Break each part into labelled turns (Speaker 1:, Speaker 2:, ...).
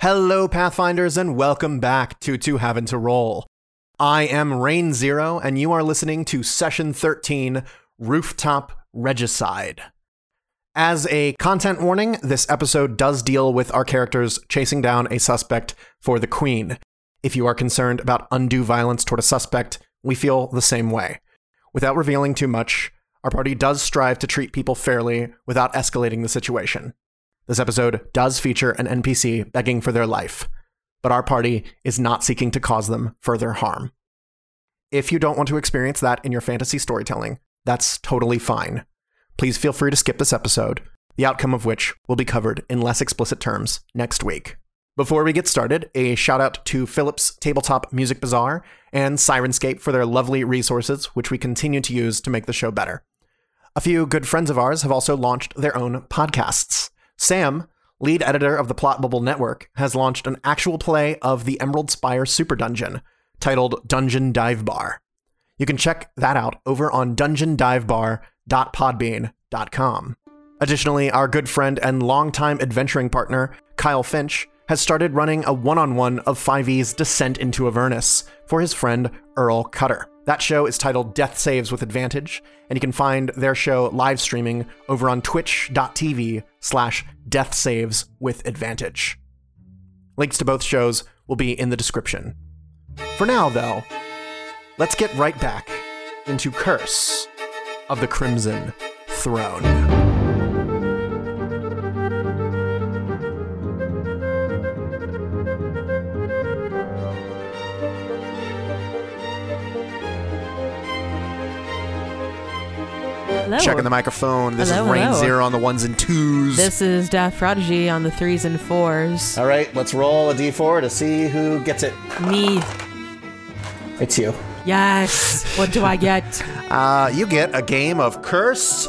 Speaker 1: Hello, Pathfinders, and welcome back to Two Having to Roll. I am Rain Zero, and you are listening to Session 13 Rooftop Regicide. As a content warning, this episode does deal with our characters chasing down a suspect for the Queen. If you are concerned about undue violence toward a suspect, we feel the same way. Without revealing too much, our party does strive to treat people fairly without escalating the situation. This episode does feature an NPC begging for their life, but our party is not seeking to cause them further harm. If you don't want to experience that in your fantasy storytelling, that's totally fine. Please feel free to skip this episode, the outcome of which will be covered in less explicit terms next week. Before we get started, a shout out to Philips Tabletop Music Bazaar and Sirenscape for their lovely resources, which we continue to use to make the show better. A few good friends of ours have also launched their own podcasts. Sam, lead editor of the Plot Bubble Network, has launched an actual play of the Emerald Spire Super Dungeon titled Dungeon Dive Bar. You can check that out over on dungeondivebar.podbean.com. Additionally, our good friend and longtime adventuring partner, Kyle Finch, has started running a one on one of 5e's Descent into Avernus for his friend Earl Cutter. That show is titled Death Saves with Advantage, and you can find their show live streaming over on twitch.tv slash death saves with advantage. Links to both shows will be in the description. For now, though, let's get right back into Curse of the Crimson Throne.
Speaker 2: Hello.
Speaker 1: Checking the microphone. This
Speaker 2: Oh. Hello,
Speaker 1: is Rain
Speaker 2: hello.
Speaker 1: Zero on the ones and twos.
Speaker 2: This is Death Prodigy on the threes and fours.
Speaker 1: All right, let's roll a d4 to see who gets it.
Speaker 2: Me.
Speaker 1: It's you.
Speaker 2: Yes. What do I get?
Speaker 1: Uh, you get a game of Curse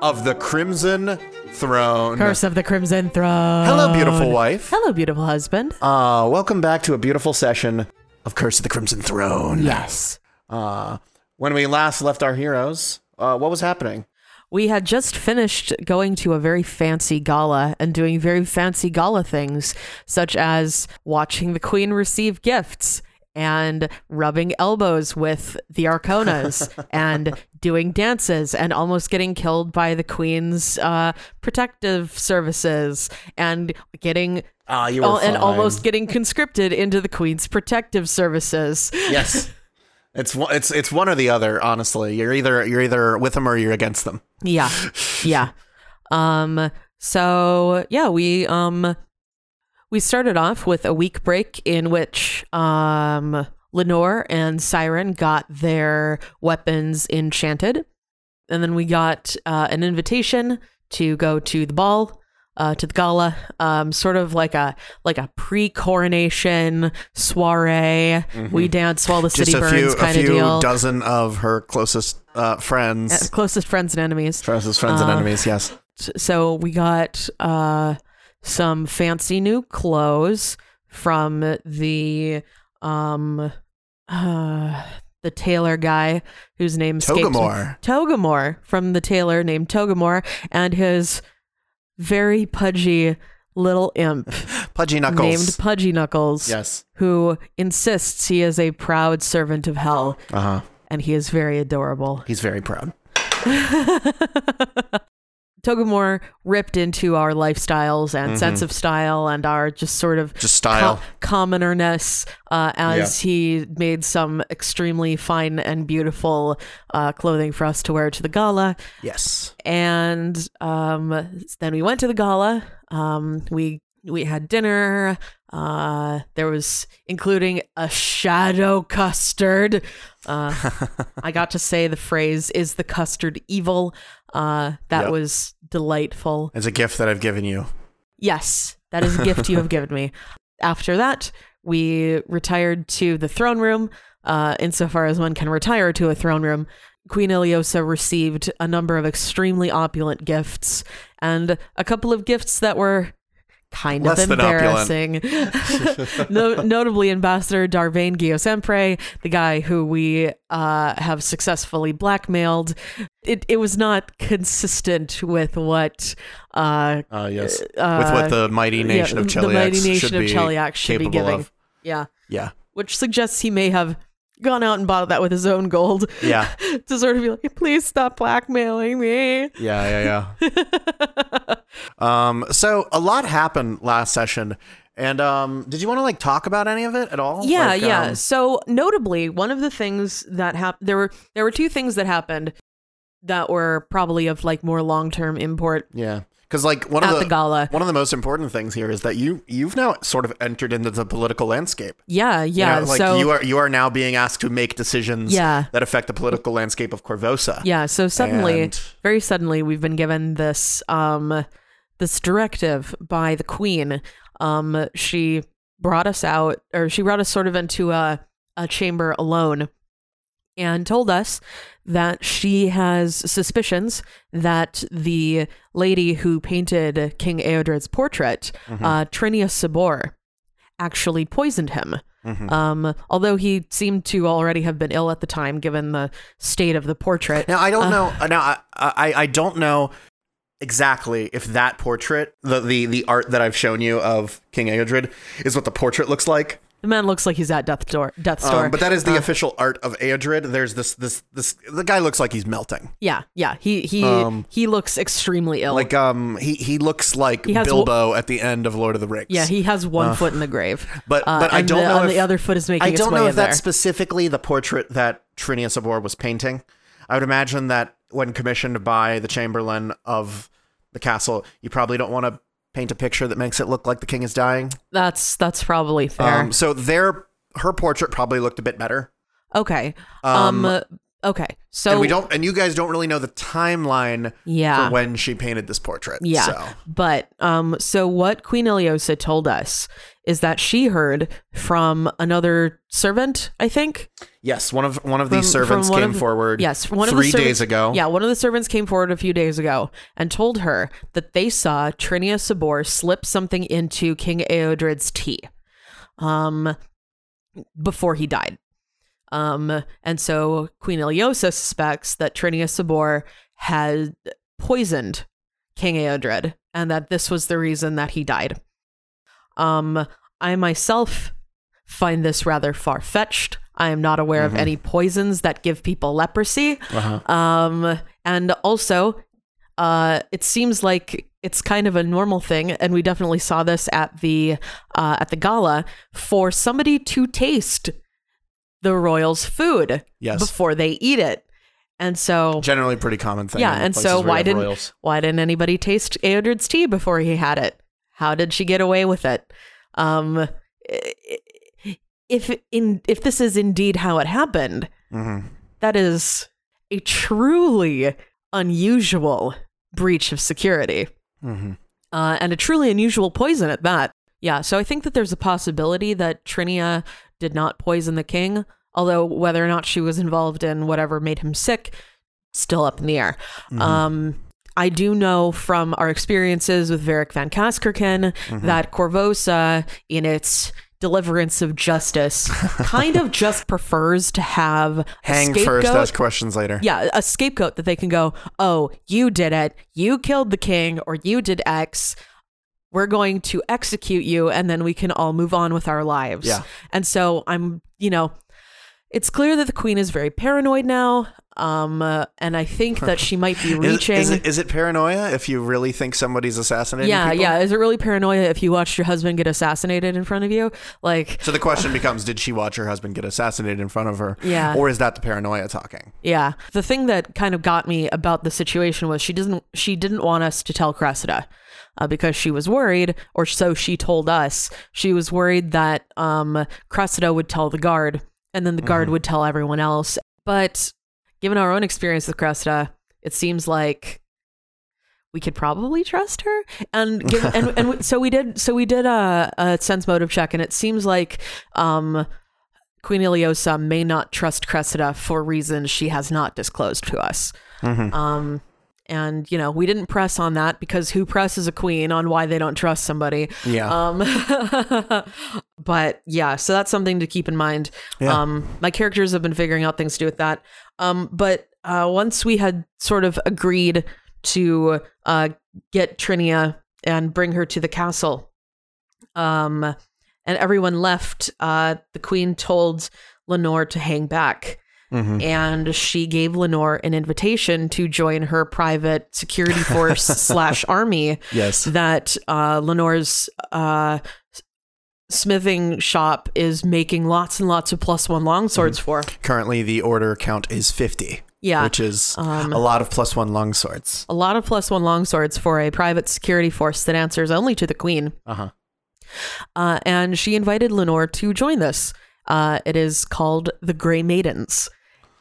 Speaker 1: of the Crimson Throne.
Speaker 2: Curse of the Crimson Throne.
Speaker 1: Hello, beautiful wife.
Speaker 2: Hello, beautiful husband.
Speaker 1: Uh, welcome back to a beautiful session of Curse of the Crimson Throne.
Speaker 2: yes.
Speaker 1: Uh, when we last left our heroes, uh, what was happening?
Speaker 2: We had just finished going to a very fancy gala and doing very fancy gala things, such as watching the Queen receive gifts and rubbing elbows with the Arconas and doing dances and almost getting killed by the Queen's uh, protective services and getting.
Speaker 1: Ah, you were
Speaker 2: al- Oh, and
Speaker 1: fine.
Speaker 2: almost getting conscripted into the Queen's protective services.
Speaker 1: Yes. It's one, it's it's one or the other. Honestly, you're either you're either with them or you're against them.
Speaker 2: Yeah. Yeah. um so yeah, we um we started off with a week break in which um Lenore and Siren got their weapons enchanted. And then we got uh, an invitation to go to the ball, uh, to the gala, um, sort of like a like a pre-coronation soiree. We dance while the
Speaker 1: Mm-hmm.
Speaker 2: city
Speaker 1: Just a
Speaker 2: burns
Speaker 1: few a
Speaker 2: kind of
Speaker 1: few
Speaker 2: deal.
Speaker 1: dozen of her closest uh, friends.
Speaker 2: Uh, Closest friends and enemies.
Speaker 1: Closest friends and
Speaker 2: Uh,
Speaker 1: enemies. Yes.
Speaker 2: so we got uh some fancy new clothes from the um uh the tailor guy whose name escapes me.
Speaker 1: Togemore.
Speaker 2: Togemore from the tailor named Togemore and his very pudgy little imp
Speaker 1: Pudgy Knuckles.
Speaker 2: named Pudgy Knuckles
Speaker 1: yes.
Speaker 2: who insists he is a proud servant of hell
Speaker 1: Uh huh.
Speaker 2: and he is very adorable.
Speaker 1: He's very proud.
Speaker 2: Togemore ripped into our lifestyles and sense of style and our just sort of
Speaker 1: Just style.
Speaker 2: commonerness uh, as he made some extremely fine and beautiful uh, clothing for us to wear to the gala.
Speaker 1: yes.
Speaker 2: And um, then we went to the gala. Um, we we had dinner. Uh, there was including a shadow custard. Uh, I got to say the phrase "is the custard evil." Uh, that
Speaker 1: Yep.
Speaker 2: was delightful.
Speaker 1: It's a gift that I've given you.
Speaker 2: Yes, that is a gift you have given me. After that, we retired to the throne room, uh, insofar as one can retire to a throne room. Queen Iliosa received a number of extremely opulent gifts and a couple of gifts that were kind
Speaker 1: Less
Speaker 2: of
Speaker 1: than opulent.
Speaker 2: embarrassing. no, notably, Ambassador Darvain Guillosempre, the guy who we uh, have successfully blackmailed, it, it was not consistent with what uh,
Speaker 1: Uh, yes.
Speaker 2: uh,
Speaker 1: With what the mighty nation
Speaker 2: yeah,
Speaker 1: of
Speaker 2: the mighty
Speaker 1: Cheliax
Speaker 2: nation
Speaker 1: should
Speaker 2: of
Speaker 1: be
Speaker 2: Cheliac should be
Speaker 1: capable
Speaker 2: giving.
Speaker 1: of.
Speaker 2: Yeah,
Speaker 1: Yeah.
Speaker 2: which suggests he may have gone out and bought that with his own gold
Speaker 1: Yeah.
Speaker 2: to sort of be like, please stop blackmailing me.
Speaker 1: Yeah. Yeah. Yeah. um, so a lot happened last session. And um, did you want to like talk about any of it at all?
Speaker 2: Yeah,
Speaker 1: Like,
Speaker 2: yeah.
Speaker 1: um,
Speaker 2: so notably, one of the things that happened there were there were two things that happened that were probably of like more long term import
Speaker 1: yeah. Because like one
Speaker 2: at
Speaker 1: of
Speaker 2: the,
Speaker 1: the
Speaker 2: gala.
Speaker 1: one of the most important things here is that you you've now sort of entered into the political landscape.
Speaker 2: Yeah,
Speaker 1: You
Speaker 2: yeah.
Speaker 1: know, like
Speaker 2: so
Speaker 1: you are you are now being asked to make decisions
Speaker 2: Yeah.
Speaker 1: that affect the political landscape of Corvosa.
Speaker 2: yeah, so suddenly,
Speaker 1: And-
Speaker 2: very suddenly, we've been given this um this directive by the queen. Um, she brought us out, or she brought us sort of into a a chamber alone, and told us that she has suspicions that the lady who painted King Eodred's portrait, uh, Trinia Sabor, actually poisoned him. Um, although he seemed to already have been ill at the time, given the state of the portrait.
Speaker 1: Now I don't know. uh, Now I, I I don't know exactly if that portrait, the the the art that I've shown you of King Eodred, is what the portrait looks like.
Speaker 2: The man looks like he's at death's door. Death's door.
Speaker 1: Um, but that is the official art of Eodred. There's this this this the guy looks like he's melting.
Speaker 2: yeah, yeah. He he
Speaker 1: Um,
Speaker 2: he looks extremely ill.
Speaker 1: Like um he he looks like
Speaker 2: Oh. has
Speaker 1: Bilbo at the end of Lord of the Rings.
Speaker 2: yeah, he has one foot in the grave.
Speaker 1: uh, but-
Speaker 2: uh,
Speaker 1: but I
Speaker 2: and
Speaker 1: don't
Speaker 2: the,
Speaker 1: know
Speaker 2: and
Speaker 1: if-
Speaker 2: the other foot is making
Speaker 1: I
Speaker 2: its
Speaker 1: don't
Speaker 2: way
Speaker 1: know if
Speaker 2: in
Speaker 1: that's
Speaker 2: there.
Speaker 1: specifically the portrait that Trinia Sabor was painting. I would imagine that when commissioned by the Chamberlain of the castle, you probably don't want to paint a picture that makes it look like the king is dying.
Speaker 2: that's that's probably fair.
Speaker 1: Um, so their her portrait probably looked a bit better.
Speaker 2: okay. Um. okay. So
Speaker 1: and we don't and you guys don't really know the timeline
Speaker 2: Oh. Yeah.
Speaker 1: for when she painted this portrait.
Speaker 2: Yeah.
Speaker 1: So
Speaker 2: But um so what Queen Iliosa told us is that she heard from another servant, I think.
Speaker 1: yes, one of one of the
Speaker 2: From-
Speaker 1: servants
Speaker 2: from one
Speaker 1: came
Speaker 2: of the-
Speaker 1: forward.
Speaker 2: Yes, one of
Speaker 1: three
Speaker 2: the servants-
Speaker 1: days ago.
Speaker 2: Yeah, one of the servants came forward a few days ago and told her that they saw Trinia Sabor slip something into King Eodred's tea, um, before he died. Um, and so Queen Iliosa suspects that Trinia Sabor had poisoned King Eodred, and that this was the reason that he died. Um, I myself find this rather far fetched. I am not aware of any poisons that give people leprosy.
Speaker 1: Uh-huh.
Speaker 2: Um, and also, uh, it seems like it's kind of a normal thing, and we definitely saw this at the uh, at the gala for somebody to taste the royals' food
Speaker 1: Yes.
Speaker 2: before they eat it. And so,
Speaker 1: Generally pretty common thing.
Speaker 2: yeah,
Speaker 1: in
Speaker 2: and
Speaker 1: places
Speaker 2: so
Speaker 1: where you
Speaker 2: why
Speaker 1: have
Speaker 2: didn't
Speaker 1: royals.
Speaker 2: why didn't anybody taste Eodred's tea before he had it? How did she get away with it? Um, i- i- if in if this is indeed how it happened,
Speaker 1: Mhm.
Speaker 2: that is a truly unusual breach of security,
Speaker 1: Mhm.
Speaker 2: uh, and a truly unusual poison at that. Yeah, so I think that there's a possibility that Trinia did not poison the king, although whether or not she was involved in whatever made him sick, still up in the air.
Speaker 1: Mm-hmm.
Speaker 2: Um, I do know from our experiences with Varric Van Kaskerken
Speaker 1: Mm-hmm.
Speaker 2: that Corvosa, in its deliverance of justice, kind of just prefers to have
Speaker 1: Hang
Speaker 2: a scapegoat.
Speaker 1: first, ask questions later.
Speaker 2: yeah, a scapegoat that they can go, oh, you did it. You killed the king, or you did X. We're going to execute you, and then we can all move on with our lives.
Speaker 1: Yeah.
Speaker 2: And so I'm, you know, it's clear that the queen is very paranoid now. Um, uh, and I think that she might be
Speaker 1: Is-
Speaker 2: reaching.
Speaker 1: Is, it, is it paranoia if you really think somebody's assassinating
Speaker 2: yeah,
Speaker 1: people?
Speaker 2: yeah. Is it really paranoia if you watched your husband get assassinated in front of you? Like,
Speaker 1: So the question becomes Did she watch her husband get assassinated in front of her?
Speaker 2: Yeah.
Speaker 1: Or is that the paranoia talking?
Speaker 2: Yeah. The thing that kind of got me about the situation was she doesn't she didn't want us to tell Cressida uh, because she was worried, or so she told us. She was worried that um, Cressida would tell the guard, and then the guard would tell everyone else. But given our own experience with Cressida, it seems like we could probably trust her and give, and and we- so we did so we did a, a sense motive check and it seems like um Queen Iliosa
Speaker 1: Mm-hmm.
Speaker 2: may not trust Cressida for reasons she has not disclosed to us. Um, And, you know, we didn't press on that because who presses a queen on why they don't trust somebody?
Speaker 1: Yeah.
Speaker 2: Um, but yeah, so that's something to keep in mind.
Speaker 1: Yeah.
Speaker 2: Um, my characters have been figuring out things to do with that. Um, but uh, once we had sort of agreed to uh, get Trinia and bring her to the castle, um, and everyone left, uh, the queen told Lenore to hang back
Speaker 1: Mhm.
Speaker 2: and she gave Lenore an invitation to join her private security force slash army
Speaker 1: Yes.
Speaker 2: that uh, Lenore's uh, smithing shop is making lots and lots of plus one
Speaker 1: Mm-hmm.
Speaker 2: longswords for.
Speaker 1: Currently, the order count is 50,
Speaker 2: Yeah,
Speaker 1: which is
Speaker 2: Um,
Speaker 1: a lot of plus one longswords.
Speaker 2: a lot of plus one longswords for a private security force that answers only to the queen.
Speaker 1: Uh huh.
Speaker 2: Uh, and she invited Lenore to join this. Uh, it is called the Grey Maidens.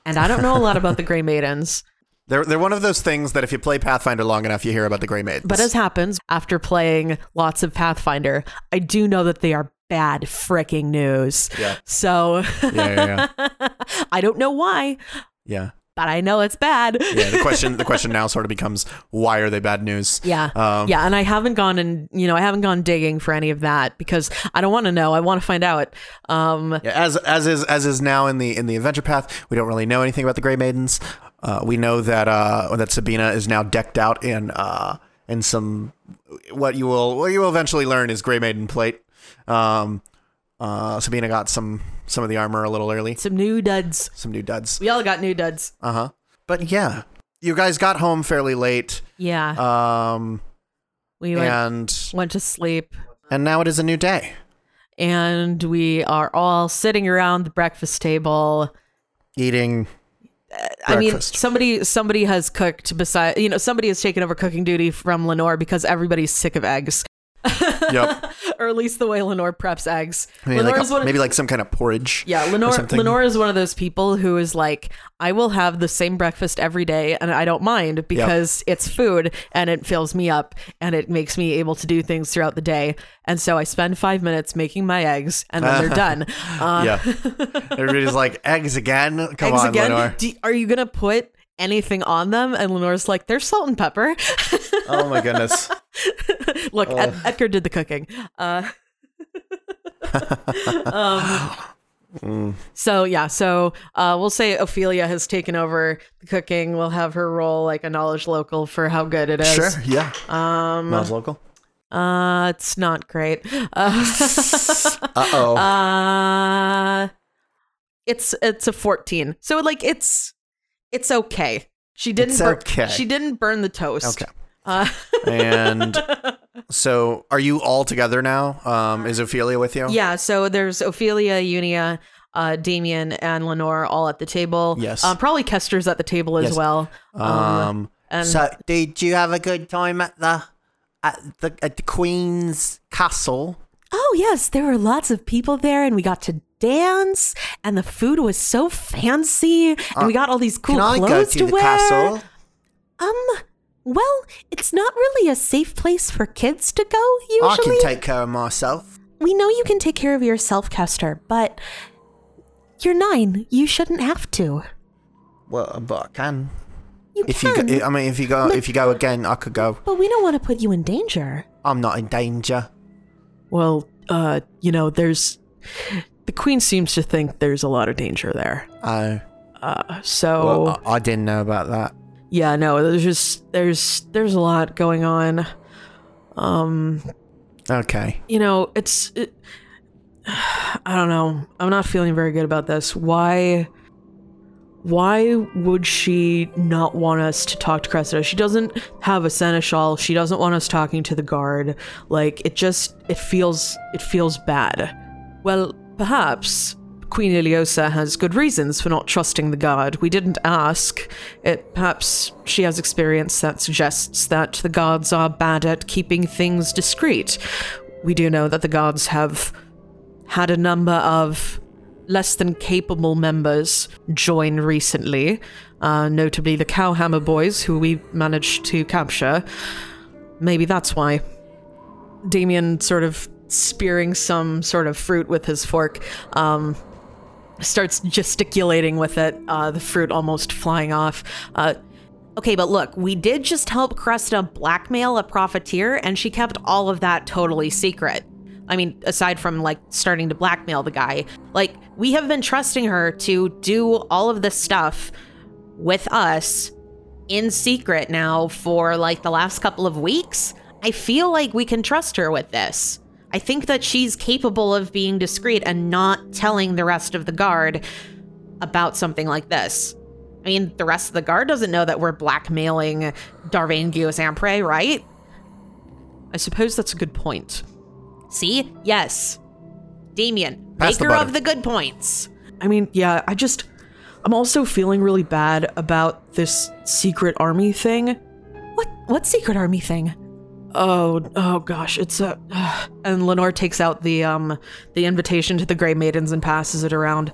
Speaker 2: And I don't know a lot about the Grey Maidens,
Speaker 1: They're, they're one of those things that if you play Pathfinder long enough, you hear about the Grey Maids.
Speaker 2: But as happens after playing lots of Pathfinder, I do know that they are bad freaking news.
Speaker 1: Yeah.
Speaker 2: So
Speaker 1: yeah, yeah,
Speaker 2: I don't know why,
Speaker 1: yeah,
Speaker 2: but I know it's bad.
Speaker 1: yeah, yeah. The question the question now sort of becomes why are they bad news?
Speaker 2: Yeah.
Speaker 1: Um,
Speaker 2: yeah, and I haven't gone and, you know, I haven't gone digging for any of that because I don't want to know. I want to find out. Um
Speaker 1: Yeah, as as is as is now in the in the adventure path, we don't really know anything about the Grey Maidens. Uh, we know that uh, that Sabina is now decked out in uh, in some what you will what you will eventually learn is Grey Maiden plate. Um, uh, Sabina got some some of the armor a little early,
Speaker 2: some new duds.
Speaker 1: some new duds.
Speaker 2: We all got new duds.
Speaker 1: Uh huh. But yeah, you guys got home fairly late,
Speaker 2: Yeah.
Speaker 1: um,
Speaker 2: we went,
Speaker 1: and
Speaker 2: went to sleep
Speaker 1: and now it is a new day.
Speaker 2: and we are all sitting around the breakfast table.
Speaker 1: Eating
Speaker 2: I mean,
Speaker 1: Breakfast.
Speaker 2: somebody somebody has cooked beside you know somebody has taken over cooking duty from Lenore because everybody's sick of eggs,
Speaker 1: yep,
Speaker 2: or at least the way Lenore preps eggs.
Speaker 1: maybe like,
Speaker 2: Lenore's
Speaker 1: a-
Speaker 2: one of-
Speaker 1: maybe like some kind of porridge.
Speaker 2: yeah, Lenore
Speaker 1: something.
Speaker 2: Lenore is one of those people who is like, I will have the same breakfast every day, and I don't mind because it's food and it fills me up and it makes me able to do things throughout the day. And so I spend five minutes making my eggs, and then they're done. Uh,
Speaker 1: Yeah. Everybody's like, eggs again? Come
Speaker 2: eggs
Speaker 1: on,
Speaker 2: again?
Speaker 1: Lenore.
Speaker 2: Do, are you gonna put? Anything on them, and Lenore's like, "There's salt and pepper."
Speaker 1: Oh my goodness.
Speaker 2: Look, Ed- Edgar did the cooking. Uh, um,
Speaker 1: Mm.
Speaker 2: So yeah, so uh, we'll say Ophelia has taken over the cooking. We'll have her roll like a knowledge local for how good it is.
Speaker 1: Sure, yeah.
Speaker 2: Um,
Speaker 1: Miles local.
Speaker 2: uh, it's not great. Uh,
Speaker 1: Uh oh.
Speaker 2: uh, it's it's a fourteen. So like it's it's okay. She didn't.
Speaker 1: It's
Speaker 2: bur-
Speaker 1: okay.
Speaker 2: She didn't burn the toast.
Speaker 1: okay.
Speaker 2: Uh,
Speaker 1: And so are you all together now? Um, is Ophelia with you?
Speaker 2: Yeah, so there's Ophelia, Unia, uh, Damien, and Lenore all at the table.
Speaker 1: Yes.
Speaker 2: Um, probably Kester's at the table as
Speaker 1: Yes.
Speaker 2: well.
Speaker 1: Um,
Speaker 2: and
Speaker 1: so did you have a good time at the at the at the Queen's castle?
Speaker 2: oh yes, there were lots of people there, and we got to dance, and the food was so fancy, and we got all these cool
Speaker 1: Uh, Can I go
Speaker 2: clothes
Speaker 1: to,
Speaker 2: to,
Speaker 1: the
Speaker 2: wear.
Speaker 1: castle?
Speaker 2: Um, well, it's not really a safe place for kids to go
Speaker 1: I
Speaker 2: usually.
Speaker 1: can take care of myself.
Speaker 2: we know you can take care of yourself, Kester, but you're nine. You shouldn't have to.
Speaker 1: Well, but I can.
Speaker 2: You
Speaker 1: If you, eh,
Speaker 2: can,
Speaker 1: go, I mean, if you go, if you go again, I could go.
Speaker 2: but we don't want to put you in danger.
Speaker 1: I'm not in danger.
Speaker 2: Well, uh, you know, there's the queen seems to think there's a lot of danger there.
Speaker 1: Oh,
Speaker 2: Uh, so
Speaker 1: well, I, I didn't know about that.
Speaker 2: yeah, no, there's just there's there's a lot going on. Um,
Speaker 1: Okay.
Speaker 2: you know, it's it, I don't know. I'm not feeling very good about this. Why why would she not want us to talk to Cressida? She doesn't have a seneschal. She doesn't want us talking to the guard. Like it just it feels it feels bad. Well, perhaps Queen Iliosa has good reasons for not trusting the guard. We didn't ask. It perhaps she has experience that suggests that the guards are bad at keeping things discreet. We do know that the guards have had a number of less than capable members join recently, uh, notably the Cowhammer Boys, who we managed to capture. Maybe that's why. Damien sort of spearing some sort of fruit with his fork. Um, starts gesticulating with it, uh, the fruit almost flying off. Uh, Okay, but look, we did just help Cresta blackmail a profiteer, and she kept all of that totally secret. I mean, aside from like starting to blackmail the guy, like we have been trusting her to do all of this stuff with us in secret now for like the last couple of weeks. I feel like we can trust her with this. I think that she's capable of being discreet and not telling the rest of the guard about something like this. I mean, the rest of the guard doesn't know that we're blackmailing Darvain Guillaume right? I suppose that's a good point. See? Yes. Damien,
Speaker 3: Pass the
Speaker 2: maker
Speaker 3: butter.
Speaker 2: of the good points.
Speaker 4: I mean, yeah, I just I'm also feeling really bad about this secret army thing.
Speaker 2: What what secret army thing?
Speaker 4: Oh, oh gosh, it's a
Speaker 2: And
Speaker 4: Lenore takes out the um the invitation to the Grey Maidens and passes it around.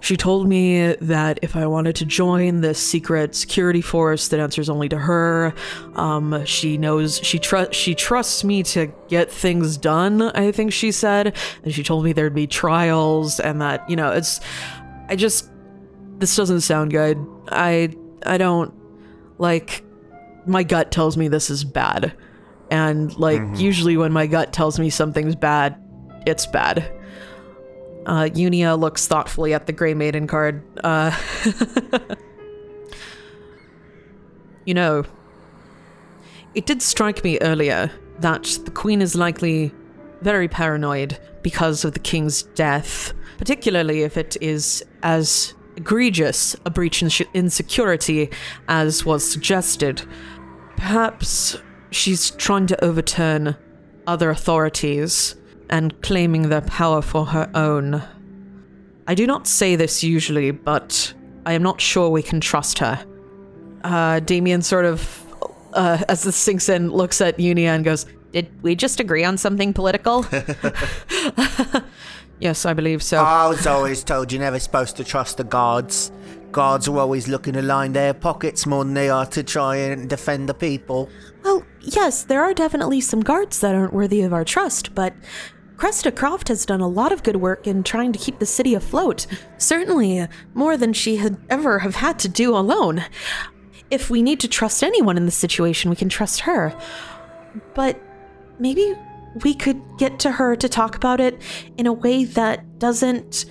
Speaker 4: She told me that if I wanted to join this secret security force that answers only to her, um, she knows she trust she trusts me to get things done. I think she said, and she told me there'd be trials and that you know it's. I just this doesn't sound good. I I don't like my gut tells me this is bad. And like usually when my gut tells me something's bad, it's bad. Uh, Unia looks thoughtfully at the Grey Maiden card. Uh, you know, it did strike me earlier that the Queen is likely very paranoid because of the King's death, particularly if it is as egregious a breach in in security as was suggested. Perhaps she's trying to overturn other authorities and claiming their power for her own. I do not say this usually, but I am not sure we can trust her. Uh, Damien sort of, uh, as this sinks in, looks at Unia and goes,
Speaker 2: did we just agree on something political?
Speaker 4: Yes, I believe so.
Speaker 3: Uh,
Speaker 1: I was always told you're never supposed to trust the guards. Guards are always looking to line their pockets more than they are to try and defend the people.
Speaker 5: Well, yes, there are definitely some guards that aren't worthy of our trust, but Cresta Croft has done a lot of good work in trying to keep the city afloat. Certainly, more than she had ever have had to do alone. If we need to trust anyone in this situation, we can trust her. But maybe we could get to her to talk about it in a way that doesn't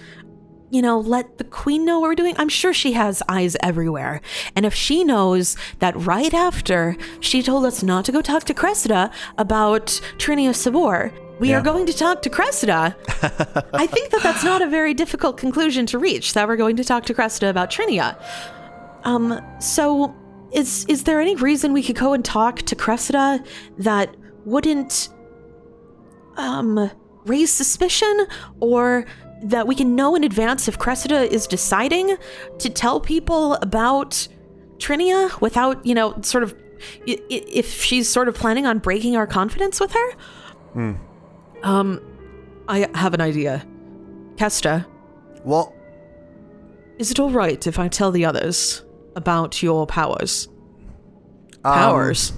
Speaker 5: you know, let the queen know what we're doing. I'm sure she has eyes everywhere. And if she knows that right after she told us not to go talk to Cressida about Trinia Sabor, we
Speaker 3: Yeah.
Speaker 5: are going to talk to Cressida. I think that that's not a very difficult conclusion to reach that we're going to talk to Cressida about Trinia. Um, so is is there any reason we could go and talk to Cressida that wouldn't um raise suspicion or that we can know in advance if Cressida is deciding to tell people about Trinia without, you know, sort of i- i- if she's sort of planning on breaking our confidence with her?
Speaker 4: Um, I have an idea. Kesta,
Speaker 3: What?
Speaker 4: is it all right if I tell the others about your powers?
Speaker 1: Um,
Speaker 4: powers?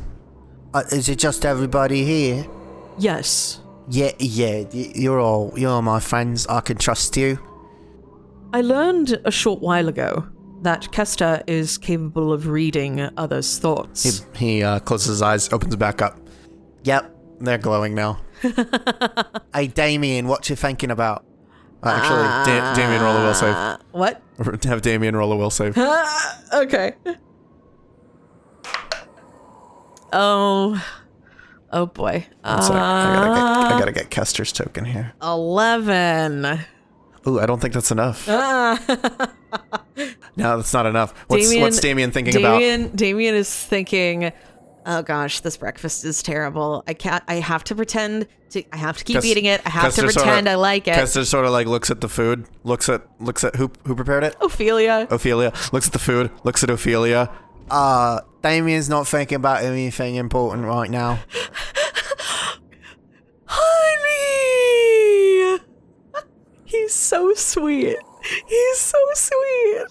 Speaker 1: Uh, is it just everybody here?
Speaker 4: Yes.
Speaker 1: Yeah, yeah. y- You're all you're all my friends. I can trust you.
Speaker 4: I learned a short while ago that Kesta is capable of reading others'
Speaker 3: He,
Speaker 4: thoughts.
Speaker 3: he uh, closes his eyes, opens back up.
Speaker 1: Yep, they're glowing now. hey, Damien, what you thinking about?
Speaker 3: Uh, actually, da- Damien roll a will save.
Speaker 4: what?
Speaker 3: Have Damien roll a will save.
Speaker 4: Okay. Oh. Oh boy.
Speaker 3: One sec.
Speaker 4: Uh,
Speaker 3: I, gotta get, I gotta get Kester's token here.
Speaker 4: 11.
Speaker 3: Ooh, I don't think that's enough. no, that's not enough. What's what's Damien thinking about?
Speaker 4: Damien, Damien is thinking,
Speaker 2: oh gosh, this breakfast is terrible. I can't. I have to pretend to. I have to keep
Speaker 3: Kes-
Speaker 2: eating it. I have to
Speaker 3: Kester sorta-
Speaker 2: pretend I like it.
Speaker 3: Kester sort of like looks at the food, looks at looks at who who prepared it.
Speaker 4: Ophelia,
Speaker 3: Ophelia looks at the food, looks at Ophelia.
Speaker 1: Uh, Damien's not thinking about anything important right now.
Speaker 4: honey! He's so sweet. He's so sweet.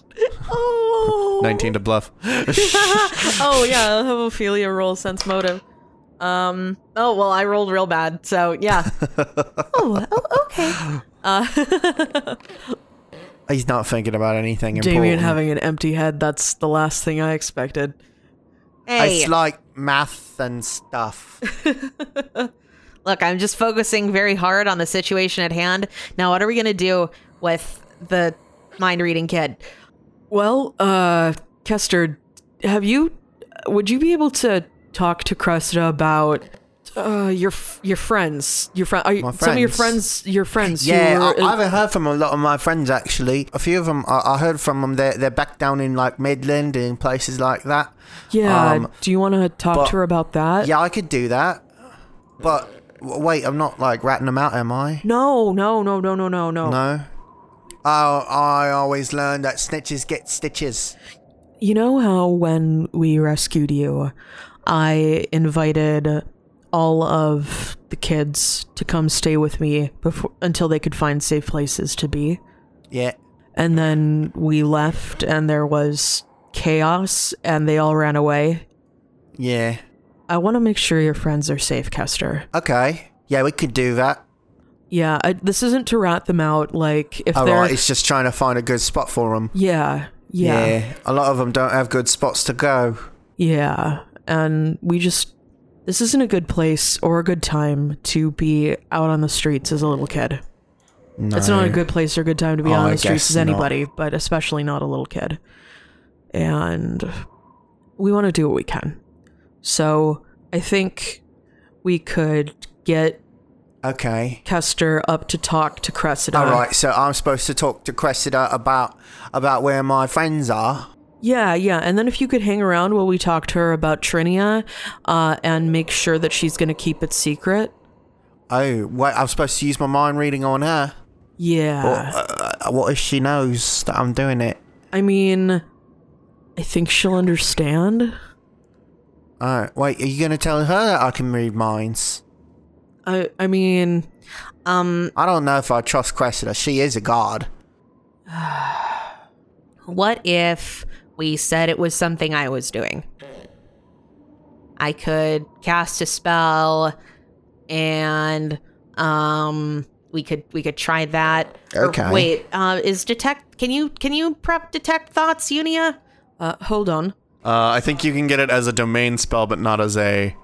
Speaker 4: Oh.
Speaker 3: Nineteen to bluff.
Speaker 4: oh, yeah. I'll have Ophelia roll sense motive. Um. Oh, well, I rolled real bad. So, yeah.
Speaker 5: Oh, oh okay.
Speaker 2: Uh,
Speaker 1: He's not thinking about anything
Speaker 4: Damien
Speaker 1: important.
Speaker 4: having an empty head, that's the last thing I expected.
Speaker 1: It's
Speaker 2: Hey,
Speaker 1: like math and stuff.
Speaker 2: look, I'm just focusing very hard on the situation at hand. Now, what are we going to do with the mind reading kid?
Speaker 4: Well, uh, Kester, have you? Would you be able to talk to Cresta about uh, your f- your friends, your friend,
Speaker 1: My
Speaker 4: some of your
Speaker 1: friends?
Speaker 4: friends, your friends? who
Speaker 1: Yeah,
Speaker 4: were-
Speaker 1: I, I haven't heard from a lot of my friends actually. A few of them, I, I heard from them. They're they're back down in like Midland and places like that.
Speaker 4: yeah.
Speaker 1: um,
Speaker 4: do you want to talk
Speaker 1: but-
Speaker 4: to her about that?
Speaker 1: Yeah, I could do that. But w- wait, I'm not like ratting them out, am I?
Speaker 4: No, no, no, no, no, no, no.
Speaker 1: No. Oh, I always learned that snitches get stitches.
Speaker 4: You know how when we rescued you, I invited all of the kids to come stay with me before until they could find safe places to be.
Speaker 1: Yeah.
Speaker 4: And then we left and there was chaos and they all ran away.
Speaker 1: Yeah.
Speaker 4: I want to make sure your friends are safe, Kester.
Speaker 1: Okay. Yeah, we could do that.
Speaker 4: Yeah, I, this isn't to rat them out like if
Speaker 1: All
Speaker 4: they're
Speaker 1: right, it's just trying to find a good spot for them.
Speaker 4: yeah, yeah, yeah.
Speaker 1: A lot of them don't have good spots to go.
Speaker 4: And we just this isn't a good place or a good time to be out on the streets as a little kid.
Speaker 1: No.
Speaker 4: It's not a good place or a good time to be
Speaker 1: Oh,
Speaker 4: out on
Speaker 1: I
Speaker 4: the streets
Speaker 1: guess
Speaker 4: as anybody, but especially not a little kid. And we want to do what we can. So I think we could get
Speaker 1: Okay.
Speaker 4: Kester up to talk to Cressida.
Speaker 1: All right, so I'm supposed to talk to Cressida about about where my friends are.
Speaker 4: Yeah, yeah. And then if you could hang around while we talk to her about Trinia uh, and make sure that she's going to keep it secret.
Speaker 1: Oh, wait, I'm supposed to use my mind reading on her.
Speaker 4: Yeah.
Speaker 1: Or, uh, uh, what if she knows that I'm doing it?
Speaker 4: I mean, I think she'll understand.
Speaker 1: Oh, wait, are you going to tell her that I can read minds?
Speaker 4: I, I mean,
Speaker 2: Um,
Speaker 1: I don't know if I trust Cressida. She is a god.
Speaker 2: what if we said it was something I was doing? I could cast a spell and um we could we could try that. Or
Speaker 1: Okay.
Speaker 2: wait, uh, is detect can you can you prep detect thoughts, Unia?
Speaker 4: uh, hold on.
Speaker 6: Uh, I think you can get it as a domain spell, but not as a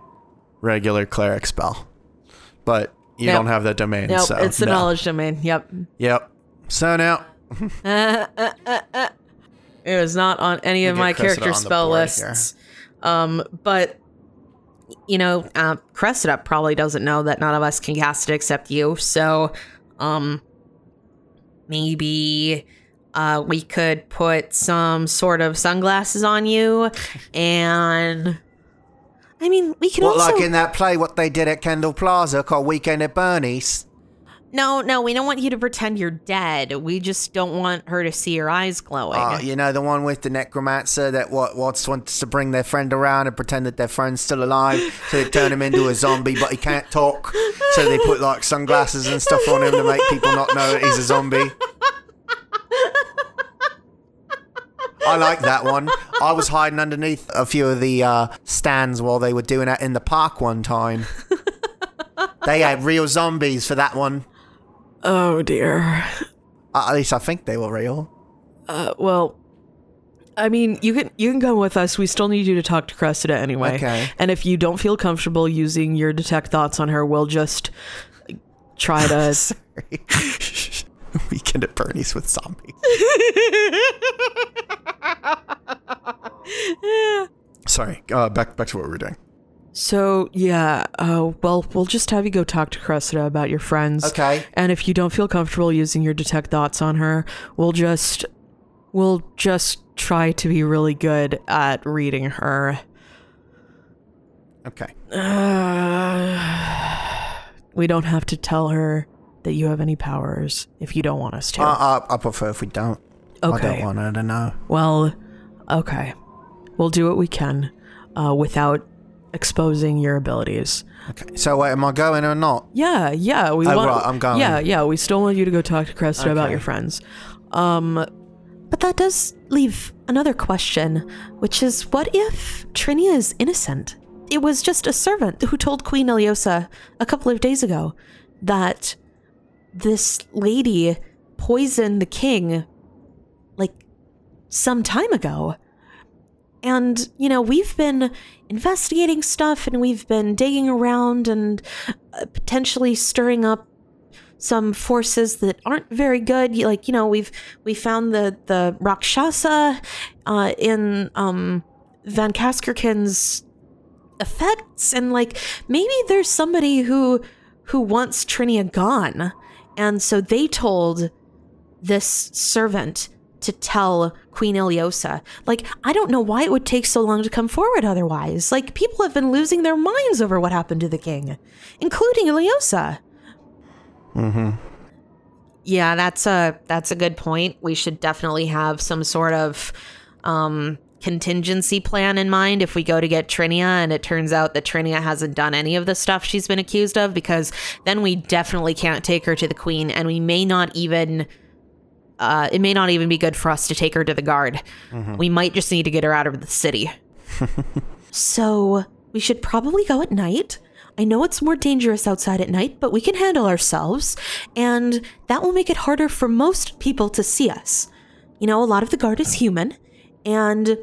Speaker 6: regular cleric spell. But you
Speaker 4: Nope.
Speaker 6: don't have that domain,
Speaker 4: Nope,
Speaker 6: so
Speaker 4: it's the
Speaker 6: no.
Speaker 4: knowledge domain. Yep.
Speaker 6: Yep. So now,
Speaker 4: It was not on any of
Speaker 6: get
Speaker 4: my
Speaker 6: Cressida on
Speaker 4: character
Speaker 6: the
Speaker 4: spell
Speaker 6: board here.
Speaker 4: lists. Um, but
Speaker 2: you know, uh, Cressida probably doesn't know that none of us can cast it except you. So, um, maybe uh, we could put some sort of sunglasses on you, and I mean, we can
Speaker 1: What,
Speaker 2: also
Speaker 1: like in that play, what they did at Kendall Plaza called Weekend at Bernie's?
Speaker 2: no, no, we don't want you to pretend you're dead. We just don't want her to see your eyes glowing.
Speaker 1: Uh, you know, the one with the necromancer that what wants wants to bring their friend around and pretend that their friend's still alive, so they turn him into a zombie, but he can't talk. So they put like sunglasses and stuff on him to make people not know that he's a zombie. I like that one. I was hiding underneath a few of the uh, stands while they were doing that in the park one time. They had real zombies for that one.
Speaker 4: oh dear.
Speaker 1: Uh, at least I think they were real.
Speaker 4: Uh, well, I mean, you can you can come with us. We still need you to talk to Cressida anyway.
Speaker 1: Okay.
Speaker 4: And if you don't feel comfortable using your detect thoughts on her, we'll just try to.
Speaker 6: weekend at Bernie's with zombies. Sorry. Uh, back back to what we were doing.
Speaker 4: so yeah. Uh, well, we'll just have you go talk to Cressida about your friends.
Speaker 1: Okay.
Speaker 4: And if you don't feel comfortable using your detect thoughts on her, we'll just we'll just try to be really good at reading her.
Speaker 6: Okay.
Speaker 4: we don't have to tell her that you have any powers if you don't want us to.
Speaker 1: Uh, I, I prefer if we don't. I don't
Speaker 4: Okay.
Speaker 1: want her to know.
Speaker 4: well, okay. We'll do what we can uh, without exposing your abilities.
Speaker 1: Okay. So wait, am I going or not?
Speaker 4: Yeah, yeah, we
Speaker 1: Oh,
Speaker 4: want.
Speaker 1: right, I'm going.
Speaker 4: Yeah, yeah, we still want you to go talk to Cresta about
Speaker 1: Okay.
Speaker 4: your friends. Um,
Speaker 7: But that does leave another question, which is what if Trinia is innocent? It was just a servant who told Queen Iliosa a couple of days ago that this lady poisoned the king like some time ago.
Speaker 2: And, you know, we've been investigating stuff and we've been digging around and uh, potentially stirring up some forces that aren't very good. You- Like, you know, we've we found the the Rakshasa uh, in um, Van Kaskerkin's effects and like maybe there's somebody who who wants Trinia gone. And so they told this servant to tell Queen Iliosa. Like, I don't know why it would take so long to come forward otherwise. Like, people have been losing their minds over what happened to the king, including Iliosa.
Speaker 8: Yeah, that's a that's a good point. We should definitely have some sort of um, contingency plan in mind if we go to get Trinia and it turns out that Trinia hasn't done any of the stuff she's been accused of because then we definitely can't take her to the queen and we may not even uh, it may not even be good for us to take her to the guard. We might just need to get her out of the city.
Speaker 2: So, we should probably go at night. I know it's more dangerous outside at night, but we can handle ourselves, and that will make it harder for most people to see us. You know, a lot of the guard is human, and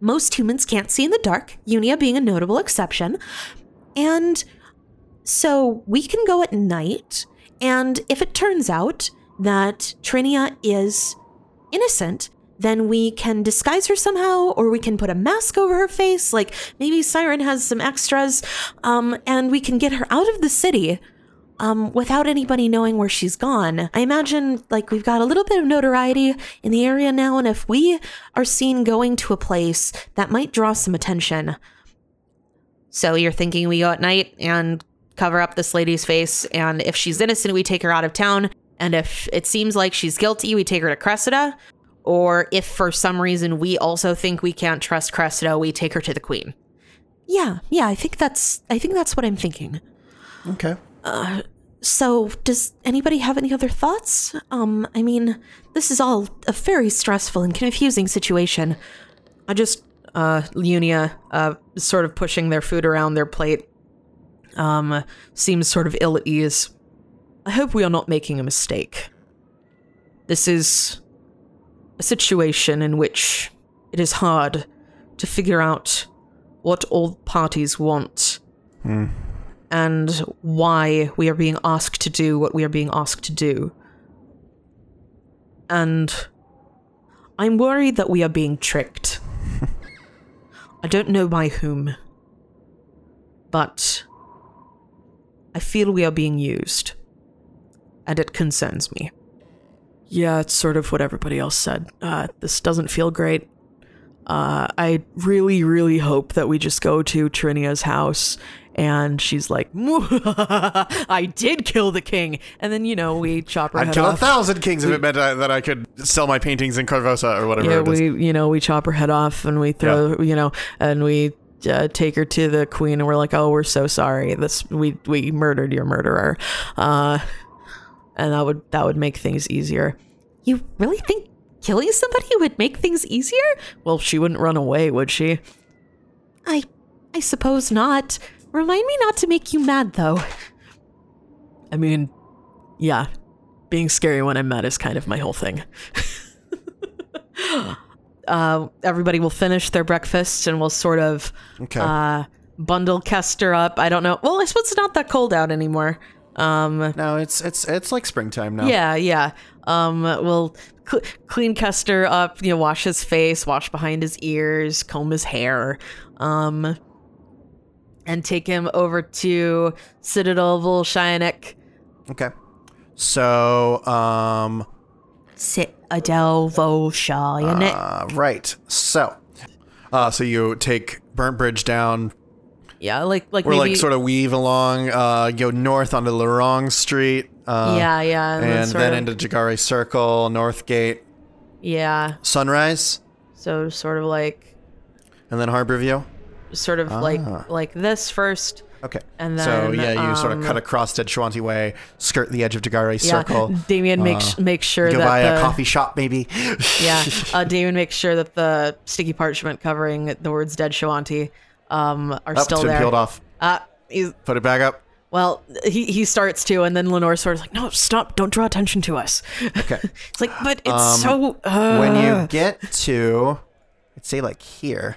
Speaker 2: most humans can't see in the dark, Unia being a notable exception. And so we can go at night, and if it turns out that Trinia is innocent, then we can disguise her somehow, or we can put a mask over her face. Like maybe Siren has some extras, um, and we can get her out of the city um, without anybody knowing where she's gone. I imagine like we've got a little bit of notoriety in the area now, and if we are seen going to a place, that might draw some attention.
Speaker 8: So you're thinking we go at night and cover up this lady's face, and if she's innocent, we take her out of town, and if it seems like she's guilty, we take her to Cressida, or if for some reason we also think we can't trust Cressida, we take her to the Queen.
Speaker 2: Yeah, yeah, I think that's I think that's what I'm thinking.
Speaker 1: Okay.
Speaker 2: So, does anybody have any other thoughts? Um, I mean, this is all a very stressful and confusing situation.
Speaker 4: I just uh Lunia uh sort of pushing their food around their plate um seems sort of ill at ease. I hope we are not making a mistake. This is a situation in which it is hard to figure out what all parties want and why we are being asked to do what we are being asked to do. And I'm worried that we are being tricked. I don't know by whom, but I feel we are being used, and it concerns me. Yeah, it's sort of what everybody else said. Uh, this doesn't feel great. Uh, I really, really hope that we just go to Trinia's house and she's like, I did kill the king. And then, you know, we chop her
Speaker 1: I'd
Speaker 4: head
Speaker 1: kill a
Speaker 4: off.
Speaker 1: thousand kings if it meant I, that I could sell my paintings in Carvosa or whatever
Speaker 4: Yeah,
Speaker 1: it is.
Speaker 4: we you know we chop her head off and we throw you know and we uh, take her to the queen and we're like, oh, we're so sorry. This we we murdered your murderer, uh, and that would that would make things easier.
Speaker 2: You really think killing somebody would make things easier?
Speaker 4: Well, she wouldn't run away, would she?
Speaker 2: I I suppose not. Remind me not to make you mad though.
Speaker 4: I mean, yeah, being scary when I'm mad is kind of my whole thing. uh, everybody will finish their breakfast and we'll sort of
Speaker 1: Okay.
Speaker 4: uh, bundle Kester up. I don't know. Well, I suppose it's not that cold out anymore. Um,
Speaker 1: no, it's it's it's like springtime now.
Speaker 4: yeah, yeah. Um, we'll cl- clean Kester up. You know, wash his face, wash behind his ears, comb his hair. Um, and take him over to Citadel Volshianek.
Speaker 1: Okay. So, um,
Speaker 8: Sit Adele Volshayanet.
Speaker 1: uh, right. So, uh, so you take Burnt Bridge down.
Speaker 4: Yeah, like like
Speaker 1: We're
Speaker 4: maybe
Speaker 1: like sort of weave along, uh, go north onto Lorong Street. Uh,
Speaker 4: yeah, yeah,
Speaker 1: And,
Speaker 4: sort
Speaker 1: then
Speaker 4: of-
Speaker 1: into Jagari Circle, North Gate,
Speaker 4: yeah.
Speaker 1: Sunrise,
Speaker 4: So sort of like
Speaker 1: and then Harborview.
Speaker 4: sort of
Speaker 1: Ah.
Speaker 4: like like this first.
Speaker 1: Okay.
Speaker 4: And
Speaker 1: so
Speaker 4: then,
Speaker 1: yeah, you sort of
Speaker 4: um,
Speaker 1: cut across Dead Shawanti Way, skirt the edge of Jagari Circle, Uh,
Speaker 4: Yeah, Damien makes make sure
Speaker 1: go
Speaker 4: that
Speaker 1: by
Speaker 4: the,
Speaker 1: a coffee shop maybe.
Speaker 4: yeah, uh, Damien makes sure that the sticky parchment covering the words "Dead Shawanti" um, are
Speaker 1: Up,
Speaker 4: still
Speaker 1: it's been
Speaker 4: there.
Speaker 1: peeled off.
Speaker 4: Uh, he's,
Speaker 1: Put it back up.
Speaker 4: well, he he starts to, and then Lenore sort of like, "No, stop! Don't draw attention to us."
Speaker 1: Okay. Um,
Speaker 4: It's like, but it's so. Uh,
Speaker 1: when you get to, it's say like here,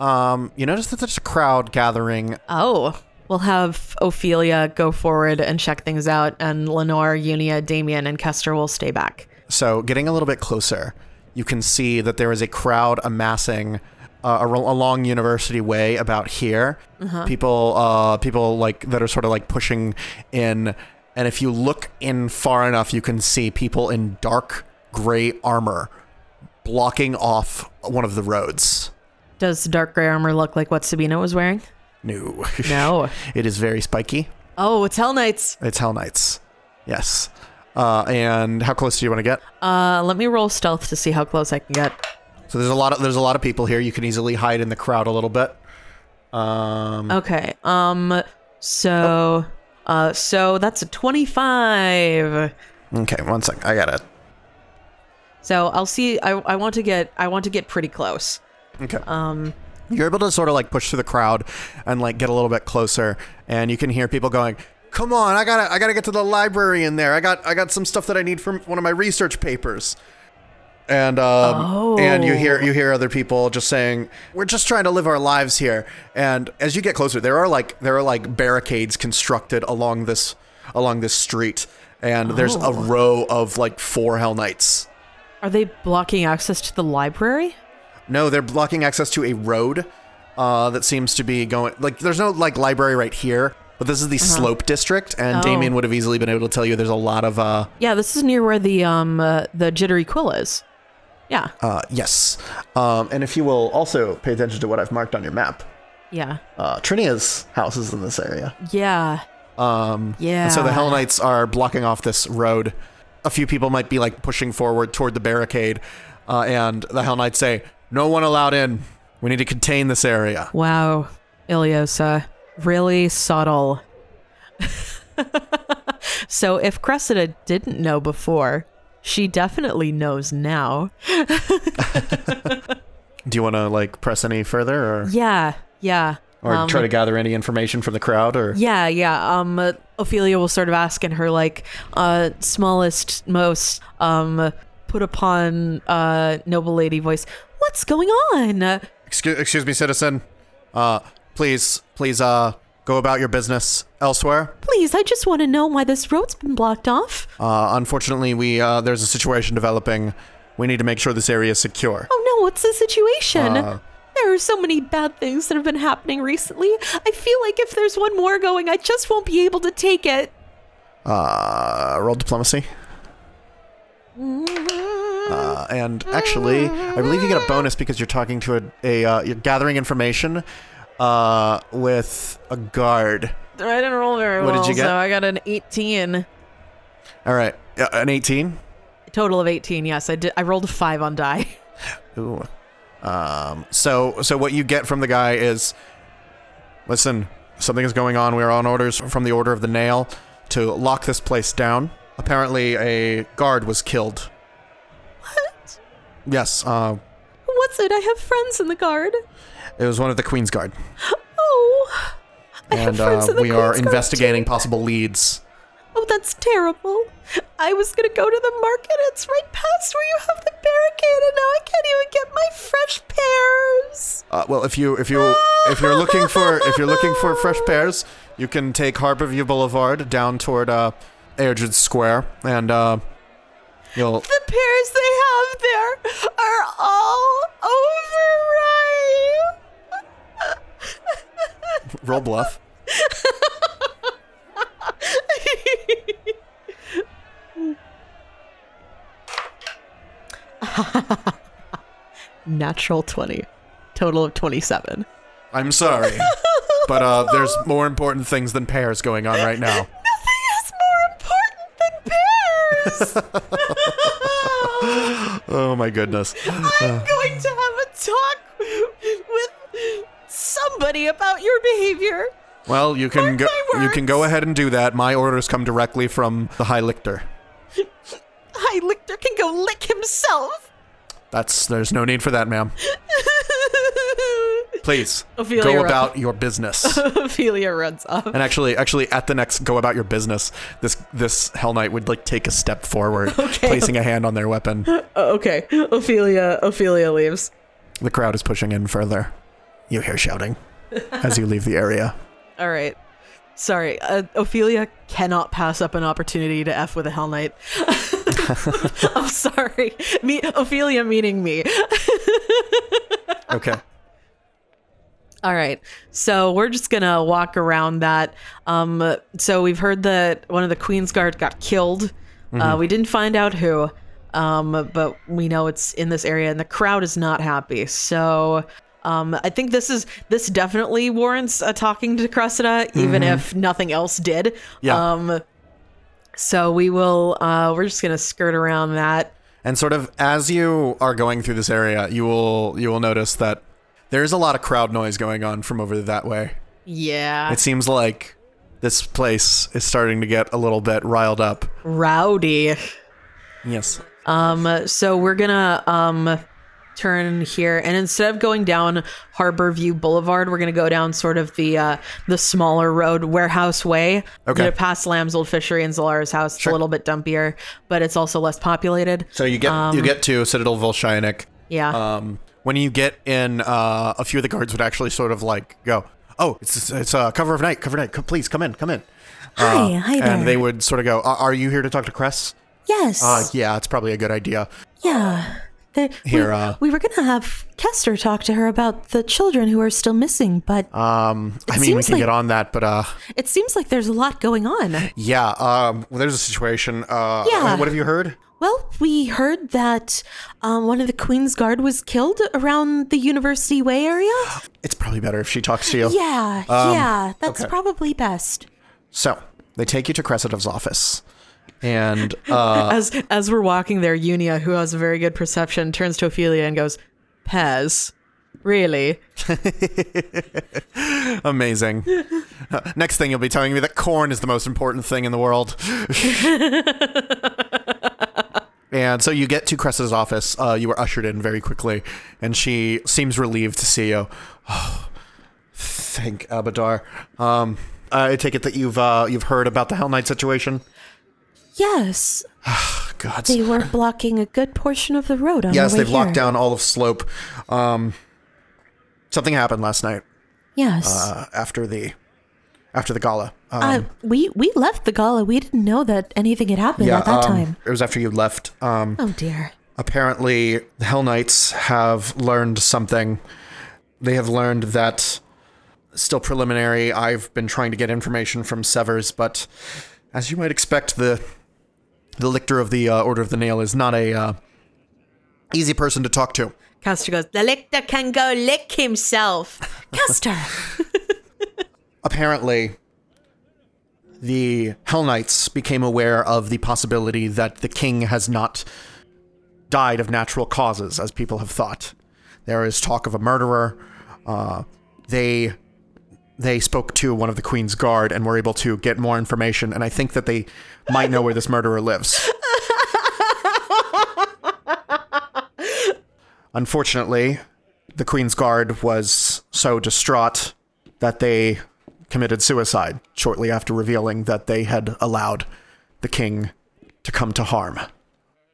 Speaker 1: um, you notice that there's a crowd gathering.
Speaker 9: Oh,
Speaker 10: We'll have Ophelia go forward and check things out, and Lenore, Unia, Damien, and Kester will stay back.
Speaker 1: So getting a little bit closer, you can see that there is a crowd amassing uh, ar- along University Way about here. People, uh, people like that are sort of like pushing in, and if you look in far enough, you can see people in dark gray armor blocking off one of the roads.
Speaker 10: Does dark gray armor look like what Sabina was wearing?
Speaker 1: No,
Speaker 10: No.
Speaker 1: it is very spiky.
Speaker 10: Oh, it's Hell Knights.
Speaker 1: It's Hell Knights. Yes. Uh, and how close do you want to get?
Speaker 10: Uh, let me roll stealth to see how close I can get.
Speaker 1: So there's a lot of there's a lot of people here. You can easily hide in the crowd a little bit. Um,
Speaker 10: Okay. Um. So. Uh. So that's a twenty-five.
Speaker 1: okay, one sec. I got it.
Speaker 10: So I'll see. I, I want to get. I want to get pretty close.
Speaker 1: Okay. Um, you're able to sort of like push through the crowd and like get a little bit closer, and you can hear people going, "Come on, I gotta, I gotta get to the library in there. I got, I got some stuff that I need from one of my research papers." And um, and you hear you hear other people just saying, "We're just trying to live our lives here." And as you get closer, there are like there are like barricades constructed along this along this street, and there's a row of like four Hell Knights.
Speaker 9: are they blocking access to the library?
Speaker 1: No, they're blocking access to a road uh, that seems to be going. Like, there's no like library right here, but this is the Slope District, and Damien would have easily been able to tell you there's a lot of. Uh,
Speaker 9: Yeah, this is near where the um uh, the jittery quill is. Yeah.
Speaker 1: uh, yes, um, and if you will also pay attention to what I've marked on your map,
Speaker 9: Yeah.
Speaker 1: uh, Trinia's house is in this area.
Speaker 9: Yeah.
Speaker 1: Um,
Speaker 9: Yeah.
Speaker 1: And so the Hell Knights are blocking off this road. A few people might be like pushing forward toward the barricade, uh, and the Hell Knights say, "No one allowed in. We need to contain this area."
Speaker 9: Wow, Iliosa, really subtle. so if Cressida didn't know before, she definitely knows now.
Speaker 1: Do you want to like press any further, or?
Speaker 9: Yeah, yeah.
Speaker 1: or
Speaker 9: um,
Speaker 1: try to gather any information from the crowd or
Speaker 9: Yeah, yeah. Um, uh, Ophelia will sort of ask in her like uh smallest, most um put upon uh noble lady voice, "What's going on?"
Speaker 1: excuse, excuse me citizen uh please please uh go about your business elsewhere
Speaker 4: Please, I just want to know why this road's been blocked off.
Speaker 1: uh unfortunately we uh there's a situation developing we need to make sure this area is secure
Speaker 4: Oh no, what's the situation?
Speaker 1: Uh,
Speaker 4: there are so many bad things that have been happening recently. I feel like if there's one more going, I just won't be able to take it.
Speaker 1: uh roll diplomacy uh, and actually, I believe you get a bonus because you're talking to a, a uh, you're gathering information uh, with a guard.
Speaker 9: I didn't roll very
Speaker 1: What did
Speaker 9: well,
Speaker 1: you get?
Speaker 9: so I got an eighteen
Speaker 1: All right, uh, an 18.
Speaker 9: total of eighteen. Yes, I did. I rolled a five on die.
Speaker 1: Ooh. Um, so so what you get from the guy is listen, something is going on. We are on orders from the Order of the Nail to lock this place down. Apparently a guard was killed. What? Yes, uh,
Speaker 4: What's it? I have friends in the guard.
Speaker 1: it was one of the Queen's Guard.
Speaker 4: Oh, I have
Speaker 1: And
Speaker 4: friends
Speaker 1: uh,
Speaker 4: in the
Speaker 1: we are
Speaker 4: Queen's Guard,
Speaker 1: investigating
Speaker 4: too.
Speaker 1: possible leads.
Speaker 4: Oh, that's terrible. I was gonna go to the market. It's right past where you have the barricade, and now I can't even get my fresh pears.
Speaker 1: Uh, well, if you if you if you're looking for if you're looking for fresh pears, you can take Harborview Boulevard down toward uh, Airdred Square, and uh, you'll
Speaker 4: The pears they have there are all overripe.
Speaker 1: roll bluff.
Speaker 9: Natural twenty, total of twenty-seven.
Speaker 1: I'm sorry. but uh, there's more important things than pears going on right now.
Speaker 4: Nothing is more important than pears.
Speaker 1: Oh my goodness.
Speaker 4: I'm going to have a talk with somebody about your behavior.
Speaker 1: Well, you can go
Speaker 4: my
Speaker 1: you can go ahead and do that. My orders come directly from the High Lictor.
Speaker 4: High Lictor can go lick himself.
Speaker 1: That's there's no need for that, ma'am. Please
Speaker 9: Ophelia,
Speaker 1: go
Speaker 9: run.
Speaker 1: about your business.
Speaker 9: Ophelia runs up.
Speaker 4: Uh,
Speaker 1: and actually, actually, at the next go about your business, this this Hell Knight would like take a step forward, placing a hand on their weapon.
Speaker 9: okay, Ophelia. Ophelia leaves.
Speaker 1: The crowd is pushing in further. You hear shouting as you leave the area.
Speaker 4: All right. Sorry, uh, Ophelia cannot pass up an opportunity to f with a Hell Knight. I'm sorry, me Ophelia meaning me.
Speaker 1: Okay.
Speaker 4: All right. So we're just going to walk around that. Um, so we've heard that one of the Queen's Guard got killed. Uh, we didn't find out who, um, but we know it's in this area and the crowd is not happy. So um, I think this is this definitely warrants a talking to Cressida, even if nothing else did.
Speaker 1: Yeah.
Speaker 4: Um, so we will uh, we're just going to skirt around that.
Speaker 1: And sort of as you are going through this area, you will you will notice that there is a lot of crowd noise going on from over that way.
Speaker 4: Yeah.
Speaker 1: It seems like this place is starting to get a little bit riled up.
Speaker 4: Rowdy.
Speaker 1: Yes.
Speaker 4: Um, so we're gonna um turn here, and instead of going down Harbor View Boulevard, we're gonna go down sort of the uh, the smaller road, Warehouse Way. We're
Speaker 1: Okay.
Speaker 4: gonna pass Lamb's Old Fishery and Zolara's house. It's a little bit dumpier, but it's also less populated.
Speaker 1: So you get
Speaker 2: Um,
Speaker 1: you get to Citadel Volshynik.
Speaker 4: Yeah.
Speaker 1: Um, when you get in, uh, a few of the guards would actually sort of like go, "Oh, it's it's uh, cover of night, cover of night. Come, please come in, come in."
Speaker 2: Hi, hi there.
Speaker 1: And they would sort of go, "Are are you here to talk to Cress?"
Speaker 2: yes.
Speaker 1: Uh, yeah, it's probably a good idea.
Speaker 2: yeah. They-
Speaker 1: Here,
Speaker 2: we,
Speaker 1: uh,
Speaker 2: we were gonna have Kester talk to her about the children who are still missing, but
Speaker 1: Um, I mean, we
Speaker 2: seems
Speaker 1: can
Speaker 2: like-
Speaker 1: get on that, but uh,
Speaker 2: it seems like there's a lot going on.
Speaker 1: yeah. Um, well, there's a situation. Uh,
Speaker 2: Yeah.
Speaker 1: What have you heard?
Speaker 2: Well, we heard that um, one of the Queen's Guard was killed around the University Way area.
Speaker 1: It's probably better if she talks to you.
Speaker 2: Yeah, yeah, that's
Speaker 1: Um, okay.
Speaker 2: probably best.
Speaker 1: So they take you to Cressida's office, and uh,
Speaker 4: as as we're walking there, Unia, who has a very good perception, turns to Ophelia and goes, "Pez, really?
Speaker 1: amazing. Uh, next thing you'll be telling me that corn is the most important thing in the world. and so you get to Cressida's office. Uh, you are ushered in very quickly, and she seems relieved to see you. Oh, thank Abadar. Um, I take it that you've uh, you've heard about the Hell Knight situation.
Speaker 2: Yes,
Speaker 1: God.
Speaker 2: they were blocking a good portion of the road on
Speaker 1: Yes,
Speaker 2: the way
Speaker 1: they've locked
Speaker 2: here.
Speaker 1: down all of Slope. Um, something happened last night
Speaker 2: Yes,
Speaker 1: uh, after the after the gala. Um,
Speaker 2: uh, we we left the gala. We didn't know that anything had happened at
Speaker 1: um,
Speaker 2: that time.
Speaker 1: It was after you left. Um,
Speaker 2: Oh dear.
Speaker 1: apparently, the Hell Knights have learned something. They have learned that, still preliminary, I've been trying to get information from Severs, but as you might expect, the the Lictor of the uh, Order of the Nail is not a uh, easy person to talk to.
Speaker 4: Castor goes,
Speaker 11: The lictor can go lick himself.
Speaker 2: Kester.
Speaker 1: apparently the Hell Knights became aware of the possibility that the king has not died of natural causes, as people have thought. There is talk of a murderer. Uh, they they spoke to one of the queen's guard and were able to get more information, and I think that they might know where this murderer lives. Unfortunately, the queen's guard was so distraught that they committed suicide shortly after revealing that they had allowed the king to come to harm.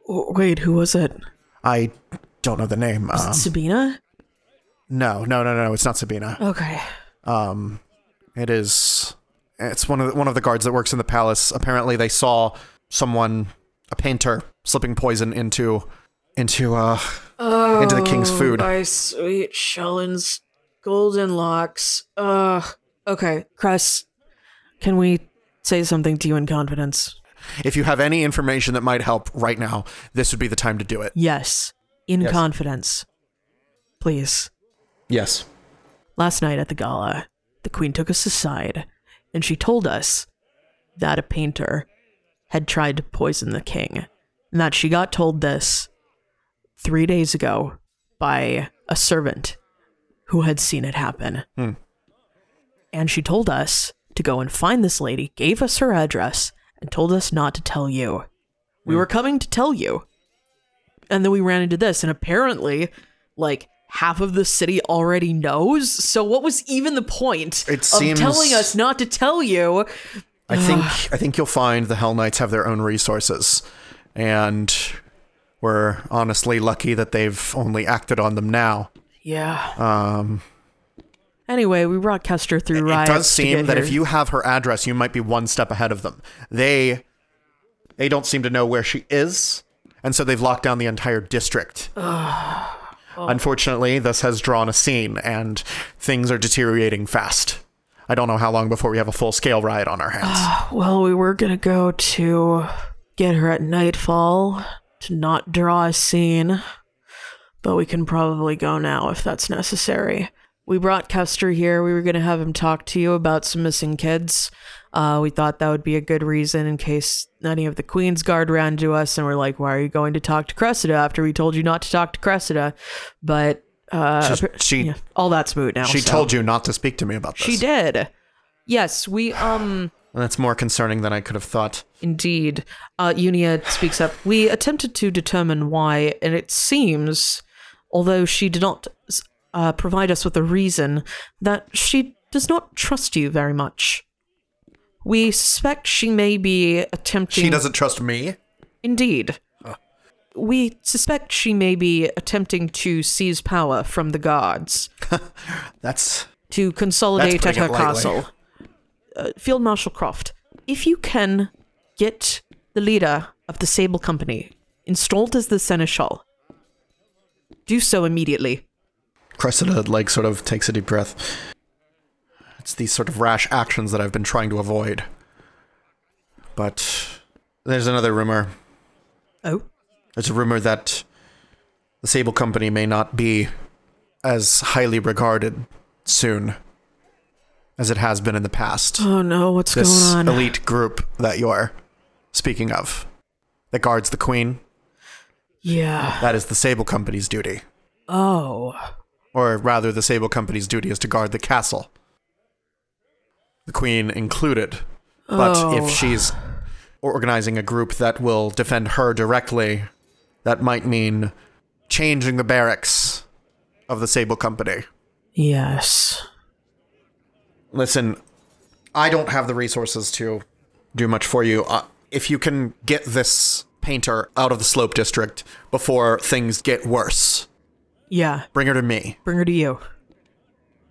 Speaker 4: "W- "Wait, who was it?
Speaker 1: I don't know the name. Um,
Speaker 4: Sabina? Oh.
Speaker 1: no, no, no, no. It's not Sabina.
Speaker 4: Okay."
Speaker 1: It is. It's one of the, one of the guards that works in the palace. Apparently, they saw someone, a painter, slipping poison into into uh into the king's food.
Speaker 4: by Oh, sweet Shellen's golden locks. Ugh. Okay, Cress, can we say something to you in confidence?
Speaker 1: If you have any information that might help right now, this would be the time to do it.
Speaker 4: Yes, in confidence. Please.
Speaker 1: Yes.
Speaker 4: Last night at the gala, the queen took us aside and she told us that a painter had tried to poison the king and that she got told this three days ago by a servant who had seen it happen.
Speaker 1: Hmm.
Speaker 4: And she told us to go and find this lady, gave us her address, and told us not to tell you.
Speaker 1: Hmm.
Speaker 4: We were coming to tell you. And then we ran into this, and apparently, like, half of the city already knows. So, what was even the point
Speaker 1: It
Speaker 4: of
Speaker 1: seems-
Speaker 4: telling us not to tell you?
Speaker 1: I think I think you'll find the Hell Knights have their own resources, and we're honestly lucky that they've only acted on them now.
Speaker 4: Yeah.
Speaker 1: Um,
Speaker 4: Anyway, we brought Kester through
Speaker 1: it
Speaker 4: riots.
Speaker 1: does
Speaker 4: to get
Speaker 1: seem that
Speaker 4: here.
Speaker 1: if you have her address, you might be one step ahead of them. They they don't seem to know where she is, and so they've locked down the entire district.
Speaker 4: Oh.
Speaker 1: Unfortunately, this has drawn a scene, and things are deteriorating fast. I don't know how long before we have a full scale riot on our hands.
Speaker 4: Well, we were gonna go to get her at nightfall to not draw a scene, but we can probably go now if that's necessary. We brought Kester here. We were gonna have him talk to you about some missing kids. Uh, we thought that would be a good reason in case any of the Queen's Guard ran to us and were like, "Why are you going to talk to Cressida after we told you not to talk to Cressida?" But uh,
Speaker 1: She- she-
Speaker 4: yeah, all that's moot now.
Speaker 1: she
Speaker 4: so.
Speaker 1: told you not to speak to me about this.
Speaker 4: She did.
Speaker 12: Yes, we um
Speaker 1: And that's more concerning than I could have thought.
Speaker 4: Indeed. Uh, Unia speaks up. We attempted to determine why, and it seems, although she did not uh, provide us with a reason, that she does not trust you very much. We suspect she may be attempting.
Speaker 1: She doesn't Ah. trust me.
Speaker 4: Indeed. We suspect she may be attempting to seize power from the guards
Speaker 1: That's
Speaker 4: to consolidate at
Speaker 1: putting
Speaker 4: her
Speaker 1: it lightly.
Speaker 4: castle. Uh, Field Marshal Croft, if you can get the leader of the Sable Company installed as the seneschal, do so immediately.
Speaker 1: Cressida like sort of takes a deep breath. It's these sort of rash actions that I've been trying to avoid. But there's another rumor.
Speaker 4: Oh,
Speaker 1: There's a rumor that the Sable Company may not be as highly regarded soon as it has been in the past.
Speaker 4: oh no! What's
Speaker 1: this
Speaker 4: going on?
Speaker 1: elite group that you're speaking of that guards the queen,
Speaker 4: Yeah.
Speaker 1: that is the Sable Company's duty.
Speaker 4: Oh,
Speaker 1: or rather the Sable Company's duty is to guard the castle. The Queen included. But
Speaker 4: Oh.
Speaker 1: if she's organizing a group that will defend her directly, that might mean changing the barracks of the Sable Company.
Speaker 4: yes.
Speaker 1: Listen, I don't have the resources to do much for you. Uh, if you can get this painter out of the Slope District before things get worse,
Speaker 4: Yeah.
Speaker 1: bring her to me.
Speaker 4: Bring her to you.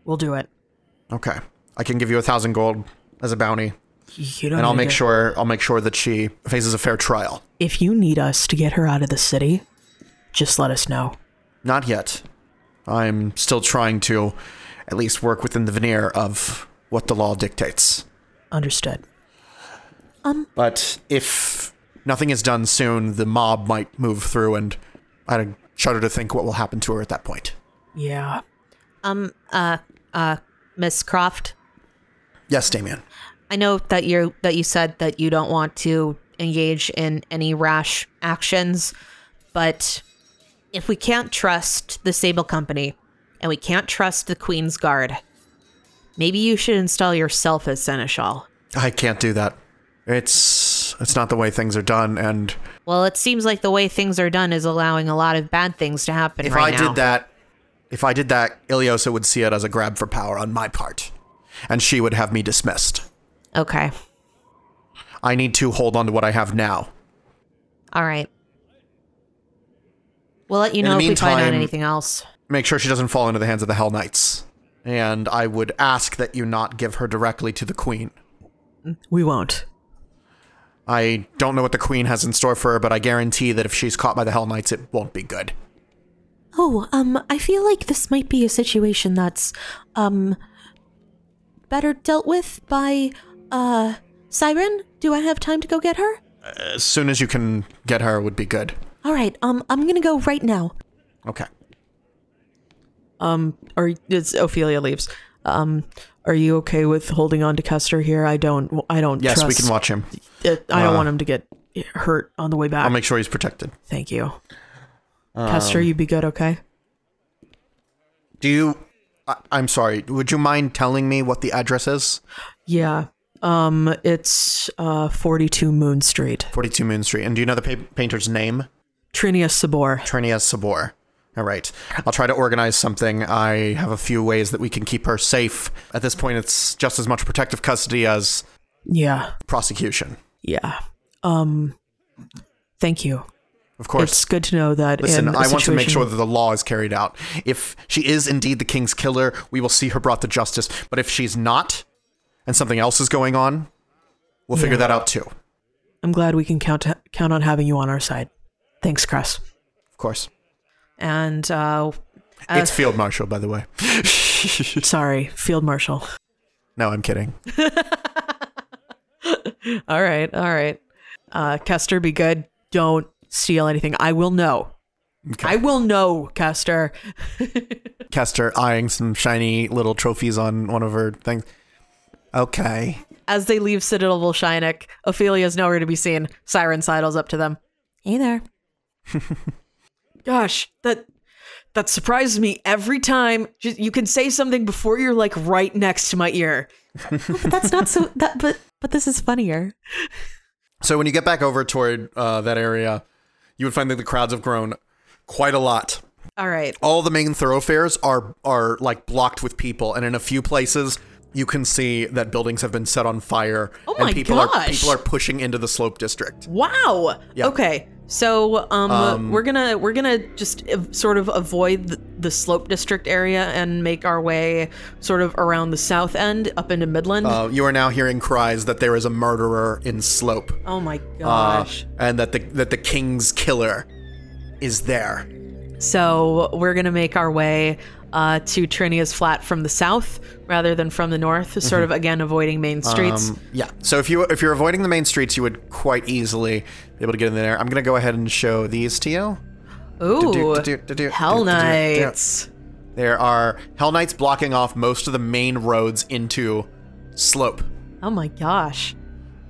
Speaker 4: We'll do it.
Speaker 1: Okay. I can give you a thousand gold as a bounty.
Speaker 4: You don't.
Speaker 1: and I'll
Speaker 4: need
Speaker 1: make
Speaker 4: to-
Speaker 1: sure I'll make sure that she faces a fair trial.
Speaker 4: if you need us to get her out of the city, just let us know.
Speaker 1: Not yet. I'm still trying to at least work within the veneer of what the law dictates.
Speaker 4: Understood.
Speaker 1: But if nothing is done soon, the mob might move through and I shudder to think what will happen to her at that point.
Speaker 4: Yeah.
Speaker 2: Um, uh, uh, Miss Croft,
Speaker 1: Yes, Damien.
Speaker 2: I know that you're that you said that you don't want to engage in any rash actions, but if we can't trust the Sable Company and we can't trust the Queen's Guard, maybe you should install yourself as seneschal.
Speaker 1: I can't do that. It's it's not the way things are done and
Speaker 2: Well, it seems like the way things are done is allowing a lot of bad things to happen
Speaker 1: if
Speaker 2: right
Speaker 1: I
Speaker 2: now.
Speaker 1: did that, if I did that, Iliosa would see it as a grab for power on my part and she would have me dismissed.
Speaker 2: Okay.
Speaker 1: I need to hold on to what I have now.
Speaker 2: All right. We'll let you
Speaker 1: In the
Speaker 2: know if we find out
Speaker 1: meantime-
Speaker 2: anything else.
Speaker 1: Make sure she doesn't fall into the hands of the Hell Knights. And I would ask that you not give her directly to the Queen.
Speaker 4: We won't.
Speaker 1: I don't know what the Queen has in store for her, but I guarantee that if she's caught by the Hell Knights, it won't be good.
Speaker 13: Oh, um, I feel like this might be a situation that's, um, better dealt with by, uh, Siren. Do I have time to go get her?
Speaker 1: As soon as you can get her, would be good.
Speaker 13: All right, um, I'm gonna go right now.
Speaker 1: Okay.
Speaker 4: Um, are it's Ophelia leaves. Um, are you okay with holding on to Custer here? I don't. I don't.
Speaker 1: Yes, we
Speaker 4: trust-
Speaker 1: can watch him.
Speaker 4: Uh, I
Speaker 1: Uh,
Speaker 4: don't want him to get hurt on the way back.
Speaker 1: I'll make Um, sure he's protected.
Speaker 4: Thank you, Custer. You be good, okay?
Speaker 1: Do you. I, I'm sorry. Would you mind telling me what the address is?
Speaker 4: Yeah. Um, it's uh forty-two Moon Street,
Speaker 1: 42 Moon Street. And do you know the pa- painter's name?
Speaker 4: Trinia Sabor.
Speaker 1: Trinia Sabor. All right. I'll try to organize something. I have a few ways that we can keep her safe. At this point, it's just as much protective custody as
Speaker 4: Yeah.
Speaker 1: prosecution.
Speaker 4: Yeah. Um, thank you.
Speaker 1: Of course.
Speaker 4: It's good to know that.
Speaker 1: Listen,
Speaker 4: in a
Speaker 1: I want to make
Speaker 4: situation-
Speaker 1: sure that the law is carried out. If she is indeed the king's killer, we will see her brought to justice. But if she's not, and something else is going on, we'll figure that out too. Of
Speaker 4: I'm glad we can count count on having you on our side. Thanks, Cress.
Speaker 1: course.
Speaker 4: And uh,
Speaker 1: it's Field Marshal, by the way.
Speaker 4: sorry, Field Marshal.
Speaker 1: No, I'm kidding.
Speaker 4: All right, all right. Uh, Kester, be good. Don't steal anything. I will know. I will know, Kester.
Speaker 1: Kester eyeing some shiny little trophies on one of her things. Okay.
Speaker 4: As they leave Citadel Volshynik, Ophelia is nowhere to be seen. Siren sidles up to them.
Speaker 14: Hey there.
Speaker 4: Gosh, that that surprises me every time. Just, you can say something before you're like right next to my ear.
Speaker 13: Oh,
Speaker 14: But that's not so. That but but this is funnier.
Speaker 1: So when you get back over toward uh, that area, you would find that the crowds have grown quite a lot.
Speaker 4: All right.
Speaker 1: all the main thoroughfares are are like blocked with people, and in a few places you can see that buildings have been set on fire.
Speaker 4: Oh my
Speaker 1: and people are
Speaker 4: gosh.
Speaker 1: people are pushing into the slope district.
Speaker 4: Wow.
Speaker 1: Yeah.
Speaker 4: Okay. So um, we're gonna we're gonna just ev- sort of avoid the, the slope district area and make our way sort of around the south end up into Midland.
Speaker 1: Uh, you are now hearing cries that there is a murderer in Slope,
Speaker 4: oh my
Speaker 1: uh,
Speaker 4: gosh.
Speaker 1: and that the that the king's killer is there.
Speaker 4: so we're gonna make our way uh, to Trinia's flat from the south rather than from the north, sort of again avoiding main streets.
Speaker 1: Mm-hmm. Um, yeah. So if you if you're avoiding the main streets, you would quite easily be able to get in there. I'm gonna go ahead and show these to you.
Speaker 4: Ooh,
Speaker 1: do-do-do-do-do-do-do-do-do.
Speaker 4: Hell Knights.
Speaker 1: There are Hell Knights blocking off most of the main roads into Slope.
Speaker 4: Oh my gosh.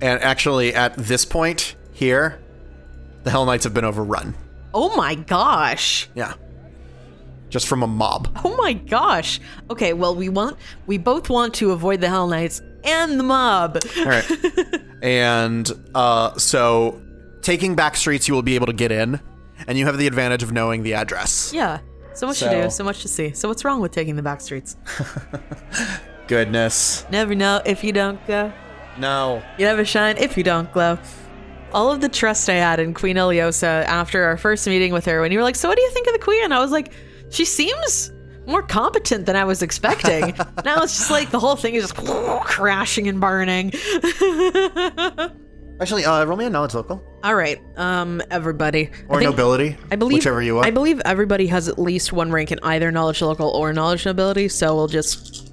Speaker 1: And actually, at this point here, the Hell Knights have been overrun.
Speaker 4: Oh my gosh.
Speaker 1: Yeah. Just from a mob.
Speaker 4: Oh my gosh. Okay, well we want we both want to avoid the Hell Knights and the mob.
Speaker 1: All right. and uh, so, taking back streets, you will be able to get in, and you have the advantage of knowing the address.
Speaker 4: Yeah. So much
Speaker 1: So-
Speaker 4: to do, so much to see. So what's wrong with taking the back streets?
Speaker 1: Goodness.
Speaker 4: Never know if you don't go.
Speaker 1: No.
Speaker 4: You never shine if you don't glow. All of the trust I had in Queen Iliosa after our first meeting with her when you were like, So what do you think of the Queen? I was like, She seems more competent than I was expecting. now it's just like the whole thing is just crashing and burning.
Speaker 1: Actually, uh, roll me a knowledge local
Speaker 4: All right, um, everybody.
Speaker 1: or
Speaker 4: I think-
Speaker 1: nobility,
Speaker 4: I believe
Speaker 1: whichever you are.
Speaker 4: I believe everybody has at least one rank in either knowledge local or knowledge nobility, so we'll just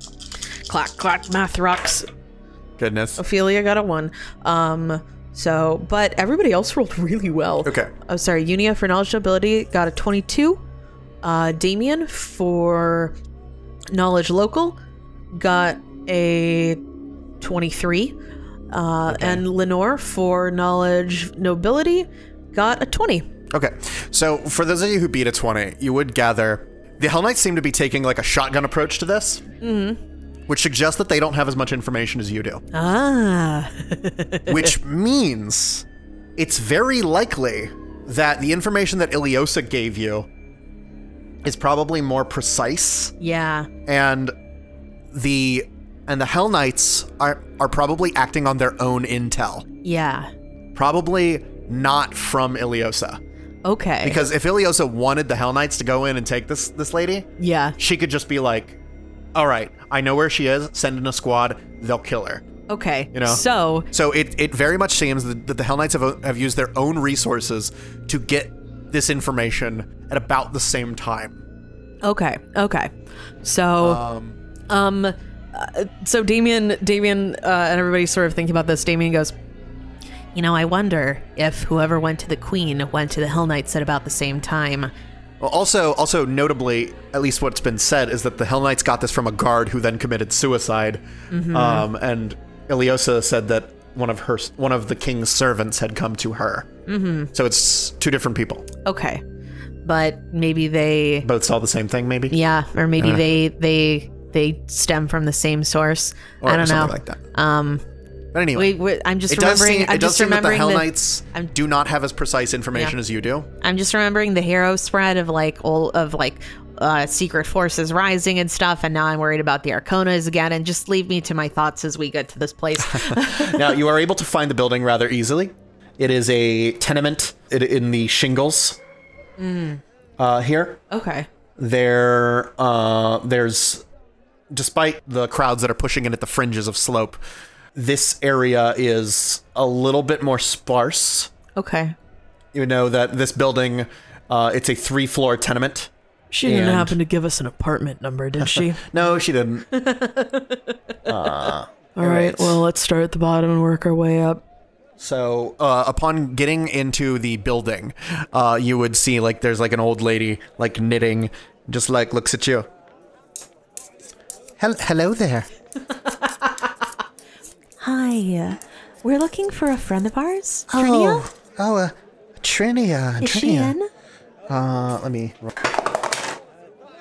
Speaker 4: clack clack math rocks.
Speaker 1: Goodness.
Speaker 4: Ophelia got a one. Um so but everybody else rolled really well.
Speaker 1: Okay.
Speaker 4: Oh sorry, Unia for knowledge nobility got a twenty two. Uh Damien for knowledge local got a twenty three. Uh, and Lenore for knowledge nobility got a twenty.
Speaker 1: Okay. So, for those of you who beat a 20, you would gather the Hell Knights seem to be taking like a shotgun approach to this, mm-hmm. which suggests that they don't have as much information as you do.
Speaker 4: Ah.
Speaker 1: which means it's very likely that the information that Iliosa gave you is probably more precise
Speaker 4: Yeah.
Speaker 1: and the and the Hell Knights are are probably acting on their own intel.
Speaker 4: Yeah.
Speaker 1: Probably not from Iliosa.
Speaker 4: Okay.
Speaker 1: Because if Iliosa wanted the Hell Knights to go in and take this this lady,
Speaker 4: yeah.
Speaker 1: she could just be like, "All right, I know where she is. Send in a squad. They'll kill her."
Speaker 4: Okay.
Speaker 1: You know?
Speaker 4: So
Speaker 1: So it, it very much seems that that the Hell Knights have, have used their own resources to get this information at about the same time.
Speaker 4: okay. Okay. So
Speaker 1: Um,
Speaker 4: um, uh, so Damien, Damien, uh, and everybody's sort of thinking about this. Damien goes,
Speaker 2: You know, I wonder if whoever went to the Queen went to the Hell Knights at about the same time.
Speaker 1: well, also, also notably, at least what's been said is that the Hell Knights got this from a guard who then committed suicide. Um, and Iliosa said that one of her one of the king's servants had come to her. Mm-hmm. So it's two different people,
Speaker 2: Okay. But maybe they
Speaker 1: but it's all the same thing, maybe.
Speaker 2: Yeah, or maybe they they they stem from the same source.
Speaker 1: or
Speaker 2: I don't know.
Speaker 1: something like that.
Speaker 2: Um
Speaker 1: But anyway,
Speaker 2: wait, wait, I'm just
Speaker 1: it does
Speaker 2: remembering
Speaker 1: seem,
Speaker 2: I'm
Speaker 1: it does
Speaker 2: just
Speaker 1: seem that the
Speaker 2: remembering
Speaker 1: Hell
Speaker 2: the,
Speaker 1: Knights do not have as precise information as you do.
Speaker 2: I'm just remembering the hero spread of like all of like uh, secret forces rising and stuff, and now I'm worried about the Arconas again. And just leave me to my thoughts as we get to this place.
Speaker 1: now you are able to find the building rather easily. It is a tenement
Speaker 3: it, in the shingles
Speaker 2: Hmm.
Speaker 3: uh, here.
Speaker 4: Okay.
Speaker 3: There, uh, there's, despite the crowds that are pushing in at the fringes of slope, this area is a little bit more sparse.
Speaker 4: Okay.
Speaker 3: You know that this building, uh, it's a three-floor tenement.
Speaker 15: She didn't
Speaker 3: And-
Speaker 15: happen to give us an apartment number, did she?
Speaker 3: No, she didn't.
Speaker 15: All right.
Speaker 3: Right.
Speaker 15: Well, let's start at the bottom and work our way up.
Speaker 3: So, uh, upon getting into the building, uh, you would see like there's like an old lady like knitting, just like looks at you. Hel- hello there.
Speaker 2: Hi. We're looking for a friend of ours, Trinia.
Speaker 3: Oh, oh, uh, Trinia.
Speaker 2: Is
Speaker 3: Trinia.
Speaker 2: she in?
Speaker 3: Uh, let me. ro-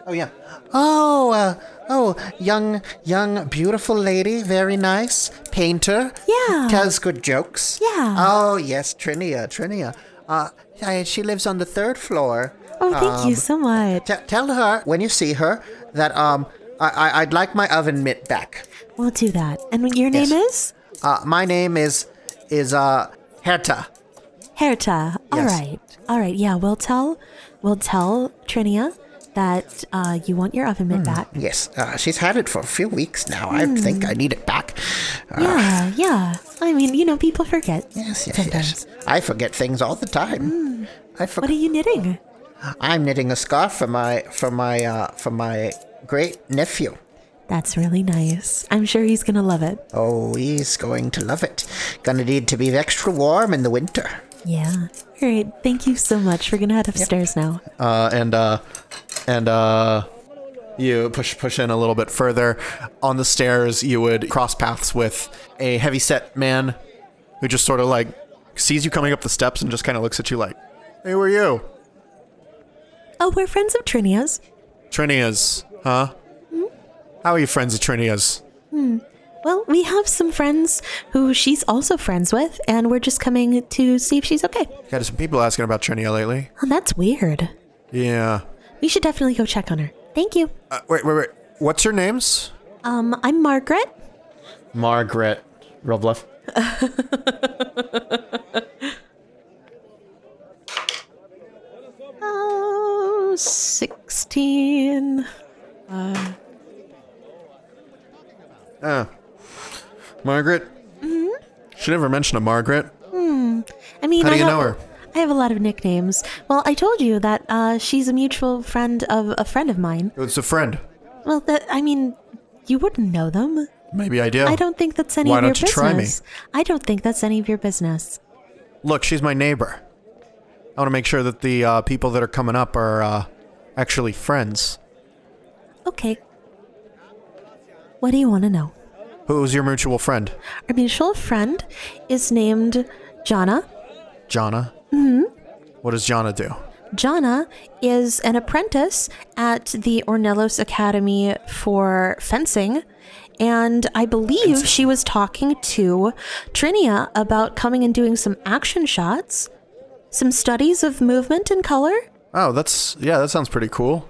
Speaker 3: Oh yeah. Oh, uh, oh, young, young, beautiful lady, very nice painter.
Speaker 2: Yeah.
Speaker 1: Tells good jokes.
Speaker 2: Yeah.
Speaker 1: Oh yes, Trinia, Trinia. Uh, I- she lives on the third floor.
Speaker 2: Oh, thank
Speaker 1: Um,
Speaker 2: you so much.
Speaker 1: T- tell her when you see her that um, I- I- I'd like my oven mitt back.
Speaker 2: We'll do that. And your name is
Speaker 1: Uh, my name is is uh Herta.
Speaker 2: Herta. All right.
Speaker 1: Yes.
Speaker 2: All right. Yeah, we'll tell we'll tell Trinia that uh, you want your
Speaker 1: Hmm.
Speaker 2: oven mitt back.
Speaker 1: Yes, uh, she's had it for a few weeks now.
Speaker 2: Hmm.
Speaker 1: I think I need it back. Uh,
Speaker 2: Yeah, yeah. I mean, you know, people forget.
Speaker 1: Yes, yes, yes. I forget things all the time. I forget.
Speaker 2: Hmm. What are you knitting?
Speaker 1: I'm knitting a scarf for my for my uh, for my great nephew.
Speaker 2: That's really nice. I'm sure he's gonna love it.
Speaker 1: Oh, he's going to love it. Gonna need to be extra warm in the winter.
Speaker 2: Yeah. All right. Thank you so much. We're gonna head upstairs now.
Speaker 3: uh, and uh, and uh, you push push in a little bit further. On the stairs, you would cross paths with a heavy set man who just sort of like sees you coming up the steps and just kind of looks at you like, "Hey, where are you?"
Speaker 2: Oh, we're friends of Trinia's.
Speaker 3: Trinia's, huh? How are you friends of Trinia's?
Speaker 2: Well, we have some friends who she's also friends with, and we're just coming to see if she's okay.
Speaker 3: Got some people asking about Trinia lately.
Speaker 2: Oh, that's weird.
Speaker 3: Yeah.
Speaker 2: We should definitely go check on her. Thank you.
Speaker 3: Uh, wait, wait, wait. What's your names?
Speaker 2: Um, I'm Margaret.
Speaker 3: Margaret. Rob left.
Speaker 4: Oh, 16.
Speaker 3: Ah. Margaret. Mm-hmm. She never mentioned a Margaret.
Speaker 2: I mean,
Speaker 3: How do
Speaker 2: I
Speaker 3: you
Speaker 2: have,
Speaker 3: know her?
Speaker 2: I have a lot of nicknames. Well, I told you that uh, she's a mutual friend of a friend of mine.
Speaker 3: It was a friend.
Speaker 2: Well, that, I mean, you wouldn't know them.
Speaker 3: Maybe I do.
Speaker 2: I don't think that's any
Speaker 3: Why
Speaker 2: of your
Speaker 3: don't you
Speaker 2: business.
Speaker 3: try me?
Speaker 2: I don't think that's any of your business.
Speaker 3: Look, she's my neighbor. I want to make sure that the uh, people that are coming up are uh, actually friends.
Speaker 2: Okay. What do you want to know?
Speaker 3: Who's your mutual friend?
Speaker 2: Our mutual friend is named Jana.
Speaker 3: Jana? Mm-hmm. What does Jana do?
Speaker 2: Jana is an apprentice at the Ornellos Academy for fencing. And I believe she was talking to Trinia about coming and doing some action shots, some studies of movement and color.
Speaker 3: Oh, that's, yeah, that sounds pretty cool.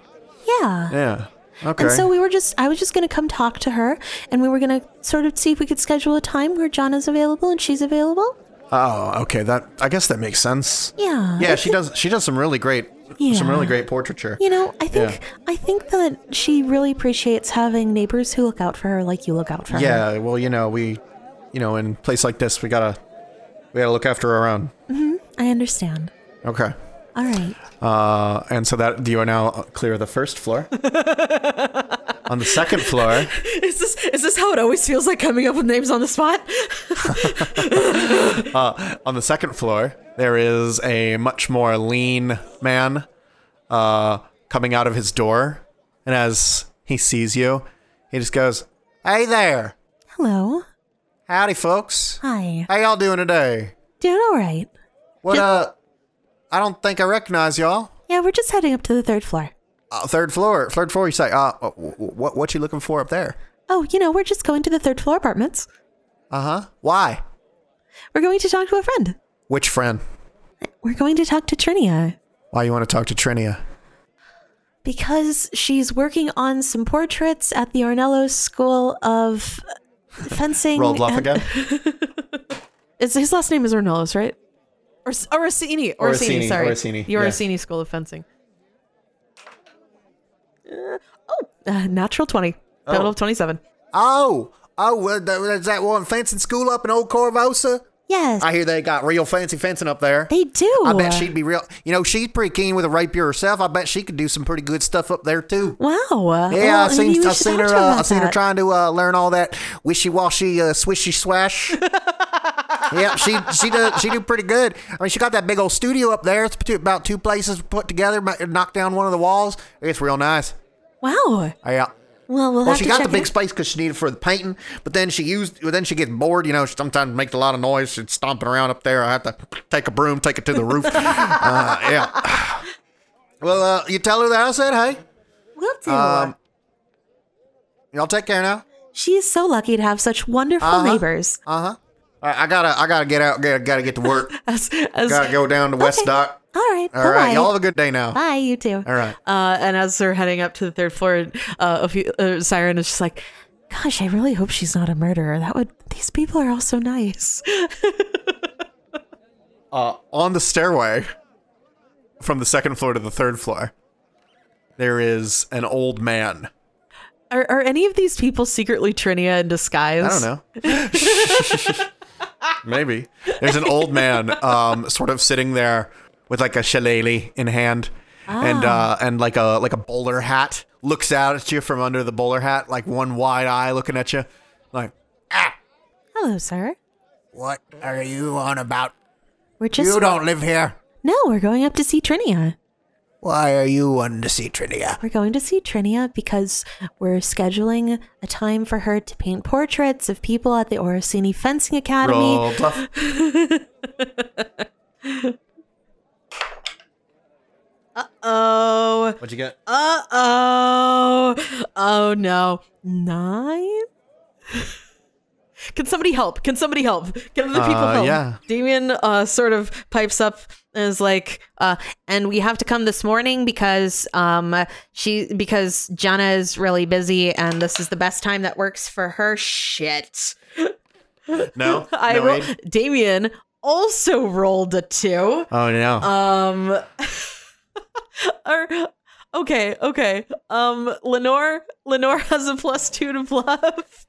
Speaker 2: Yeah.
Speaker 3: Yeah. Okay.
Speaker 2: And so we were just, I was just going to come talk to her and we were going to sort of see if we could schedule a time where Jana's available and she's available.
Speaker 3: oh, okay. That, I guess that makes sense.
Speaker 2: Yeah.
Speaker 3: Yeah,
Speaker 2: I
Speaker 3: she
Speaker 2: think-
Speaker 3: does, she does some really great, some
Speaker 2: Yeah.
Speaker 3: really great portraiture.
Speaker 2: You know, I think
Speaker 3: Yeah.
Speaker 2: I think that she really appreciates having neighbors who look out for her like you look out for her.
Speaker 3: Yeah, well, you know, we, you know, in a place like this, we gotta, we gotta look after our own.
Speaker 2: I understand.
Speaker 3: Okay.
Speaker 2: All right.
Speaker 3: Uh, and so that you are now clear of the first floor. On the second floor,
Speaker 4: Is this is this how it always feels like coming up with names on the spot?
Speaker 3: on the second floor, there is a much more lean man uh, coming out of his door, and as he sees you, he just goes, "Hey there,
Speaker 2: Hello.
Speaker 3: howdy, folks.
Speaker 2: Hi.
Speaker 3: How y'all doing today?
Speaker 2: Doing all right.
Speaker 3: What uh, I don't think I recognize y'all.
Speaker 2: Yeah, we're just heading up to the third floor.
Speaker 3: Uh, third floor, third floor. You say, uh, what what you looking for up there?
Speaker 2: Oh, you know, we're just going to the third floor apartments.
Speaker 3: Uh
Speaker 16: Uh-huh.
Speaker 3: huh. Why?
Speaker 2: We're going to talk to a friend.
Speaker 3: Which friend?
Speaker 2: We're going to talk to Trinia
Speaker 3: Why you want to talk to Trinia?
Speaker 2: because she's working on some portraits at the Ornello School of fencing.
Speaker 3: Roll bluff
Speaker 2: and-
Speaker 3: again.
Speaker 4: It's, his last name is Ornelas, right? Or, Orsini. Orsini,
Speaker 3: Orsini,
Speaker 4: sorry.
Speaker 3: Orsini,
Speaker 4: The
Speaker 3: yeah.
Speaker 4: Orsini School of Fencing. Uh, oh, uh, natural 20. Total of 27.
Speaker 16: Oh, oh, well, th- is that one fencing school up in Old Corvosa?
Speaker 2: Yes,
Speaker 16: I hear they got real fancy fencing up there.
Speaker 2: they do.
Speaker 16: I bet she'd be real. You know, she's pretty keen with a rapier herself. I bet she could do some pretty good stuff up there too.
Speaker 2: Wow. Yeah,
Speaker 16: Yeah, I've seen, I've seen her. Uh, I've seen her trying to uh, learn all that wishy-washy, uh, swishy swash. yeah, she she does she do pretty good. I mean, she got that big old studio up there. It's two- about two places put together. ma- Knocked down one of the walls. It's real nice.
Speaker 2: Wow.
Speaker 16: Yeah.
Speaker 2: Well, we'll,
Speaker 16: Well,
Speaker 2: have
Speaker 16: she
Speaker 2: to
Speaker 16: got
Speaker 2: check
Speaker 16: the big
Speaker 2: it.
Speaker 16: space because she needed it for the painting, but then she used. Well, then she gets bored. You know, she sometimes makes a lot of noise. She's stomping around up there. I have to take a broom, take it to the roof. uh, yeah. Well, uh, you tell her that I said, hey,
Speaker 2: Will do.
Speaker 16: um, y'all take care now.
Speaker 2: she is so lucky to have such wonderful neighbors.
Speaker 16: Uh
Speaker 3: Uh-huh.
Speaker 16: huh. All right, I gotta, I gotta get out. Gotta, gotta get to work.
Speaker 4: As, as,
Speaker 16: gotta go down to West
Speaker 2: Okay.
Speaker 16: Dock.
Speaker 2: All right.
Speaker 16: All
Speaker 2: bye
Speaker 16: right, y'all have a good day now.
Speaker 2: Bye. You too.
Speaker 16: All right.
Speaker 4: uh, and as they're heading up to the third floor, uh, a few, uh, Siren is just like,
Speaker 2: Gosh, I really hope she's not a murderer. That would. These people are all so nice.
Speaker 3: Uh, on the stairway from the second floor to the third floor, there is an old man.
Speaker 4: are, are any of these people secretly Trinia in disguise?
Speaker 3: I don't know. Maybe. There's an old man um, sort of sitting there with like a shillelagh in hand and
Speaker 2: Ah.
Speaker 3: uh, and like a like a bowler hat looks out at you from under the bowler hat like one wide eye looking at you like "Ah!"
Speaker 2: Hello, sir.
Speaker 16: What are you on about?
Speaker 2: We're just.
Speaker 16: you don't live here.
Speaker 2: no, we're going up to see Trinia.
Speaker 16: Why are you on to see Trinia?
Speaker 2: We're going to see Trinia because we're scheduling a time for her to paint portraits of people at the Orsini Fencing Academy.
Speaker 3: roll bluff.
Speaker 4: Oh,
Speaker 3: What'd you get?
Speaker 4: uh oh. Oh no. Nine? Can somebody help? Can somebody help? Can the people
Speaker 3: Uh,
Speaker 4: help?
Speaker 3: yeah.
Speaker 4: Damien uh, sort of pipes up and is like,
Speaker 17: Uh, and we have to come this morning because um she because Jenna is really busy and this is the best time that works for her. Shit.
Speaker 3: No.
Speaker 4: I
Speaker 3: no
Speaker 4: roll-
Speaker 3: aid?
Speaker 4: Damien also rolled a two.
Speaker 3: Oh no.
Speaker 4: Um or, okay, okay. Um Lenore Lenore has a plus two to bluff.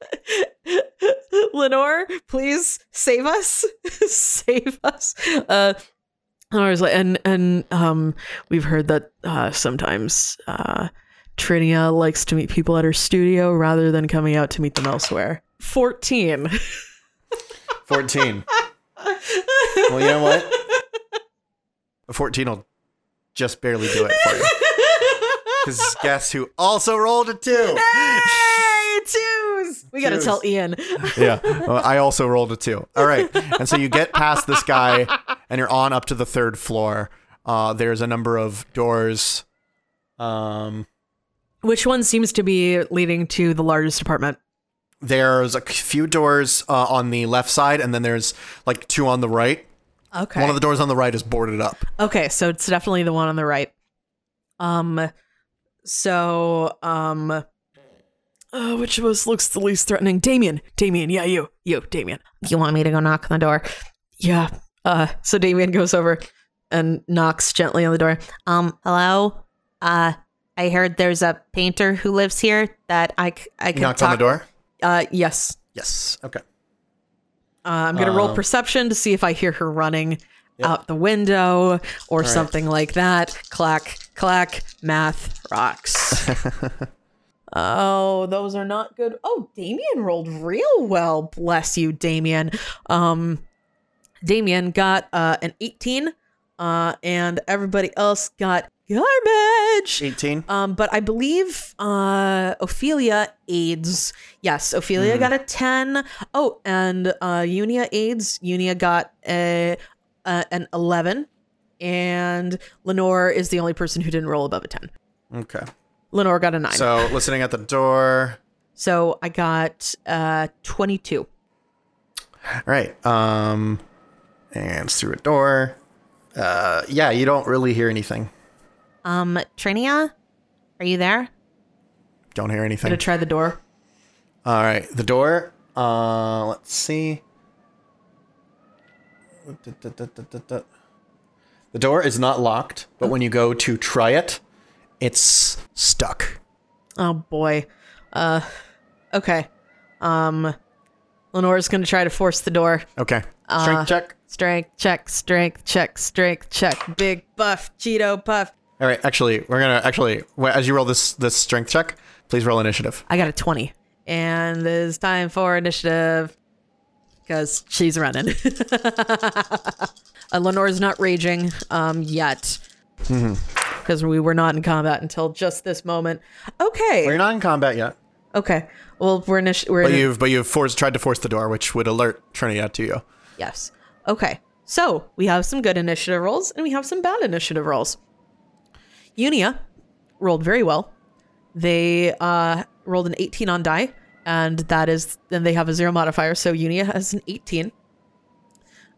Speaker 4: Lenore, please save us. save us. Uh Lenore's like and and um we've heard that uh sometimes uh Trinia likes to meet people at her studio rather than coming out to meet them elsewhere. 14.
Speaker 3: 14. well, you know what? A 14 will just barely do it for you. Because guess who also rolled a 2?
Speaker 4: Hey, twos! We gotta
Speaker 3: Twos.
Speaker 4: tell Ian.
Speaker 3: Yeah. Well, I also rolled a 2. All right. And so you get past this guy and you're on up to the third floor. Uh, there's a number of doors. Um,
Speaker 4: Which one seems to be leading to the largest apartment?
Speaker 3: there's a few doors uh, on the left side, and then there's like two on the right.
Speaker 4: Okay.
Speaker 3: One of the doors on the right is boarded up.
Speaker 4: okay, so it's definitely the one on the right. Um so um uh, which of us looks the least threatening? Damien. Damien, yeah, you. You, Damien.
Speaker 17: You want me to go knock on the door?
Speaker 4: Yeah. Uh so Damien goes over and knocks gently on the door.
Speaker 17: Um, hello? Uh I heard there's a painter who lives here that I, c- I
Speaker 3: You
Speaker 17: can
Speaker 3: knocked
Speaker 17: talk
Speaker 3: on the door?
Speaker 4: Uh yes.
Speaker 3: Yes. Okay.
Speaker 4: Uh, I'm gonna roll
Speaker 3: Um,
Speaker 4: perception to see if I hear her running
Speaker 3: Yep.
Speaker 4: out the window or
Speaker 3: right.
Speaker 4: something like that. Clack, clack, math rocks. oh, those are not good. Oh, Damien rolled real well. Bless you, Damien. Um, Damien got uh, an 18, uh, and everybody else got garbage.
Speaker 3: 18.
Speaker 4: Um, but I believe uh, Ophelia aids. Yes, Ophelia got a ten. Oh, and uh, Unia aids. Unia got a, a an eleven, and Lenore is the only person who didn't roll above a ten.
Speaker 3: Okay.
Speaker 4: Lenore got a nine. So,
Speaker 3: So listening at the door.
Speaker 4: I got uh, twenty two.
Speaker 3: All right. Um, and it's through a door. Uh, yeah, you don't really hear anything.
Speaker 17: Um, Trinia, are you there?
Speaker 3: Don't hear anything.
Speaker 4: Gonna try the door.
Speaker 3: All right, the door. Uh, let's see. Du- du- du- du- du- du. The door is not locked, but when you go to try it, it's stuck.
Speaker 4: Oh boy. Uh okay. Um Lenore's gonna try to force the door.
Speaker 3: Okay. Strength check.
Speaker 4: Strength check, strength check, strength check. Big buff, Cheeto puff.
Speaker 3: All right. Actually, we're gonna actually wh- as you roll this this strength check, please roll initiative.
Speaker 4: I got a 20. And it's time for initiative. Because she's running. uh, Lenore's not raging um, yet. Because we were not in combat until just this moment. Okay.
Speaker 3: Well, you're not in combat yet,
Speaker 4: okay. Well, we're, initi- we're
Speaker 3: but
Speaker 4: in-
Speaker 3: you've but you've forced tried to force the door, which would alert Trinidad to you.
Speaker 4: Yes. Okay. So we have some good initiative rolls and we have some bad initiative rolls. Unia rolled very well. They uh, rolled an 18 on die, and that is, then they have a zero modifier. So Unia has an 18.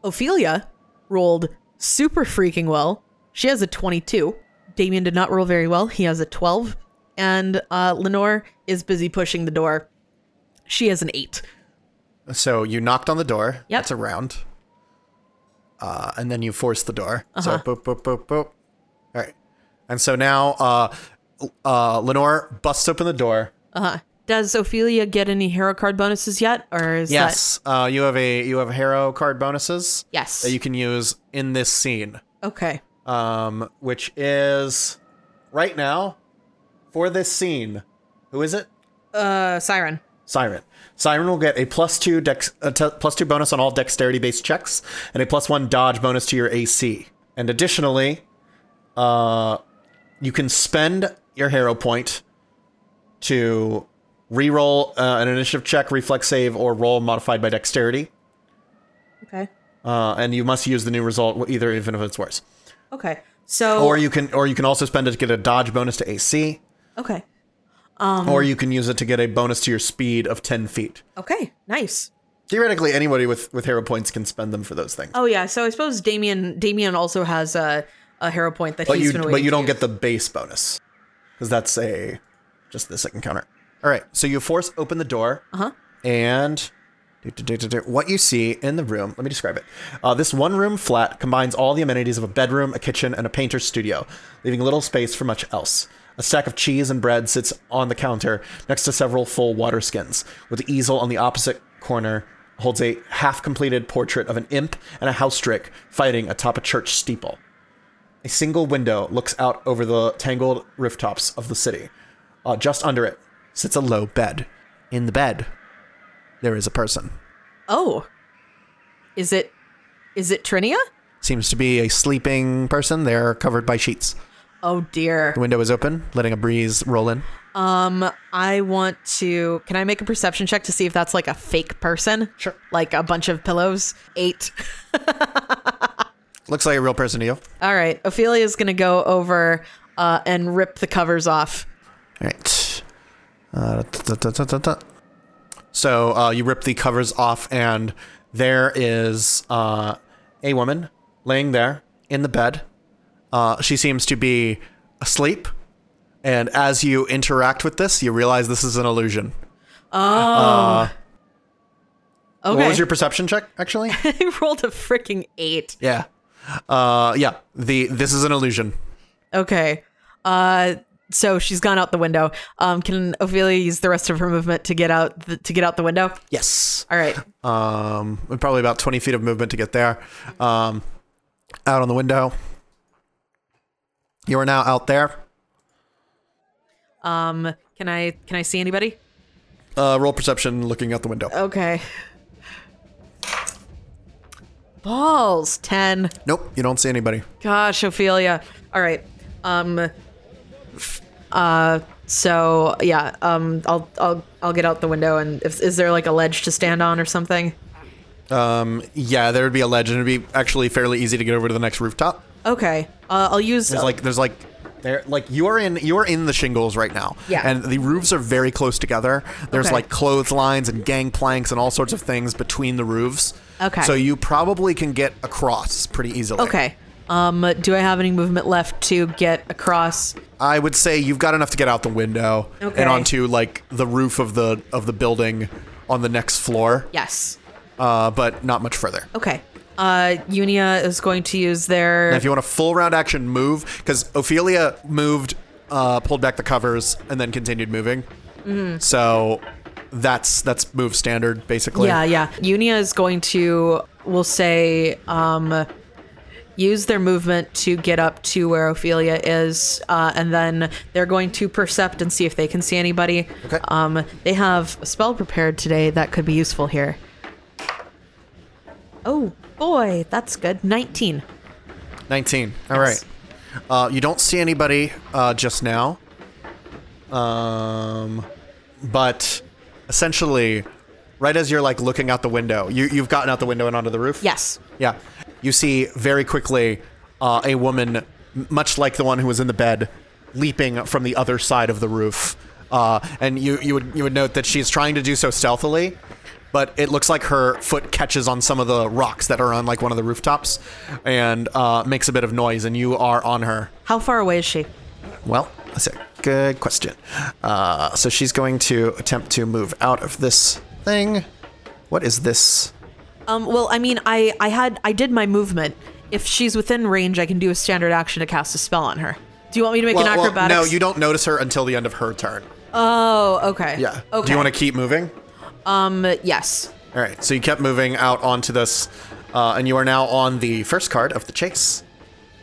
Speaker 4: Ophelia rolled super freaking well. She has a 22. Damien did not roll very well. He has a 12. And uh, Lenore is busy pushing the door. She has an 8.
Speaker 3: So you knocked on the door. Yep. That's a round. Uh, and then you forced the door. So boop boop boop boop. All right. And so now, uh, uh, Lenore busts open the door.
Speaker 4: Uh,
Speaker 2: Does Ophelia get any hero card bonuses yet, or is
Speaker 3: Yes. Uh, you have a you have hero card bonuses.
Speaker 18: Yes.
Speaker 3: That you can use in this scene.
Speaker 4: Okay.
Speaker 3: Um, which is right now for this scene. Who is it?
Speaker 4: Uh, Siren.
Speaker 3: Siren. Siren will get a plus two dex, a t- plus two bonus on all dexterity based checks, and a plus one dodge bonus to your AC. And additionally, uh, you can spend your hero point to reroll uh, an initiative check, reflex save, or roll modified by dexterity.
Speaker 4: Okay.
Speaker 3: Uh, and you must use the new result either, even if it's worse.
Speaker 4: Okay. So
Speaker 3: Or you can, or you can also spend it to get a dodge bonus to AC,
Speaker 4: okay.
Speaker 3: or you can use it to get a bonus to your speed of ten feet.
Speaker 4: Okay. Nice.
Speaker 3: Theoretically, anybody with, with hero points can spend them for those things.
Speaker 4: Oh yeah. So I suppose Damien Damien also has a a hero point that
Speaker 3: but
Speaker 4: he's
Speaker 3: you
Speaker 4: been waiting.
Speaker 3: but you
Speaker 4: to
Speaker 3: don't
Speaker 4: use.
Speaker 3: get the base bonus because that's a just the second counter. All right, so you force open the door, uh-huh. and do, do, do, do, do. what you see in the room. Let me describe it. Uh, this one room flat combines all the amenities of a bedroom, a kitchen, and a painter's studio, leaving little space for much else. A stack of cheese and bread sits on the counter next to several full water skins, with the easel on the opposite corner holds a half-completed portrait of an imp and a house drake fighting atop a church steeple. A single window looks out over the tangled rooftops of the city. Uh, just under it sits a low bed. In the bed, there is a person.
Speaker 4: Oh. Is it is it Trinia?
Speaker 3: Seems to be a sleeping person. They're covered by sheets.
Speaker 4: Oh dear.
Speaker 3: The window is open, letting a breeze roll in.
Speaker 4: Um I want to can I make a perception check to see if that's like a fake person?
Speaker 3: Sure.
Speaker 4: Like a bunch of pillows. 8.
Speaker 3: Looks like a real person to you.
Speaker 4: All right. Ophelia's going to go over uh and rip the covers off.
Speaker 3: All right. Uh, da- da- da- da- da. So uh, you rip the covers off, and there is uh, a woman laying there in the bed. Uh, she seems to be asleep, and as you interact with this, you realize this is an illusion.
Speaker 4: Okay.
Speaker 3: What was your perception check, actually?
Speaker 4: I rolled a freaking 8.
Speaker 3: yeah. Uh, yeah. The this is an illusion.
Speaker 4: Okay. Uh so she's gone out the window. Um can Ophelia use the rest of her movement to get out the, to get out the window?
Speaker 3: Yes.
Speaker 4: All right.
Speaker 3: Um, probably about twenty feet of movement to get there. Um, out on the window. You are now out there.
Speaker 4: Um can I can I see anybody?
Speaker 3: Uh, roll perception looking out the window.
Speaker 4: Okay. Balls 10.
Speaker 3: Nope, you don't see anybody.
Speaker 4: Gosh, Ophelia. All right. Um f- uh so yeah, um I'll I'll I'll get out the window and if, is there like a ledge to stand on or something?
Speaker 3: Yeah, there would be a ledge, and it'd be actually fairly easy to get over to the next rooftop.
Speaker 4: Okay. Uh, I'll use
Speaker 3: There's like, there's like, there, like you are in, you are in the shingles right now.
Speaker 4: Yeah.
Speaker 3: And the roofs are very close together. There's
Speaker 4: Okay.
Speaker 3: like clotheslines and gangplanks and all sorts of things between the roofs.
Speaker 4: Okay.
Speaker 3: So you probably can get across pretty easily.
Speaker 4: uh, Okay. Um, do I have any movement left to get across?
Speaker 3: I would say you've got enough to get out the window
Speaker 4: Okay.
Speaker 3: and onto like the roof of the of the building on the next floor.
Speaker 4: Yes.
Speaker 3: Uh, but not much further.
Speaker 4: Okay. Uh, Unia is going to use
Speaker 3: Now,
Speaker 4: their
Speaker 3: if you want a full round action move, because Ophelia moved, uh, pulled back the covers, and then continued moving.
Speaker 4: Mm-hmm.
Speaker 3: So that's that's move standard basically.
Speaker 4: yeah yeah. Unia is going to will say um, use their movement to get up to where Ophelia is, uh, and then they're going to percept and see if they can see anybody.
Speaker 1: Okay.
Speaker 4: Um, they have a spell prepared today that could be useful here. Oh boy, that's good. Nineteen.
Speaker 3: 19. All right. Uh, you don't see anybody uh, just now. Um, but essentially, right as you're like looking out the window, you, you've gotten out the window and onto the roof?
Speaker 4: Yes.
Speaker 3: Yeah. You see very quickly uh, a woman, m- much like the one who was in the bed, leaping from the other side of the roof. Uh, and you, you would you would note that she's trying to do so stealthily, but it looks like her foot catches on some of the rocks that are on like one of the rooftops, and uh, makes a bit of noise. And you are on her.
Speaker 4: How far away is she?
Speaker 3: Well, that's a good question. Uh, so she's going to attempt to move out of this thing. What is this?
Speaker 4: Um, well, I mean, I I had I did my movement. If she's within range, I can do a standard action to cast a spell on her. Do you want me to make an
Speaker 3: Well, well,
Speaker 4: acrobatics?
Speaker 3: no, you don't notice her until the end of her turn.
Speaker 4: Oh, okay.
Speaker 3: Yeah.
Speaker 4: Okay.
Speaker 3: Do you want to keep moving?
Speaker 4: Um, yes.
Speaker 3: All right. So you kept moving out onto this, uh, and you are now on the first card of the chase.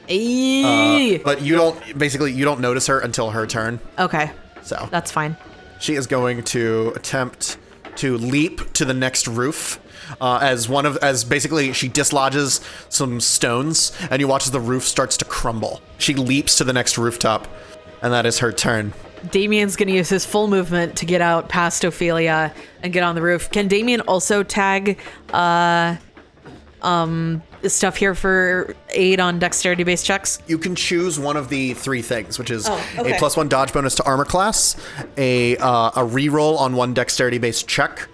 Speaker 3: Uh,
Speaker 4: Eee.
Speaker 3: But you don't basically you don't notice her until her turn.
Speaker 4: okay.
Speaker 3: So
Speaker 4: That's fine.
Speaker 3: she is going to attempt to leap to the next roof. Uh, as one of as basically she dislodges some stones and you watch as the roof starts to crumble she leaps to the next rooftop and that is her turn
Speaker 4: Damien's going to use his full movement to get out past Ophelia and get on the roof. Can Damien also tag uh um stuff here for aid on dexterity based checks?
Speaker 3: you can choose one of the three things, which is a
Speaker 4: Oh, okay.
Speaker 3: plus one dodge bonus to armor class, a uh, a reroll on one dexterity based check,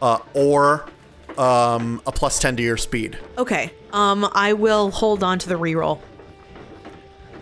Speaker 3: uh, or um, a plus ten to your speed.
Speaker 4: Okay. Um I will hold on to the reroll.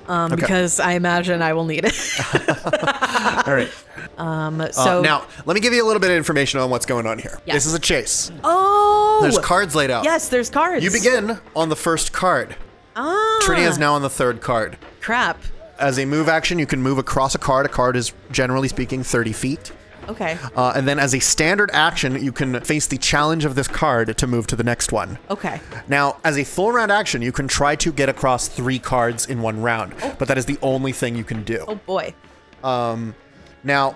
Speaker 4: Um because I imagine I will need it. Um,
Speaker 3: All right. Uh,
Speaker 4: so
Speaker 3: now, let me give you a little bit of information on what's going on here. This is a chase.
Speaker 4: Oh.
Speaker 3: There's cards laid out.
Speaker 4: Yes, there's cards.
Speaker 3: You begin on the first card.
Speaker 4: Ah,
Speaker 3: Trinia is now on the third card.
Speaker 4: crap.
Speaker 3: As a move action, you can move across a card. A card is generally speaking 30 feet.
Speaker 4: Okay.
Speaker 3: Uh, and then, as a standard action, you can face the challenge of this card to move to the next one.
Speaker 4: Okay.
Speaker 3: Now, as a full round action, you can try to get across three cards in one round, but that is the only thing you can do.
Speaker 4: Oh boy.
Speaker 3: Now,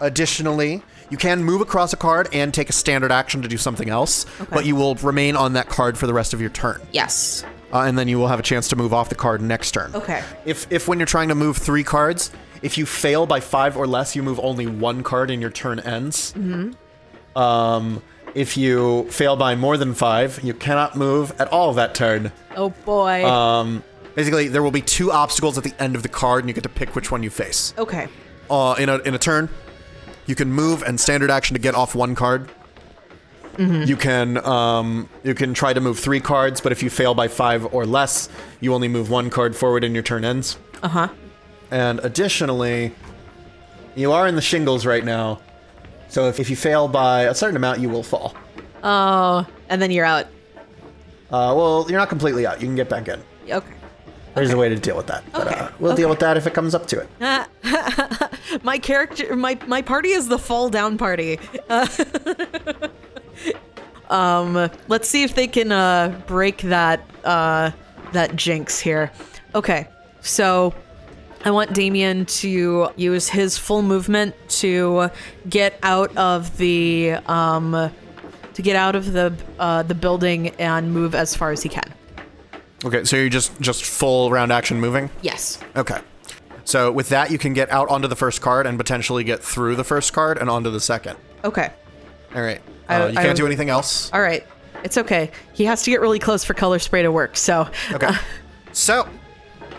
Speaker 3: additionally, you can move across a card and take a standard action to do something else, but you will remain on that card for the rest of your turn.
Speaker 4: Yes.
Speaker 3: Uh, and then you will have a chance to move off the card next turn.
Speaker 4: Okay.
Speaker 3: If, if when you're trying to move three cards, if you fail by five or less, you move only one card and your turn ends. Mm-hmm. Um, if you fail by more than five, you cannot move at all that turn.
Speaker 4: Oh boy.
Speaker 3: Um, basically, there will be two obstacles at the end of the card, and you get to pick which one you face.
Speaker 4: okay.
Speaker 3: Uh, in a in a turn, you can move and standard action to get off one card.
Speaker 4: Mm-hmm.
Speaker 3: You can um, you can try to move three cards, but if you fail by five or less, you only move one card forward, and your turn ends.
Speaker 4: Uh huh.
Speaker 3: And additionally, you are in the shingles right now, so if, if you fail by a certain amount, you will fall.
Speaker 4: Oh, and then you're out.
Speaker 3: Uh, well, you're not completely out. You can get back in.
Speaker 4: Okay.
Speaker 3: There's a way to deal with that. But,
Speaker 4: Okay.
Speaker 3: uh, we'll deal with that if it comes up to it.
Speaker 4: My character, my my party is the fall down party. Uh, um, let's see if they can uh break that uh that jinx here. Okay, so I want Damien to use his full movement to get out of the um to get out of the uh the building and move as far as he can.
Speaker 3: Okay, so you're just just full round action moving.
Speaker 4: Yes.
Speaker 3: Okay. So with that, you can get out onto the first card and potentially get through the first card and onto the second.
Speaker 4: Okay.
Speaker 3: All right. Uh,
Speaker 4: I-
Speaker 3: you
Speaker 4: I-
Speaker 3: can't do anything else.
Speaker 4: All right. It's okay. He has to get really close for color spray to work. So,
Speaker 3: Okay. So,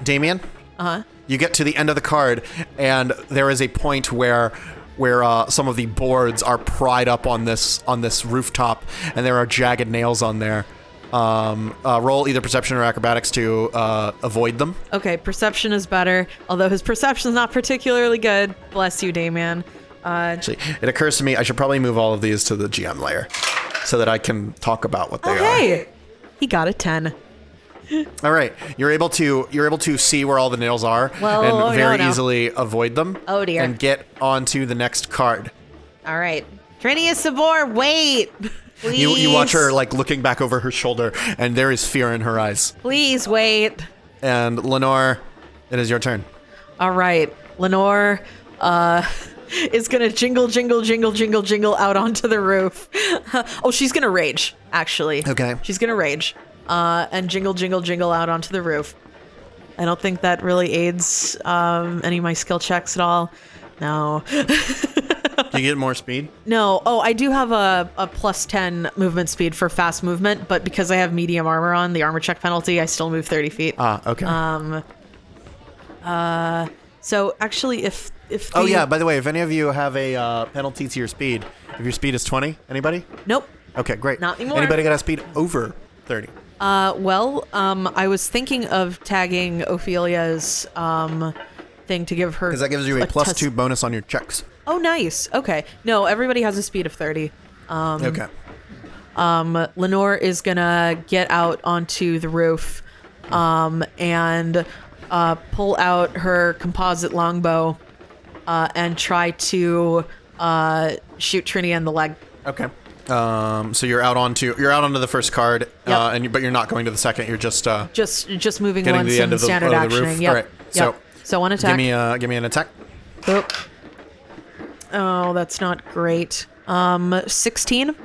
Speaker 3: Damien,
Speaker 4: uh huh.
Speaker 3: you get to the end of the card, and there is a point where where uh, some of the boards are pried up on this on this rooftop, and there are jagged nails on there. Um, uh, roll either perception or acrobatics to uh, avoid them.
Speaker 4: Okay, perception is better, although his perception's not particularly good. Bless you, Dayman. Uh,
Speaker 3: Actually, it occurs
Speaker 18: Oh,
Speaker 3: to me I should probably move all of these to the GM layer so that I can talk about what they are.
Speaker 4: hey, He got a 10.
Speaker 3: All right, you're able to you're able to see where all the nails are
Speaker 18: Whoa,
Speaker 3: and
Speaker 18: whoa, whoa,
Speaker 3: very
Speaker 18: no, no.
Speaker 3: easily avoid them.
Speaker 18: Oh, dear.
Speaker 3: And get onto the next card.
Speaker 18: All right. Trinia Sabor, wait. Please.
Speaker 3: You you watch her like looking back over her shoulder, and there is fear in her eyes.
Speaker 18: Please wait.
Speaker 3: And Lenore, it is your turn.
Speaker 4: All right. Lenore uh, is going to jingle, jingle, jingle, jingle, jingle out onto the roof. oh, she's going to rage, actually.
Speaker 3: Okay.
Speaker 4: She's going to rage uh, and jingle, jingle, jingle out onto the roof. I don't think that really aids um, any of my skill checks at all. No.
Speaker 3: Do you get more speed?
Speaker 4: No. Oh, I do have a, a plus 10 movement speed for fast movement, but because I have medium armor on, the armor check penalty, I still move 30 feet.
Speaker 3: Ah, okay.
Speaker 18: Um,
Speaker 4: so actually, if. if
Speaker 3: oh
Speaker 4: the-
Speaker 3: yeah. By the way, if any of you have a uh, penalty to your speed, if your speed is 20, anybody?
Speaker 4: Nope.
Speaker 3: Okay, great.
Speaker 4: Not anymore.
Speaker 3: Anybody got a speed over 30?
Speaker 4: Uh, well, um, I was thinking of tagging Ophelia's um, thing to give her.
Speaker 3: Because that gives you a plus
Speaker 4: tus-
Speaker 3: two bonus on your checks.
Speaker 4: Oh, nice. Okay. No, everybody has a speed of 30.
Speaker 3: okay.
Speaker 4: Um, Lenore is gonna get out onto the roof um, and uh, pull out her composite longbow uh, and try to uh, shoot Trinia in the leg.
Speaker 3: Okay. Um, so you're out onto you're out onto the first card, uh,
Speaker 4: Yep.
Speaker 3: and you, but you're not going to the second. You're just uh,
Speaker 4: Just just moving
Speaker 3: Getting to
Speaker 4: once
Speaker 3: the
Speaker 4: and
Speaker 3: end of the-
Speaker 4: standard
Speaker 3: of the
Speaker 4: action.
Speaker 3: roof.
Speaker 4: Yep.
Speaker 3: Alright, so-
Speaker 4: Yep. so one attack.
Speaker 3: give me uh, give me an attack.
Speaker 4: Boop. Oh, that's not great. Um, sixteen.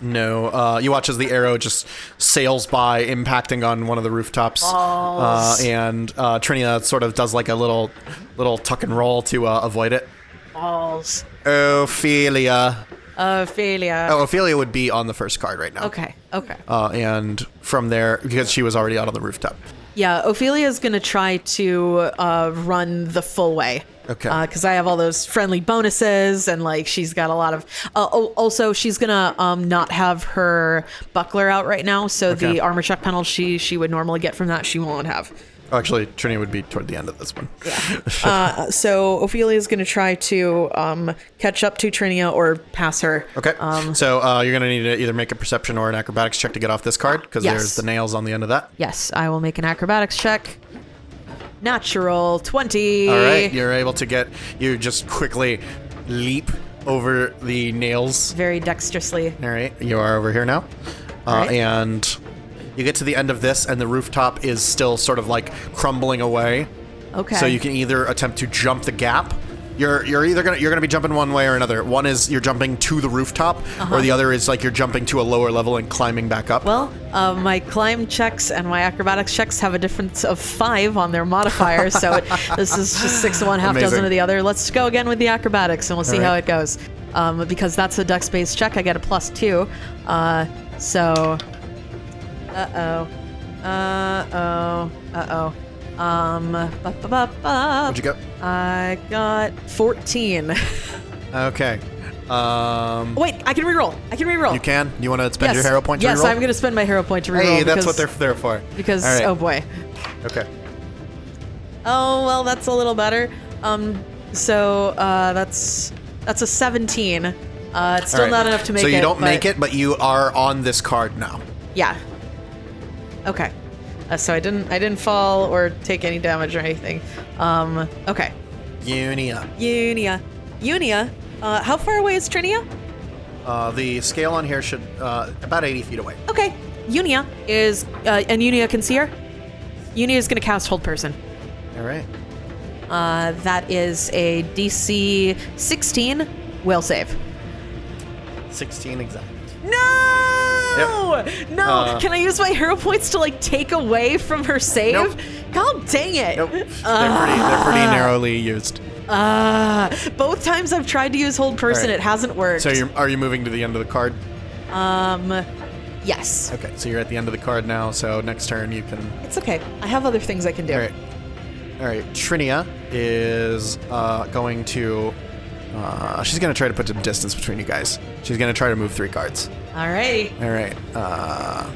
Speaker 3: No, uh, you watch as the arrow just sails by, impacting on one of the rooftops, uh, and uh, Trinia sort of does like a little little tuck and roll to uh, avoid it.
Speaker 4: Balls.
Speaker 3: Ophelia.
Speaker 4: Ophelia.
Speaker 3: Oh, Ophelia would be on the first card right now.
Speaker 4: Okay. Okay.
Speaker 3: Uh, and from there, because she was already out on the rooftop.
Speaker 4: Yeah, Ophelia is going to try to uh, run the full way.
Speaker 3: Okay.
Speaker 4: Because I have all those friendly bonuses, and like she's got a lot of. Uh, oh, also, she's gonna um, not have her buckler out right now, so
Speaker 3: Okay.
Speaker 4: the armor check penalty she would normally get from that she won't have.
Speaker 3: Actually, Trinia would be toward the end of this one.
Speaker 4: Uh, so Ophelia is gonna try to um, catch up to Trinia or pass her.
Speaker 3: Okay.
Speaker 4: Um,
Speaker 3: so uh, you're going to need to either make a perception or an acrobatics check to get off this card because
Speaker 4: Yes.
Speaker 3: there's the nails on the end of that.
Speaker 4: Yes, I will make an acrobatics check. Natural twenty.
Speaker 3: All right. You're able to get, you just quickly leap over the nails.
Speaker 4: Very dexterously.
Speaker 3: All right. You are over here now. Uh,
Speaker 4: right.
Speaker 3: And you get to the end of this, and the rooftop is still sort of like crumbling away.
Speaker 4: Okay.
Speaker 3: So you can either attempt to jump the gap. You're, you're either gonna you're gonna be jumping one way or another. One is you're jumping to the rooftop, or the other is like you're jumping to a lower level and climbing back up.
Speaker 4: Uh-huh. Well, uh, my climb checks and my acrobatics checks have a difference of five on their modifier, so it, this is just six of one, half
Speaker 3: Amazing.
Speaker 4: dozen of the other. Let's go again with the acrobatics, and we'll see
Speaker 3: All
Speaker 4: how
Speaker 3: right.
Speaker 4: it goes. Um, because that's a dex-based check, I get a plus two. Uh, so, uh oh, uh oh, uh oh. Um, ba ba ba ba.
Speaker 3: What'd you get?
Speaker 4: I got fourteen.
Speaker 3: Okay. Um,
Speaker 4: Wait, I can reroll. I can reroll.
Speaker 3: you can. You want to spend your hero point to
Speaker 4: Yes,
Speaker 3: reroll?
Speaker 4: I'm going to spend my hero point to reroll.
Speaker 3: Hey, that's
Speaker 4: because-
Speaker 3: what they're there for.
Speaker 4: Because
Speaker 3: All right.
Speaker 4: oh boy.
Speaker 3: Okay.
Speaker 4: Oh well, that's a little better. Um, so uh, that's that's a 17. Uh, it's still
Speaker 3: All right.
Speaker 4: not enough to make
Speaker 3: So
Speaker 4: it.
Speaker 3: you don't
Speaker 4: but-
Speaker 3: make it, but you are on this card now.
Speaker 4: Yeah. Okay. Uh, so I didn't I didn't fall or take any damage or anything. Um, okay.
Speaker 3: Unia.
Speaker 4: Unia, Unia, uh, how far away is Trinia?
Speaker 3: Uh, the scale on here should uh, about 80 feet away.
Speaker 4: Okay. Unia is uh, and Unia can see her. Unia is going to cast Hold Person.
Speaker 3: All right.
Speaker 4: Uh, that is a DC 16 will save.
Speaker 3: 16 exact.
Speaker 4: No! No!
Speaker 3: Uh,
Speaker 4: Can I use my hero points to like take away from her save?
Speaker 3: Nope.
Speaker 4: God dang it!
Speaker 3: Nope. they're, pretty, they're pretty
Speaker 4: Ah.
Speaker 3: narrowly used.
Speaker 4: Uh, both times I've tried to use hold person,
Speaker 3: All right.
Speaker 4: it hasn't worked.
Speaker 3: So you're, are you moving to the end of the card?
Speaker 4: um, yes,
Speaker 3: Okay. So you're at the end of the card now. So next turn you can.
Speaker 4: it's okay. I have other things I can do.
Speaker 3: All right. All right. Trinia is uh, going to. Uh, she's going to try to put some distance between you guys. She's going to try to move three cards.
Speaker 4: Alrighty.
Speaker 3: All right. Uh,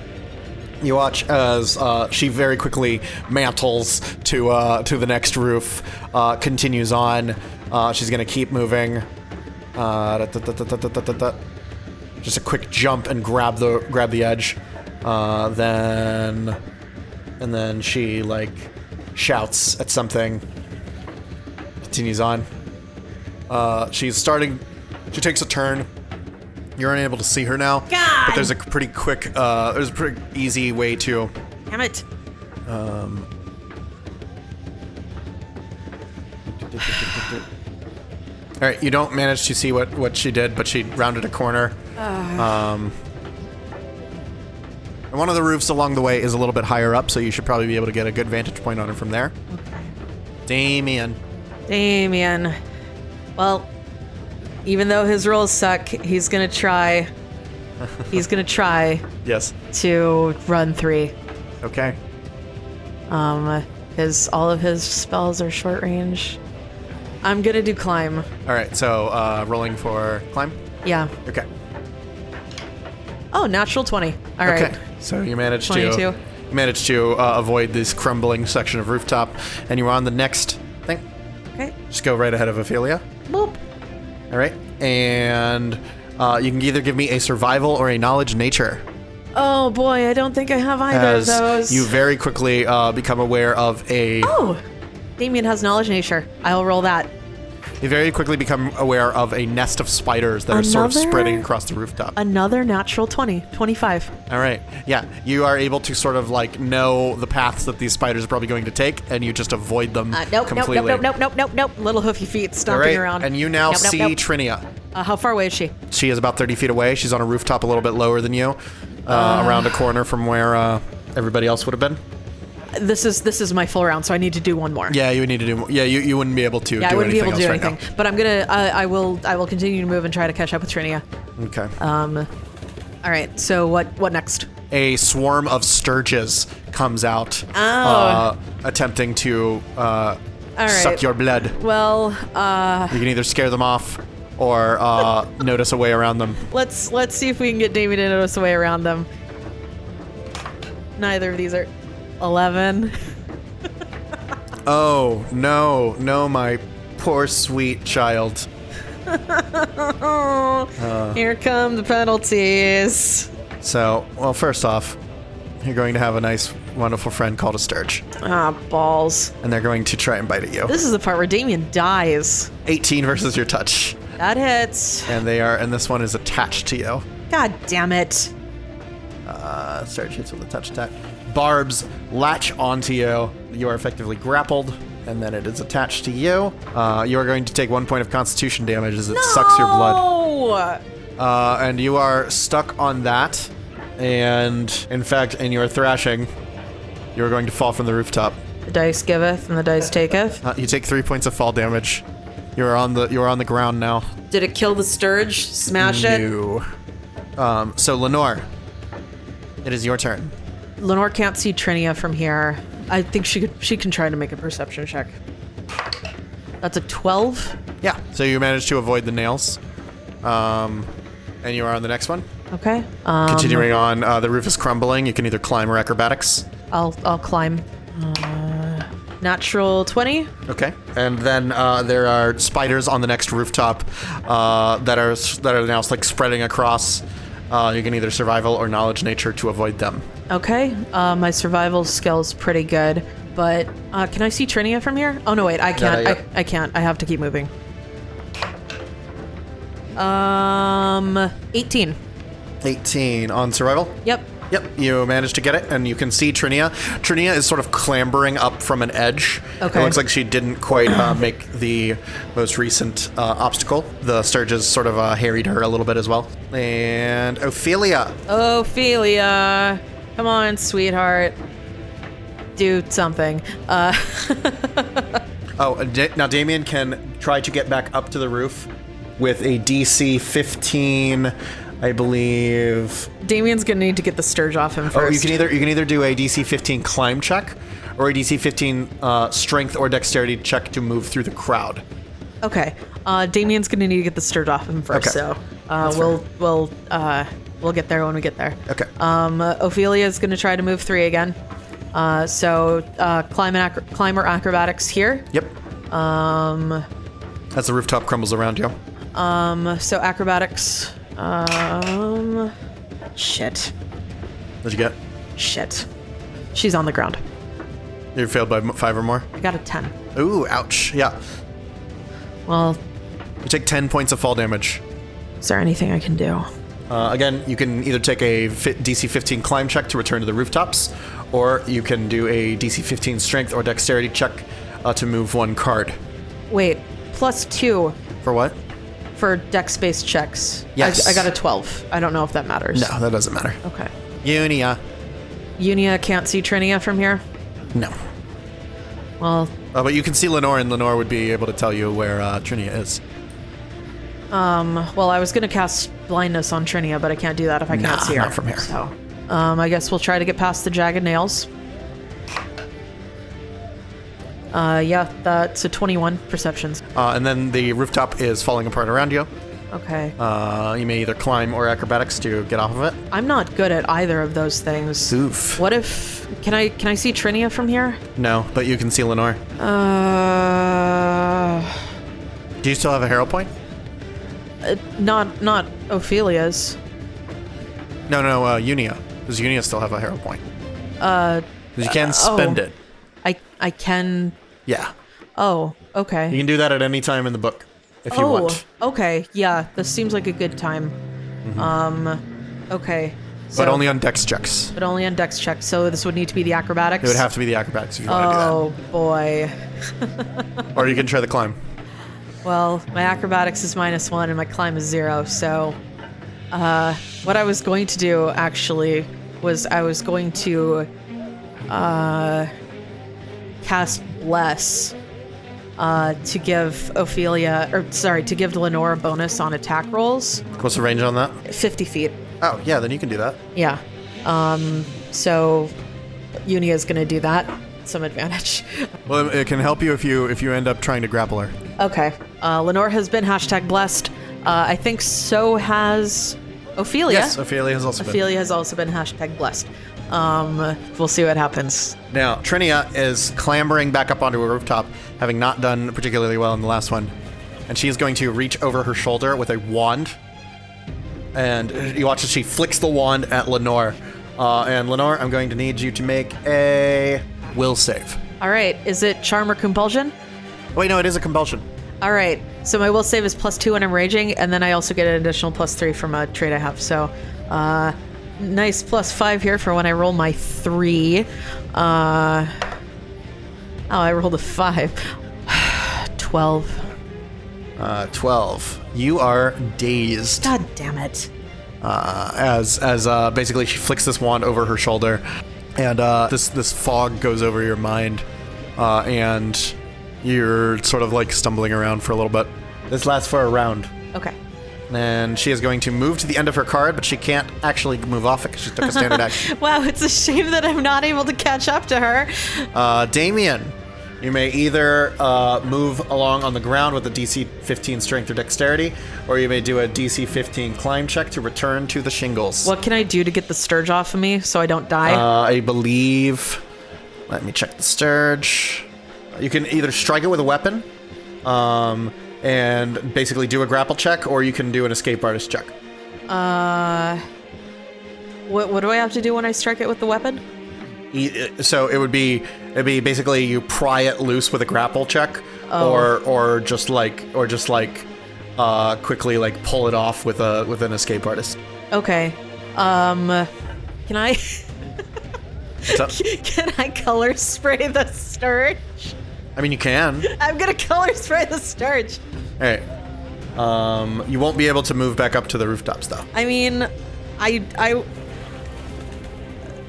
Speaker 3: you watch as uh, she very quickly mantles to uh, to the next roof. Uh, continues on. Uh, she's gonna keep moving. Uh, da- da- da- da- da- da- da- da. Just a quick jump and grab the grab the edge. Uh, then, and then she like shouts at something. Continues on. Uh, she's starting. She takes a turn. You're unable to see her now, but there's a pretty quick, uh, there's a pretty easy way to
Speaker 18: Damn it.
Speaker 3: All right, you don't manage to see what, what she did, but she rounded a corner.
Speaker 4: Ah.
Speaker 3: Um, and one of the roofs along the way is a little bit higher up, so you should probably be able to get a good vantage point on her from there. Damien.
Speaker 4: Damien. Well, even though his rolls suck, he's gonna try. He's gonna try
Speaker 3: Yes.
Speaker 4: to run three.
Speaker 3: Okay.
Speaker 4: Um, his all of his spells are short range. I'm gonna do climb.
Speaker 3: All right, so uh, rolling for climb.
Speaker 4: Yeah.
Speaker 3: Okay.
Speaker 4: Oh, natural twenty. All right.
Speaker 3: Okay. So you managed
Speaker 4: 22.
Speaker 3: to you managed to uh, avoid this crumbling section of rooftop, and you're on the next thing.
Speaker 4: Okay.
Speaker 3: Just go right ahead of Ophelia.
Speaker 4: Boop.
Speaker 3: All right, and uh, you can either give me a survival or a knowledge nature.
Speaker 4: Oh boy, I don't think I have either
Speaker 3: As
Speaker 4: of those.
Speaker 3: you very quickly uh, become aware of a
Speaker 4: oh, Damien has knowledge nature. I'll roll that.
Speaker 3: you very quickly become aware of a nest of spiders that are sort of
Speaker 4: Another-
Speaker 3: spreading across the rooftop.
Speaker 4: Another natural 20, 25.
Speaker 3: All right, yeah, you are able to sort of like know the paths that these spiders are probably going to take, and you just avoid them
Speaker 18: Uh, nope, nope,
Speaker 3: completely.
Speaker 18: nope, nope, nope, nope, nope, nope.
Speaker 4: Little hoofy feet
Speaker 3: All
Speaker 4: stomping
Speaker 3: right,
Speaker 4: around.
Speaker 3: and you now
Speaker 18: Nope, nope,
Speaker 3: see
Speaker 18: nope.
Speaker 3: Trinia.
Speaker 4: uh, how far away is she?
Speaker 3: She is about 30 feet away. She's on a rooftop a little bit lower than you, uh, around a corner from where uh, everybody else would have been.
Speaker 4: This is this is my full round, so I need to do one more.
Speaker 3: Yeah, you would need to do. Yeah, you, you wouldn't be able to.
Speaker 4: Yeah,
Speaker 3: do
Speaker 4: I wouldn't be able
Speaker 3: anything
Speaker 4: to do
Speaker 3: else
Speaker 4: anything, but I'm gonna. Uh, I will. I will continue to move and try to catch up with Trinia.
Speaker 3: Right now. Okay.
Speaker 4: All right. So what? What next?
Speaker 3: a swarm of sturges comes out,
Speaker 4: Oh.
Speaker 3: uh, attempting to uh,
Speaker 4: right.
Speaker 3: suck your blood.
Speaker 4: Well, uh,
Speaker 3: You can either scare them off or uh, notice a way around them.
Speaker 4: let's let's see if we can get Damien to notice a way around them. Neither of these are eleven.
Speaker 3: Oh no, no, my poor sweet child. Uh.
Speaker 4: Here come the penalties.
Speaker 3: So, well, first off, you're going to have a nice, wonderful friend called a sturge,
Speaker 4: Ah, balls.
Speaker 3: and they're going to try and bite at you.
Speaker 4: This is the part where Damien dies.
Speaker 3: 18 versus your touch,
Speaker 4: That hits.
Speaker 3: and they are, and this one is attached to you.
Speaker 4: God damn it.
Speaker 3: Uh, Sarah shoots with a touch attack. Barbs latch onto you. You are effectively grappled, and then it is attached to you. Uh, you are going to take one point of constitution damage as it sucks your blood.
Speaker 4: Oh.
Speaker 3: Uh, and you are stuck on that. And in fact, in your thrashing, you are going to fall from the rooftop.
Speaker 4: The dice giveth and the dice taketh.
Speaker 3: Uh, you take three points of fall damage. You are on the you are on the ground now.
Speaker 2: Did it kill the Sturge? Smash it?
Speaker 3: You. Um, so Lenore, it is your turn.
Speaker 4: Lenore can't see Trinia from here. I think she could, she can try to make a perception check. That's a 12.
Speaker 3: Yeah. So you managed to avoid the nails. Um, and you are on the next one.
Speaker 4: Okay. Um,
Speaker 3: Continuing on, uh, the roof is crumbling. You can either climb or acrobatics.
Speaker 4: I'll I'll climb. Uh, natural 20.
Speaker 3: Okay. And then uh, there are spiders on the next rooftop uh, that are that are now like spreading across. Uh, you can either survival or knowledge nature to avoid them.
Speaker 4: Okay. Uh, my survival skill's pretty good, but uh, can I see Trinia from here? Oh no, wait, I can't.
Speaker 3: not yet.
Speaker 4: I, I can't. I have to keep moving. Um, 18.
Speaker 3: 18 on survival.
Speaker 4: Yep.
Speaker 3: Yep, you managed to get it, and you can see Trinia. Trinia is sort of clambering up from an edge.
Speaker 4: Okay.
Speaker 3: It looks like she didn't quite uh, make the most recent uh, obstacle. The Sturges sort of uh, harried her a little bit as well. And Ophelia,
Speaker 4: Oh. Ophelia, come on, sweetheart. Do something. Uh,
Speaker 3: Oh, and Da- now Damien can try to get back up to the roof with a DC 15, I believe.
Speaker 4: Damien's gonna need to get the sturge off him
Speaker 3: Oh, you
Speaker 4: first.
Speaker 3: can either you can either do a DC 15 climb check or a DC 15 uh, strength or dexterity check to move through the crowd.
Speaker 4: okay. Uh, Damien's gonna need to get the sturge off him first.
Speaker 3: Okay.
Speaker 4: So uh, we'll we'll uh, we'll get there when we get there.
Speaker 3: Okay.
Speaker 4: Um, uh, Ophelia's gonna try to move three again. Uh, so uh, climb and acro- climb or acrobatics here.
Speaker 3: Yep. Um. As the rooftop crumbles around you.
Speaker 4: Uh, Um, so acrobatics. Um, shit.
Speaker 3: What'd you get?
Speaker 4: Shit. She's on the ground.
Speaker 3: You failed by m- five or more.
Speaker 4: I got a 10.
Speaker 3: Ooh, ouch. Yeah.
Speaker 4: Well,
Speaker 3: You take 10 points of fall damage.
Speaker 4: is there anything I can do?
Speaker 3: Uh, again, you can either take a fi- DC 15 climb check to return to the rooftops, or you can do a DC 15 strength or dexterity check uh, to move one card.
Speaker 4: Wait, plus two
Speaker 3: For what?
Speaker 4: for dex based checks.
Speaker 3: Yes.
Speaker 4: I, I got a 12. I don't know if that matters.
Speaker 3: No, that doesn't matter.
Speaker 4: Okay.
Speaker 3: Unia.
Speaker 4: Unia can't see Trinia from here.
Speaker 3: No.
Speaker 4: Well,
Speaker 3: Uh, but you can see Lenore, and Lenore would be able to tell you where uh, Trinia is.
Speaker 4: well, I was gonna cast blindness on Trinia, but I can't do that if I
Speaker 3: Nah,
Speaker 4: can't see her.
Speaker 3: not from here.
Speaker 4: So, um, I guess we'll try to get past the jagged nails. Uh, yeah, that's a 21 perceptions.
Speaker 3: Uh, and then the rooftop is falling apart around you.
Speaker 4: Okay.
Speaker 3: Uh, you may either climb or acrobatics to get off of it.
Speaker 4: I'm not good at either of those things.
Speaker 3: Oof.
Speaker 4: What if can I can I see Trinia from here?
Speaker 3: No, but you can see Lenore.
Speaker 4: Uh,
Speaker 3: Do you still have a hero point?
Speaker 4: not not Ophelia's.
Speaker 3: No, no, uh, Unia. Does Unia still have a hero point? Uh, you can
Speaker 4: oh.
Speaker 3: spend it.
Speaker 4: I I can.
Speaker 3: Yeah.
Speaker 4: Oh,
Speaker 3: You
Speaker 4: okay.
Speaker 3: can do that at any time in the book if you
Speaker 4: oh,
Speaker 3: want. Mm-hmm.
Speaker 4: okay. Yeah, this seems like a good time. Um, okay.
Speaker 3: But
Speaker 4: so-
Speaker 3: only on dex checks.
Speaker 4: but only on dex check. So this would need to be the acrobatics.
Speaker 3: It would have to be the acrobatics if you want
Speaker 4: Oh boy.
Speaker 3: to
Speaker 4: Oh.
Speaker 3: do that. Or you can try the climb.
Speaker 4: Well, my acrobatics is minus one and my climb is zero. So, uh, what I was going to do actually was I was going to uh, cast Bless uh, to give Ophelia, or sorry, to give Lenore a bonus on attack rolls,
Speaker 3: What's the range on that?
Speaker 4: 50 feet.
Speaker 3: Oh, yeah, then you can do that.
Speaker 4: Yeah. Um, so, Unia is going to do that. Some advantage.
Speaker 3: Well, it can help you if you if you end up trying to grapple her.
Speaker 4: Okay. Uh, Lenore has been hashtag blessed. Uh, I think so has Ophelia.
Speaker 3: Yes, Ophelia has also been.
Speaker 4: Ophelia has also been hashtag blessed. Um, we'll see what happens.
Speaker 3: Now, Trinia is clambering back up onto a rooftop, having not done particularly well in the last one. And she is going to reach over her shoulder with a wand. And you watch as she flicks the wand at Lenore. Uh, and Lenore, I'm going to need you to make a will save.
Speaker 4: All right. Is it charm or compulsion?
Speaker 3: Wait, no, it is a compulsion.
Speaker 4: All right. So my will save is plus two when I'm raging, and then I also get an additional plus three from a trait I have. So, uh, nice plus five here for when I roll my three. Uh, oh, I rolled a five. Twelve.
Speaker 3: Uh, 12. You are dazed.
Speaker 4: God damn it.
Speaker 3: uh, as as uh, basically she flicks this wand over her shoulder, and uh, this this fog goes over your mind, uh, and you're sort of like stumbling around for a little bit. This lasts for a round,
Speaker 4: Okay.
Speaker 3: and she is going to move to the end of her card, but she can't actually move off it because she took a standard action.
Speaker 4: Wow, it's a shame that I'm not able to catch up to her.
Speaker 3: Uh, Damien, you may either uh, move along on the ground with a DC 15 Strength or Dexterity, or you may do a DC 15 Climb check to return to the shingles.
Speaker 4: What can I do to get the sturge off of me so I don't die?
Speaker 3: Uh, I believe. Let me check the Sturge. You can either strike it with a weapon, um, and basically do a grapple check, or you can do an escape artist check.
Speaker 4: Uh, what, what do I have to do when I strike it with the weapon?
Speaker 3: E- So it would be it'd be basically you pry it loose with a grapple check, or or just like or just like uh, quickly like pull it off with a with an escape artist.
Speaker 4: Okay. Um, can I
Speaker 3: What's up?
Speaker 4: can I color spray the sturge?
Speaker 3: I mean, you can.
Speaker 4: I'm gonna color spray the sturge.
Speaker 3: All right. Um, you won't be able to move back up to the rooftops though.
Speaker 4: I mean, I I.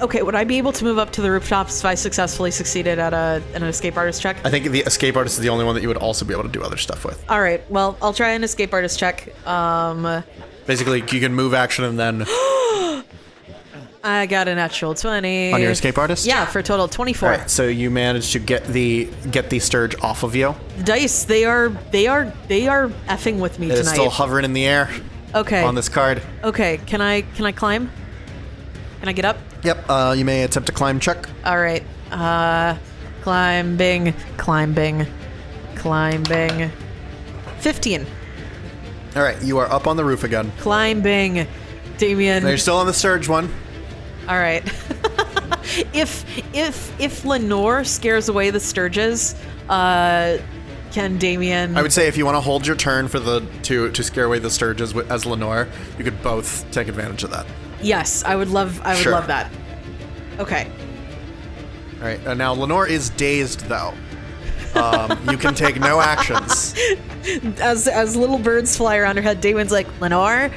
Speaker 4: Okay, would I be able to move up to the rooftops if I successfully succeeded at a an escape artist check?
Speaker 3: I think the escape artist is the only one that you would also be able to do other stuff with.
Speaker 4: All right, well, I'll try an escape artist check. Um,
Speaker 3: Basically, you can move action and then
Speaker 4: I got a natural 20.
Speaker 3: on your escape artist.
Speaker 4: Yeah, for a total of 24.
Speaker 3: All right. So you manage to get the get the sturge off of you.
Speaker 4: The Dice, they are they are they are effing with me
Speaker 3: It is
Speaker 4: tonight.
Speaker 3: still hovering in the air
Speaker 4: okay.
Speaker 3: on this card.
Speaker 4: Okay, can I can I climb? Can I get up?
Speaker 3: Yep. Uh, you may attempt a climb check.
Speaker 4: All right. Uh climbing, climbing, climbing. 15.
Speaker 3: All right. You are up on the roof again.
Speaker 4: Climbing. Damien.
Speaker 3: Now you're still on the sturge one.
Speaker 4: All right. if if if Lenore scares away the Sturges, uh, can Damien?
Speaker 3: I would say if you want to hold your turn for the to to scare away the Sturges wi- as Lenore, you could both take advantage of that.
Speaker 4: yes, I would love. I would
Speaker 3: Sure.
Speaker 4: love that. Okay.
Speaker 3: All right. Uh, now Lenore is dazed though. Um, you can take no actions.
Speaker 4: As as little birds fly around her head, Damien's like Lenore.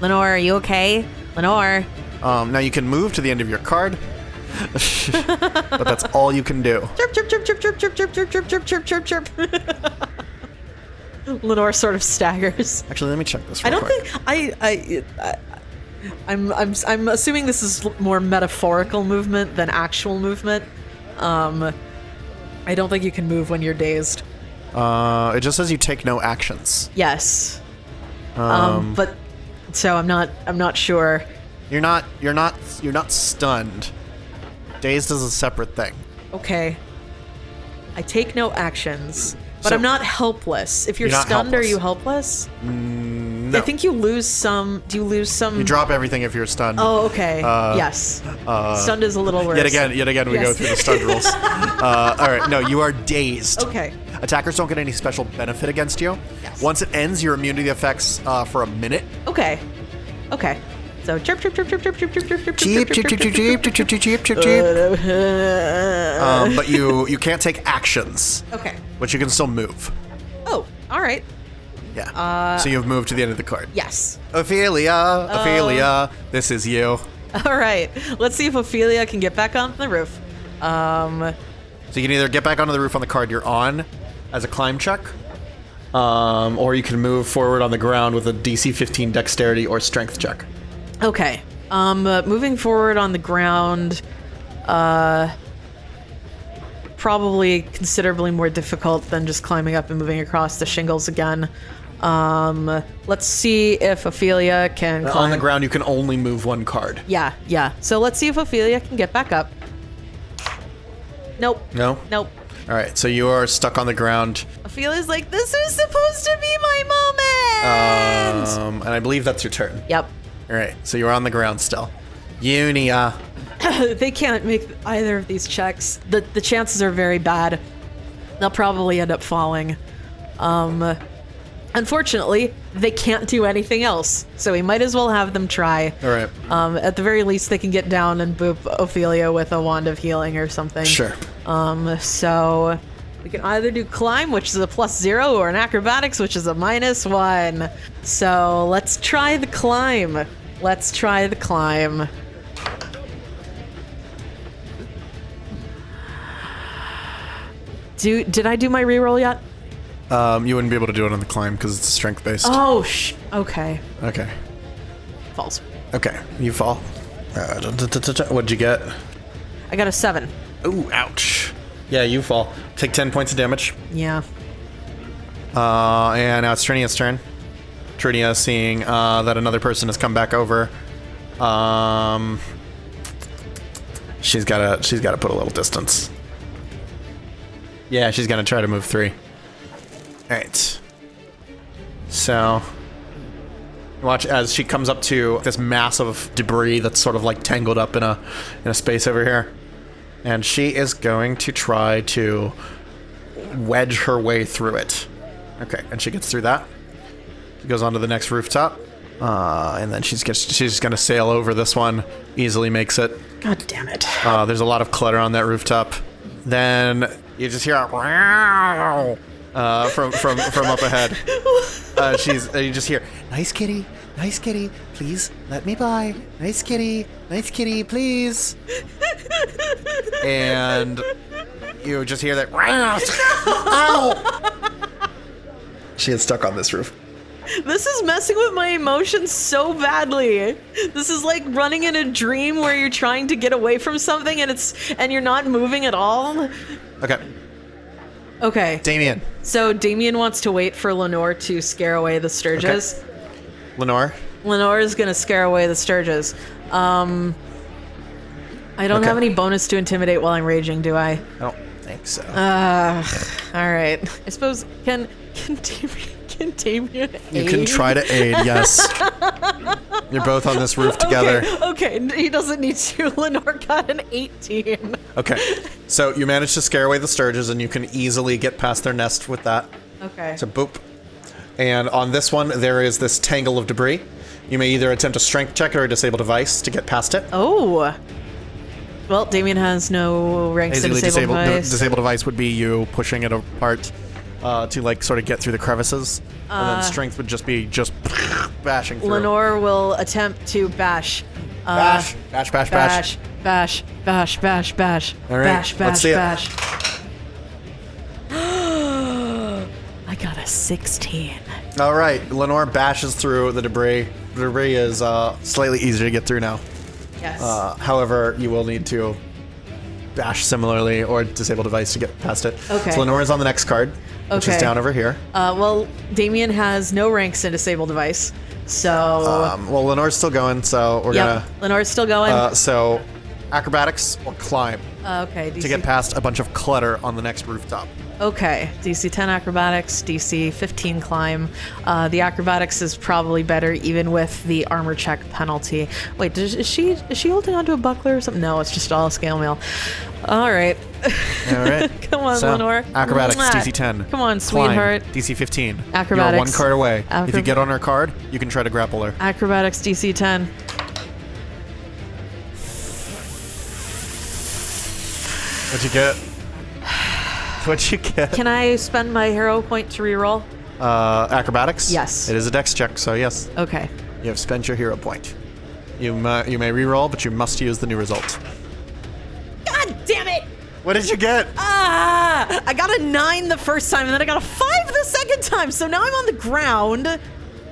Speaker 18: Lenore, are you okay? Lenore.
Speaker 3: Um, now you can move to the end of your card, but that's all you can do.
Speaker 4: Chirp chirp chirp chirp chirp chirp chirp chirp chirp chirp chirp chirp. Lenore sort of staggers.
Speaker 3: Actually, let me check this. Real
Speaker 4: I don't
Speaker 3: quick.
Speaker 4: think I I. I I'm, I'm I'm assuming this is more metaphorical movement than actual movement. Um, I don't think you can move when you're dazed.
Speaker 3: Uh, it just says you take no actions.
Speaker 4: Yes. Um, but so I'm not I'm not sure.
Speaker 3: You're not. You're not. You're not stunned. Dazed is a separate thing.
Speaker 4: Okay. I take no actions, but
Speaker 3: So-
Speaker 4: I'm not helpless. If you're,
Speaker 3: You're not
Speaker 4: stunned, are
Speaker 3: helpless. Mm,
Speaker 4: you helpless?
Speaker 3: No.
Speaker 4: I think you lose some. Do you lose some?
Speaker 3: you drop everything if you're stunned.
Speaker 4: Hmm. oh, okay.
Speaker 3: Uh,
Speaker 4: yes. stunned is a little worse.
Speaker 3: Yet again, yet again, we go
Speaker 4: Yes.
Speaker 3: through the stun rules. uh, all right, no, you are dazed.
Speaker 4: Okay.
Speaker 3: Attackers don't get any special benefit against you. Once it ends, your immunity affects uh, for a minute.
Speaker 4: Okay. Okay. So chirp chirp chirp chirp chirp chirp chirp chirp chirp
Speaker 1: Cheep,
Speaker 4: chirp
Speaker 1: cheep, cheep,
Speaker 4: chirp
Speaker 1: cheep, cheep,
Speaker 4: chirp
Speaker 1: cheep, cheep, cheep, cheep, cheep.
Speaker 3: Um, but you you can't take actions,
Speaker 4: Okay.
Speaker 3: but you can still move.
Speaker 4: Oh, all right.
Speaker 3: Yeah.
Speaker 4: Uh,
Speaker 3: so you've moved to the end of the card.
Speaker 4: Yes.
Speaker 3: Ophelia, Ophelia, this is you.
Speaker 4: All right. Let's see if Ophelia can get back on the roof. Um.
Speaker 3: So you can either get back onto the roof on the card you're on as a climb check, um, or you can move forward on the ground with a DC 15 dexterity or strength check.
Speaker 4: Okay. Um. uh, moving forward on the ground. Uh. Probably considerably more difficult than just climbing up and moving across the shingles again. Um. Let's see if Ophelia can climb.
Speaker 3: Uh, On the ground, you can only move one card.
Speaker 4: Yeah, yeah. So let's see if Ophelia can get back up. Nope.
Speaker 3: No?
Speaker 4: Nope.
Speaker 3: All right, so you are stuck on the ground.
Speaker 4: Ophelia's like, this is supposed to be my moment.
Speaker 3: Um, and I believe that's your turn.
Speaker 4: yep.
Speaker 3: All right, so you're on the ground still. uh, Unia.
Speaker 4: They can't make either of these checks. The the chances are very bad. They'll probably end up falling. Um unfortunately, they can't do anything else. So we might as well have them try.
Speaker 3: All right.
Speaker 4: Um at the very least they can get down and boop Ophelia with a wand of healing or something.
Speaker 3: Sure.
Speaker 4: Um, so we can either do climb, which is a plus zero, or an acrobatics, which is a minus one. So let's try the climb. Let's try the climb. Do, did I do my reroll yet?
Speaker 3: Um, you wouldn't be able to do it on the climb because it's strength based.
Speaker 4: Oh, sh- okay.
Speaker 3: Okay.
Speaker 4: False.
Speaker 3: Okay, you fall. Uh, da- da- da- da- da- what'd you get?
Speaker 4: I got a seven.
Speaker 3: Ooh, ouch. Yeah, you fall. Take 10 points of damage.
Speaker 4: Yeah.
Speaker 3: Uh, and now it's Trinia's turn. Trinia, seeing uh, that another person has come back over, um, she's gotta she's gotta put a little distance. Yeah, she's gonna try to move three. All right. So, watch as she comes up to this mass of debris that's sort of like tangled up in a in a space over here, and she is going to try to wedge her way through it. Okay, and she gets through that. She goes on to the next rooftop. Uh, and then she's gets, she's gonna sail over this one. Easily makes it.
Speaker 4: God damn it.
Speaker 3: Uh, there's a lot of clutter on that rooftop. Then you just hear a "Wow," uh, from from from up ahead. Uh, she's uh, you just hear
Speaker 1: Nice kitty, nice kitty, please let me by. Nice kitty, nice kitty, please.
Speaker 3: and you just hear that. "Wow." Ow! She is stuck on this roof.
Speaker 4: This is messing with my emotions so badly. This is like running in a dream where you're trying to get away from something and it's and you're not moving at all.
Speaker 3: Okay,
Speaker 4: Okay.
Speaker 3: Damien,
Speaker 4: So Damien wants to wait for Lenore to scare away the Sturges.
Speaker 3: Lenore.
Speaker 4: Lenore is gonna scare away the Sturges. Um I don't
Speaker 3: Okay.
Speaker 4: have any bonus to intimidate while I'm raging, do I?
Speaker 3: I don't think so.
Speaker 4: All right. I suppose can can Damien Can Damien
Speaker 19: You can try to aid, yes.
Speaker 3: You're both on this roof together.
Speaker 4: Okay, okay, he doesn't need to. Lenore got an 18.
Speaker 3: Okay. So you manage to scare away the Sturges, and you can easily get past their nest with that.
Speaker 4: Okay.
Speaker 3: So boop. And on this one, there is this tangle of debris. You may either attempt a strength check or a disable device to get past it.
Speaker 4: Oh. Well, Damien has no ranks in
Speaker 3: Easily
Speaker 4: disabled
Speaker 3: disabled, d-
Speaker 4: device.
Speaker 3: disabled device would be you pushing it apart uh, to like sort of get through the crevices, and then strength would just be just bashing through.
Speaker 4: Uh, Lenore will attempt to bash. Uh,
Speaker 3: bash, bash, bash, bash.
Speaker 4: bash, bash, bash, bash, bash,
Speaker 3: All right,
Speaker 4: bash,
Speaker 3: let's
Speaker 4: bash,
Speaker 3: see it.
Speaker 4: bash. I got a 16.
Speaker 3: All right, Lenore bashes through the debris. The debris is uh, slightly easier to get through now.
Speaker 4: Yes.
Speaker 3: Uh, however, you will need to bash similarly or disable device to get past it.
Speaker 4: Okay.
Speaker 3: So Lenore is on the next card, which
Speaker 4: Okay.
Speaker 3: is down over here.
Speaker 4: Uh, well, Damien has no ranks in disabled device, so
Speaker 3: Um, well, Lenore's still going, so we're
Speaker 4: yep. Lenore's still going.
Speaker 3: gonna. Uh, so, acrobatics or climb
Speaker 4: Uh, okay, DC,
Speaker 3: to get past a bunch of clutter on the next rooftop.
Speaker 4: okay, DC 10 acrobatics, DC 15 climb. Uh, the acrobatics is probably better, even with the armor check penalty. Wait, does, is she is she holding onto a buckler or something? No, it's just all scale mail. All right,
Speaker 3: All right.
Speaker 4: come on,
Speaker 3: So,
Speaker 4: Lenore.
Speaker 3: Acrobatics,
Speaker 4: Mwah.
Speaker 3: DC 10.
Speaker 4: Come on,
Speaker 3: Climb,
Speaker 4: sweetheart.
Speaker 3: DC 15. You're one
Speaker 4: Acrobatics.
Speaker 3: card away. if you
Speaker 4: Acrob-
Speaker 3: get on her card, you can try to grapple her.
Speaker 4: Acrobatics DC 10. Ah.
Speaker 3: What'd you get? What'd you get?
Speaker 4: Can I spend my hero point to reroll?
Speaker 3: Uh, acrobatics?
Speaker 4: Yes.
Speaker 3: It is a dex check, so yes.
Speaker 4: Okay.
Speaker 3: You have spent your hero point. You, mu- you may reroll, but you must use the new result.
Speaker 4: God damn it!
Speaker 3: What did you get?
Speaker 4: Ah! I got a nine the first time, and then I got a five the second time. So now I'm on the ground.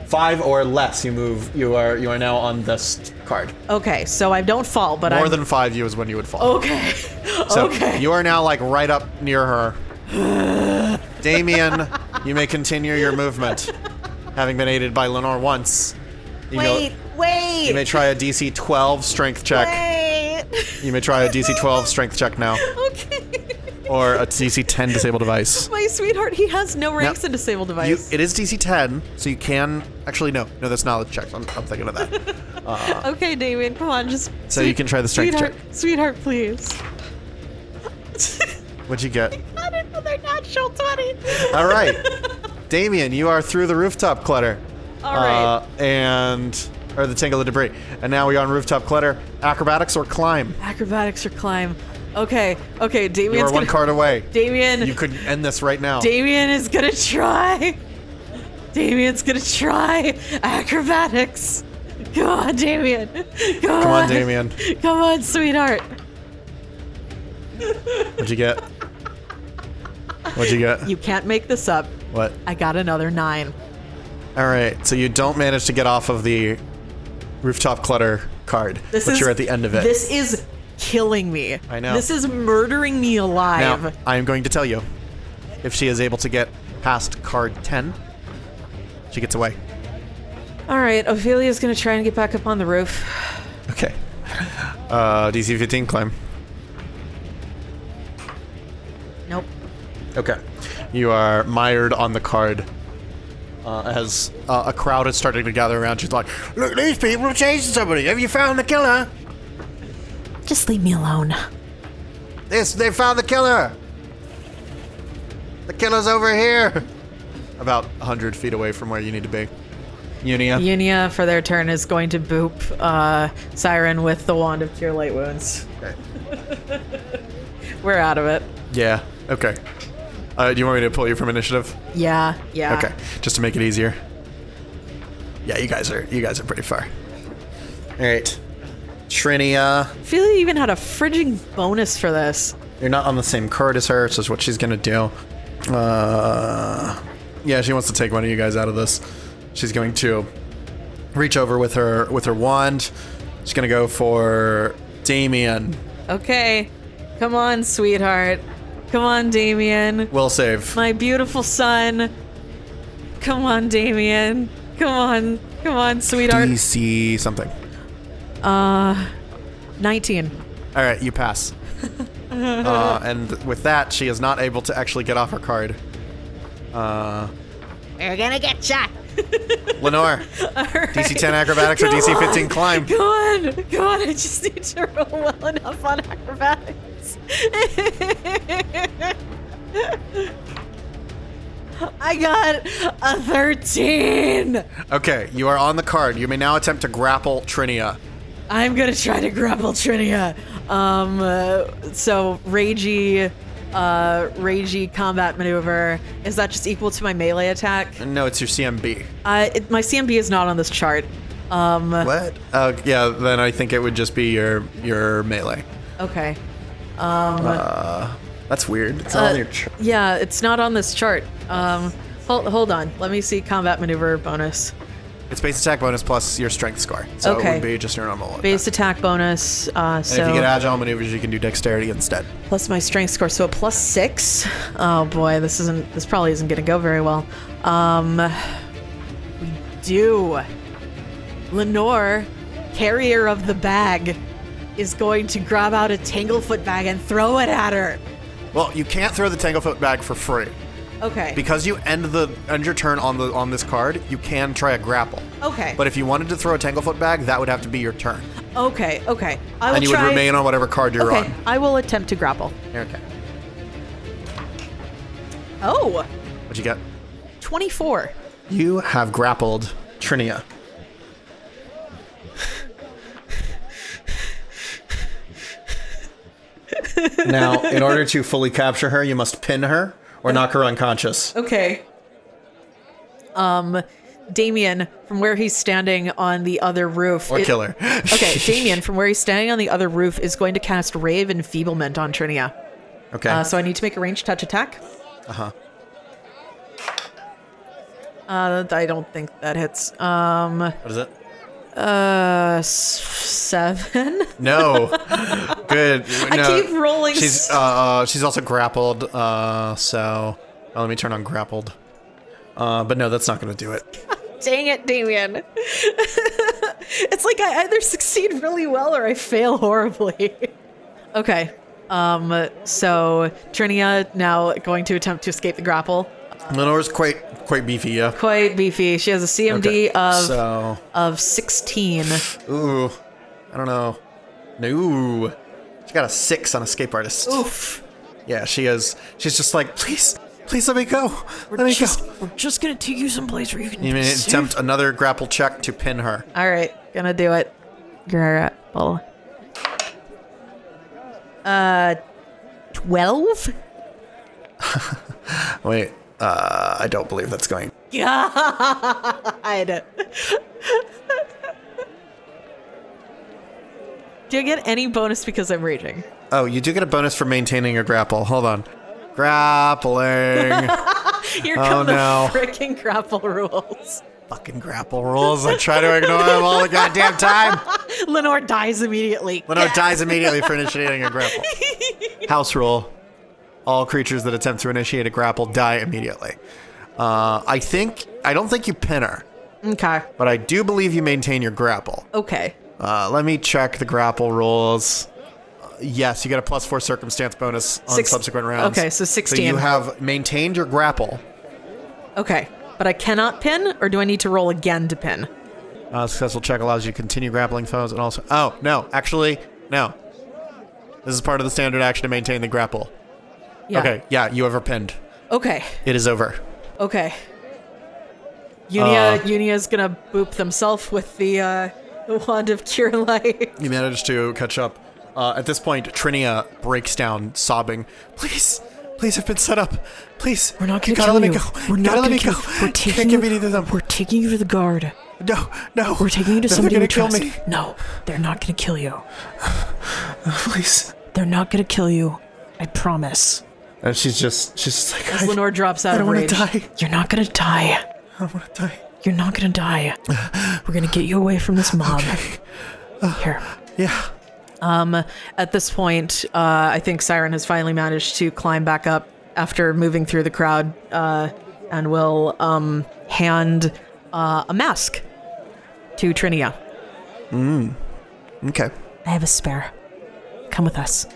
Speaker 3: Five or less. You move. You are you are now on this card.
Speaker 4: Okay, so I don't fall, but
Speaker 3: More
Speaker 4: I'm
Speaker 3: than five, you is when you would fall.
Speaker 4: okay.
Speaker 3: so
Speaker 4: Oh, okay.
Speaker 3: You are now like right up near her. Damien, you may continue your movement, having been aided by Lenore once. You go-
Speaker 4: wait,
Speaker 3: you may
Speaker 4: wait,
Speaker 3: try a DC 12 strength check.
Speaker 4: wait.
Speaker 3: You may try a DC 12 strength check now,
Speaker 4: okay.
Speaker 3: or a DC 10 disable device.
Speaker 4: My sweetheart, he has no ranks in disabled
Speaker 3: You,
Speaker 4: device.
Speaker 3: it is DC 10, so you can actually no, no, that's knowledge checks. I'm, I'm thinking of that.
Speaker 4: okay, Damien, come on, just
Speaker 3: So you can try the strength
Speaker 4: sweetheart, Sweetheart, please.
Speaker 3: What'd you get?
Speaker 4: Not another natural twenty.
Speaker 3: All right, Damien, you are through the rooftop clutter.
Speaker 4: All right.
Speaker 3: Uh, and or the tangle of debris, and now we are on rooftop clutter. Acrobatics or climb.
Speaker 4: Acrobatics or climb. Okay, okay,
Speaker 3: You
Speaker 4: Damien's
Speaker 3: are one
Speaker 4: gonna.
Speaker 3: card away.
Speaker 4: Damien,
Speaker 3: You could end this right now.
Speaker 4: Damien is gonna try. Damien's gonna try acrobatics. Come on, Damien. Come,
Speaker 3: Come on, Damien.
Speaker 4: Come on, sweetheart.
Speaker 3: What'd you get? What'd you get?
Speaker 4: You can't make this up.
Speaker 3: What?
Speaker 4: I got another nine.
Speaker 3: All right. So you don't manage to get off of the rooftop clutter card,
Speaker 4: This
Speaker 3: but
Speaker 4: is,
Speaker 3: you're at the end of it.
Speaker 4: This is killing me.
Speaker 3: I know.
Speaker 4: This is murdering me alive.
Speaker 3: Now, I am going to tell you if she is able to get past card 10, she gets away.
Speaker 4: All right, Ophelia's gonna try and get back up on the roof.
Speaker 3: Okay. Uh, DC 15 climb.
Speaker 4: Nope.
Speaker 3: Okay. You are mired on the card. Uh, as uh, a crowd is starting to gather around, she's like,
Speaker 20: Look, these people are chasing somebody. Have you found the killer?
Speaker 2: Just leave me alone.
Speaker 20: This, they found the killer.
Speaker 3: The killer's over here! About 100 feet away from where you need to be. Unia.
Speaker 4: Unia, for their turn, is going to boop uh, Siren with the Wand of Cure Light Wounds. We're out of it.
Speaker 3: Yeah. Okay. Uh, do you want me to pull you from initiative?
Speaker 4: Yeah, yeah.
Speaker 3: Okay, just to make it easier. Yeah, you guys are you guys are pretty far. All right, Trinia,
Speaker 4: I feel you even had a frigging bonus for this.
Speaker 3: you're not on the same card as her, so is what she's gonna do. Uh, yeah, she wants to take one of you guys out of this. She's going to reach over with her with her wand. She's gonna go for Damien.
Speaker 4: Okay. Come on, sweetheart. Come on, Damien.
Speaker 3: Will save.
Speaker 4: My beautiful son. Come on, Damien. Come on. Come on, sweetheart. Uh,
Speaker 3: DC something.
Speaker 4: 19.
Speaker 3: All right, you pass. uh, and with that, she is not able to actually get off her card. Uh,
Speaker 18: We're gonna get shot.
Speaker 3: Lenore, DC 10 acrobatics or DC 15 climb.
Speaker 21: Go on, go on. I just need to roll well enough on acrobatics. I got a 13.
Speaker 3: Okay, you are on the card. You may now attempt to grapple Trinia.
Speaker 4: I'm gonna try to grapple Trinia. Um, uh, so ragey, uh, ragey combat maneuver. Is that just equal to my melee attack?
Speaker 3: No, it's your CMB.
Speaker 4: Uh, it, my CMB is not on this chart. Um,
Speaker 3: What? Uh, yeah, then I think it would just be your your melee.
Speaker 4: okay.
Speaker 3: That's weird. It's
Speaker 4: Uh,
Speaker 3: not on your tr-
Speaker 4: Yeah, it's not on this chart. Um, hold, hold on. Let me see combat maneuver bonus.
Speaker 3: It's base attack bonus plus your strength score. So it
Speaker 4: Okay.
Speaker 3: would be just your normal one.
Speaker 4: Base attack bonus. Uh,
Speaker 3: and
Speaker 4: so
Speaker 3: if you get agile maneuvers, you can do dexterity instead.
Speaker 4: plus my strength score, so a plus six. Oh boy, this isn't. This probably isn't going to go very well. Um, we do. Lenore, carrier of the bag, is going to grab out a tanglefoot bag and throw it at her.
Speaker 3: Well, you can't throw the tanglefoot bag for free.
Speaker 4: Okay.
Speaker 3: Because you end the end your turn on the on this card, you can try a grapple.
Speaker 4: Okay.
Speaker 3: But if you wanted to throw a tanglefoot bag, that would have to be your turn.
Speaker 4: okay. Okay. I will
Speaker 3: And you
Speaker 4: try.
Speaker 3: would remain on whatever card you're
Speaker 4: okay. I will attempt to grapple.
Speaker 3: on. Okay.
Speaker 4: Oh,
Speaker 3: What'd you get?
Speaker 4: 24.
Speaker 3: You have grappled Trinia. now, in order to fully capture her, you must pin her or knock her unconscious.
Speaker 4: Okay. Um, Damien, from where he's standing on the other roof,
Speaker 3: Or
Speaker 4: it-
Speaker 3: kill her.
Speaker 4: okay, Damien, from where he's standing on the other roof, is going to cast Rave Enfeeblement on Trinia.
Speaker 3: Okay.
Speaker 4: Uh, so I need to make a ranged touch attack.
Speaker 3: Uh-huh.
Speaker 4: Uh, I don't think that hits. Um,
Speaker 3: what is it?
Speaker 4: uh, s- seven.
Speaker 3: No. Good.
Speaker 4: I
Speaker 3: No.
Speaker 4: keep rolling
Speaker 3: She's
Speaker 4: s-
Speaker 3: uh, uh, she's also grappled. Uh, so oh, let me turn on grappled. Uh, but no, that's not gonna do it.
Speaker 21: Dang it, Damien.
Speaker 4: It's like I either succeed really well or I fail horribly. okay. Um, so Trinia now going to attempt to escape the grapple.
Speaker 3: Lenore's quite quite beefy. Yeah.
Speaker 4: Quite beefy. She has a CMD
Speaker 3: Okay,
Speaker 4: of
Speaker 3: so
Speaker 4: of 16.
Speaker 3: Ooh, I don't know. No, she got a six on escape artist.
Speaker 4: Oof.
Speaker 3: Yeah, she is. She's just like, please, please let me go. Let me go.
Speaker 4: We're just gonna take you someplace where you can.
Speaker 3: You may attempt another grapple check to pin her.
Speaker 4: All right, gonna do it. Grapple. Uh, twelve.
Speaker 3: Wait, uh, I don't believe that's going.
Speaker 4: God. Do I get any bonus because I'm raging?
Speaker 3: Oh, you do get a bonus for maintaining your grapple. Hold on. Grappling.
Speaker 4: Here
Speaker 3: Oh,
Speaker 4: come the
Speaker 3: no.
Speaker 4: freaking grapple rules.
Speaker 3: Fucking grapple rules. I try to ignore them all the goddamn time.
Speaker 4: Lenore dies immediately.
Speaker 3: Lenore dies immediately for initiating a grapple. House rule: All creatures that attempt to initiate a grapple die immediately. Uh, I think I don't think you pin her,
Speaker 4: Okay.
Speaker 3: but I do believe you maintain your grapple.
Speaker 4: Okay.
Speaker 3: Uh, let me check the grapple rules. Uh, Yes, you get a plus four circumstance bonus on
Speaker 4: Six-
Speaker 3: subsequent rounds.
Speaker 4: okay, so 16.
Speaker 3: you have maintained your grapple.
Speaker 4: Okay. But I cannot pin, or do I need to roll again to pin?
Speaker 3: Uh, successful check allows you to continue grappling foes and also. Oh, no. Actually, no. This is part of the standard action to maintain the grapple.
Speaker 4: Yeah.
Speaker 3: Okay, yeah, you ever pinned.
Speaker 4: Okay.
Speaker 3: It is over.
Speaker 4: Okay. Unia,
Speaker 3: Uh,
Speaker 4: Unia's gonna boop themselves with the uh, the wand of cure light.
Speaker 3: You manage to catch up. Uh, at this point, Trinia breaks down, sobbing. Please, please, I've been set up. Please, we're
Speaker 22: not
Speaker 3: You
Speaker 22: gonna
Speaker 3: gotta
Speaker 22: kill
Speaker 3: let me
Speaker 22: you.
Speaker 3: go.
Speaker 22: We're
Speaker 3: you
Speaker 22: not
Speaker 3: gotta
Speaker 22: gonna
Speaker 3: let me
Speaker 22: kill
Speaker 3: go.
Speaker 22: you. We're
Speaker 3: You
Speaker 22: taking
Speaker 3: Can't
Speaker 22: you-
Speaker 3: give me to them.
Speaker 22: We're taking you to the guard.
Speaker 3: No, no.
Speaker 22: We're taking you to
Speaker 3: They're
Speaker 22: somebody
Speaker 3: gonna
Speaker 22: we
Speaker 3: kill
Speaker 22: trust.
Speaker 3: me.
Speaker 22: No, they're not gonna kill you.
Speaker 3: Please.
Speaker 22: They're not gonna kill you. I promise.
Speaker 3: And she's just, she's just like,
Speaker 4: As Lenore drops out
Speaker 3: I don't
Speaker 4: of
Speaker 3: want to
Speaker 4: rage.
Speaker 3: die.
Speaker 22: You're not gonna die.
Speaker 3: I don't want to die.
Speaker 22: You're not gonna die. We're gonna get you away from this mob. Here.
Speaker 3: Yeah.
Speaker 4: Um, at this point, uh, I think Siren has finally managed to climb back up after moving through the crowd, uh, and will um, hand uh, a mask to Trinia.
Speaker 3: Okay.
Speaker 22: I have a spare. Come with us.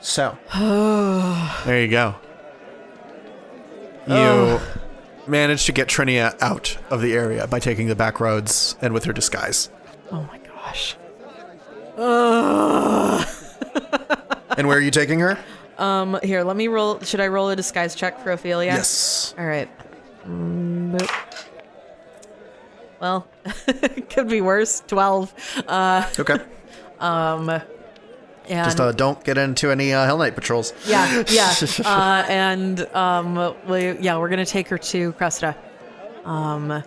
Speaker 3: So. there you go. You managed to get Trinia out of the area by taking the back roads and with her disguise.
Speaker 4: Oh my gosh.
Speaker 3: And where are you taking her?
Speaker 4: Um, here, let me roll. Should I roll a disguise check for Ophelia?
Speaker 3: Yes.
Speaker 4: All right. Mm, nope. Well, could be worse. Twelve. Uh,
Speaker 3: Okay.
Speaker 4: and
Speaker 23: Just uh, don't get into any uh, Hell Knight patrols.
Speaker 4: yeah, yeah. Uh, and um, we, yeah, we're gonna take her to Cresta. Um,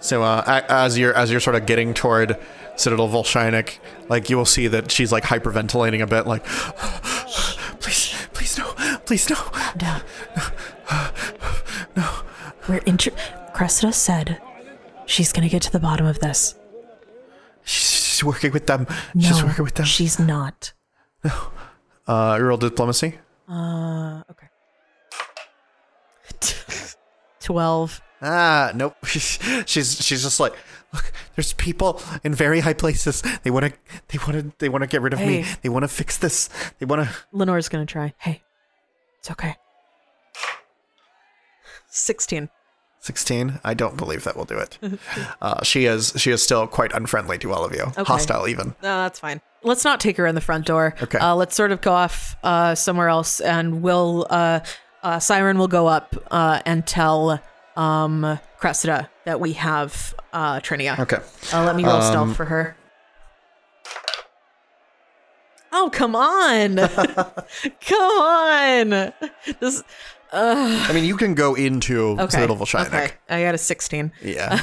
Speaker 3: So uh, a- as you're as you're sort of getting toward Citadel Volshynik, like you will see that she's like hyperventilating a bit, like please, please no, please no.
Speaker 24: No. We're inter. Cressida said she's gonna get to the bottom of this.
Speaker 3: She's, she's working with them.
Speaker 24: No,
Speaker 3: she's working with them.
Speaker 24: She's not.
Speaker 3: uh, rural diplomacy.
Speaker 4: uh, okay. Twelve.
Speaker 3: Ah, nope. she's she's just like, look, there's people in very high places. They want to they want to they want to get rid of me.
Speaker 4: Hey.
Speaker 3: They want to fix this. They want to.
Speaker 4: Lenore's gonna try.
Speaker 24: Hey, it's okay.
Speaker 4: Sixteen.
Speaker 3: 16 i don't believe that will do it uh, she is she is still quite unfriendly to all of you hostile even
Speaker 4: No, that's fine. Let's not take her in the front door.
Speaker 3: Okay.
Speaker 4: Uh, let's sort of go off uh, somewhere else, and we'll uh, uh, Siren will go up uh, and tell um, Cressida that we have uh, Trinia.
Speaker 3: okay
Speaker 4: Uh, let me roll
Speaker 3: Um,
Speaker 4: stealth for her. Oh come on, come on! This
Speaker 3: i mean you can go into
Speaker 4: okay.
Speaker 3: citadel Volshynik.
Speaker 4: Okay, I got a sixteen.
Speaker 3: yeah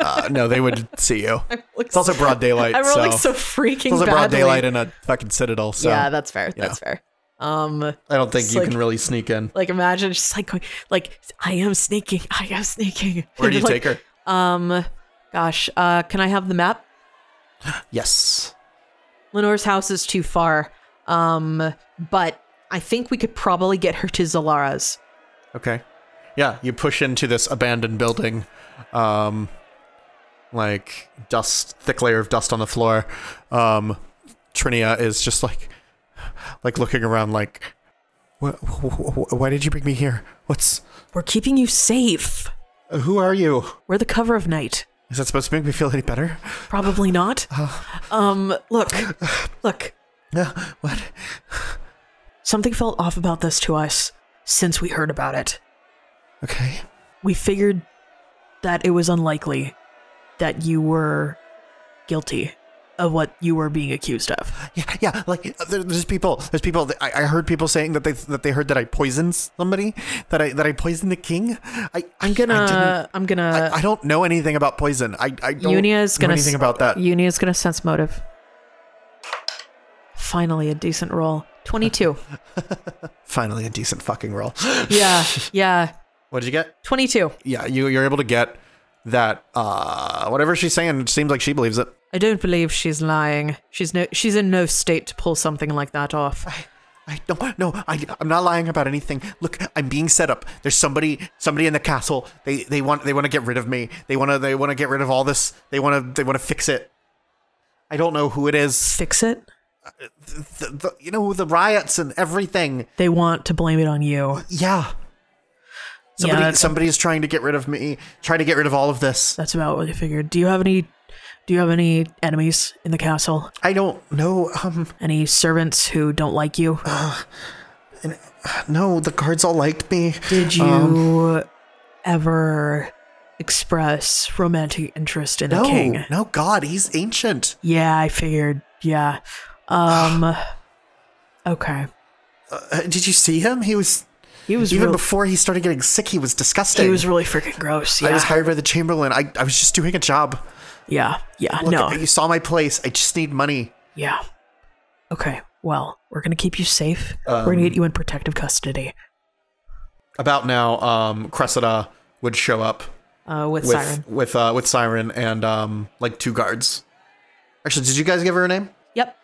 Speaker 3: uh, no they would see you it's also broad daylight
Speaker 4: I'm rolling so,
Speaker 3: so,
Speaker 4: freaking
Speaker 3: it's also broad
Speaker 4: badly.
Speaker 3: daylight in a fucking citadel so
Speaker 4: yeah, that's fair. That's fair. Um,
Speaker 3: i don't think
Speaker 4: it's
Speaker 3: you
Speaker 4: like-
Speaker 3: can really sneak in
Speaker 4: Like imagine she's like going like I am sneaking, I am sneaking.
Speaker 3: where
Speaker 4: And
Speaker 3: do you
Speaker 4: just,
Speaker 3: take her
Speaker 4: like, Um gosh, uh can I have the map?
Speaker 3: yes
Speaker 4: Lenore's house is too far. Um but I think we could probably get her to Zalara's.
Speaker 3: okay yeah you push into this abandoned building um like dust thick layer of dust on the floor um trinia is just like like looking around like "Wh- wh- wh- why did you bring me here what's
Speaker 24: We're keeping you safe.
Speaker 3: who are you
Speaker 24: We're the cover of night.
Speaker 3: is that supposed to make me feel any better
Speaker 24: Probably not.
Speaker 3: Uh.
Speaker 24: Um, look, look.
Speaker 3: no what
Speaker 24: Something felt off about this to us since we heard about it.
Speaker 3: okay
Speaker 24: We figured that it was unlikely that you were guilty of what you were being accused of.
Speaker 3: yeah yeah like uh, there, there's people there's people that- I, I heard people saying that they that they heard that i poisoned somebody that i that i poisoned the king i i'm I didn't,
Speaker 4: Uh, I'm gonna
Speaker 3: I, I don't know anything about poison. I, I don't
Speaker 4: Unia is
Speaker 3: know
Speaker 4: gonna
Speaker 3: anything
Speaker 4: s-
Speaker 3: about that.
Speaker 4: Unia's gonna sense motive. Finally a decent roll. Twenty two.
Speaker 3: Finally, a decent fucking roll.
Speaker 4: yeah, yeah.
Speaker 3: what did you get?
Speaker 4: Twenty two.
Speaker 3: Yeah, you, you're able to get that. Uh, whatever she's saying, it seems like she believes it.
Speaker 4: I don't believe she's lying. She's no she's in no state to pull something like that off.
Speaker 3: I don't. No, I, I'm not lying about anything. Look, I'm being set up. There's somebody, somebody in the castle. They, they want, they want to get rid of me. They want to, they want to get rid of all this. They want to, they want to fix it. I don't know who it is.
Speaker 24: Fix it.
Speaker 3: The, the, you know, the riots and everything.
Speaker 24: They want to blame it on you.
Speaker 3: Yeah. Somebody,
Speaker 24: that's-
Speaker 3: somebody is trying to get rid of me. Trying to get rid of all of this.
Speaker 24: That's about what I figured. Do you have any? Do you have any enemies in the castle?
Speaker 3: I don't know. Um,
Speaker 24: Any servants who don't like you?
Speaker 3: no, the guards all liked me.
Speaker 24: Did you
Speaker 4: Um.
Speaker 24: ever express romantic interest in
Speaker 3: No,
Speaker 24: the king?
Speaker 3: no, God, he's ancient.
Speaker 24: Yeah, I figured. Yeah. Um. okay.
Speaker 3: Uh, did you see him? He was
Speaker 24: He was
Speaker 3: even
Speaker 24: real-
Speaker 3: before he started getting sick. He was disgusting.
Speaker 24: He was really freaking gross. Yeah.
Speaker 3: I was hired by the Chamberlain. I, I was just doing a job.
Speaker 24: yeah. Yeah.
Speaker 3: Look,
Speaker 24: no.
Speaker 3: you saw my place. I just need money.
Speaker 24: yeah. Okay. Well, we're gonna keep you safe. we're gonna get you in protective custody.
Speaker 3: About now, um, Cressida would show up
Speaker 4: Uh, with, Siren.
Speaker 3: with uh, with Siren and um, like two guards. Actually, did you guys give her a name?
Speaker 4: Yep,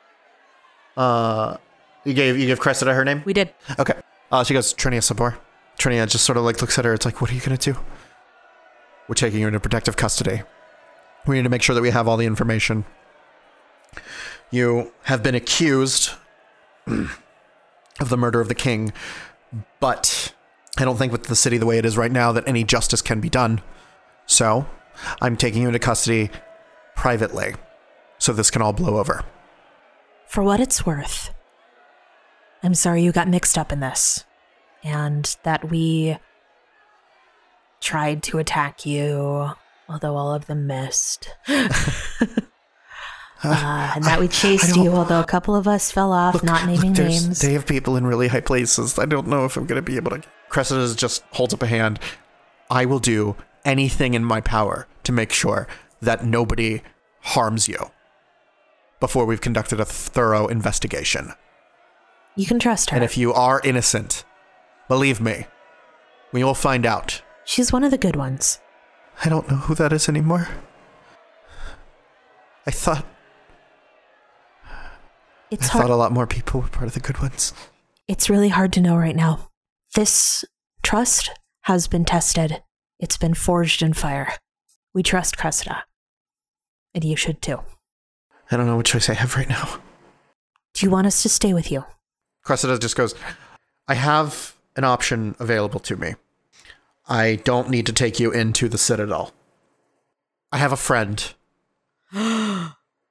Speaker 3: Uh, you gave you gave Cressida her name.
Speaker 4: we did.
Speaker 3: Okay. Uh, she goes, Trinia Sabor. Trinia just sort of like looks at her. It's like, what are you going to do? We're taking her into protective custody. We need to make sure that we have all the information. You have been accused of the murder of the king, but I don't think with the city the way it is right now that any justice can be done. So, I'm taking you into custody privately so this can all blow over.
Speaker 2: For what it's worth, I'm sorry you got mixed up in this and that we tried to attack you, although all of them missed. Uh, and that we chased you, although a couple of us fell off, not naming
Speaker 3: there's-
Speaker 2: names.
Speaker 3: They have people in really high places. I don't know if I'm going to be able to. Cressida just holds up a hand. I will do anything in my power to make sure that nobody harms you before we've conducted a thorough investigation.
Speaker 2: you can trust her.
Speaker 3: And if you are innocent, believe me, we will find out.
Speaker 2: She's one of the good ones.
Speaker 3: I don't know who that is anymore. I thought
Speaker 2: It's
Speaker 3: I thought
Speaker 2: hard.
Speaker 3: a lot more people were part of the good ones.
Speaker 2: it's really hard to know right now. This trust has been tested. It's been forged in fire. We trust Cressida. And you should too.
Speaker 3: I don't know what choice I have right now.
Speaker 2: Do you want us to stay with you?
Speaker 3: Cressida just goes, I have an option available to me. I don't need to take you into the Citadel. I have a friend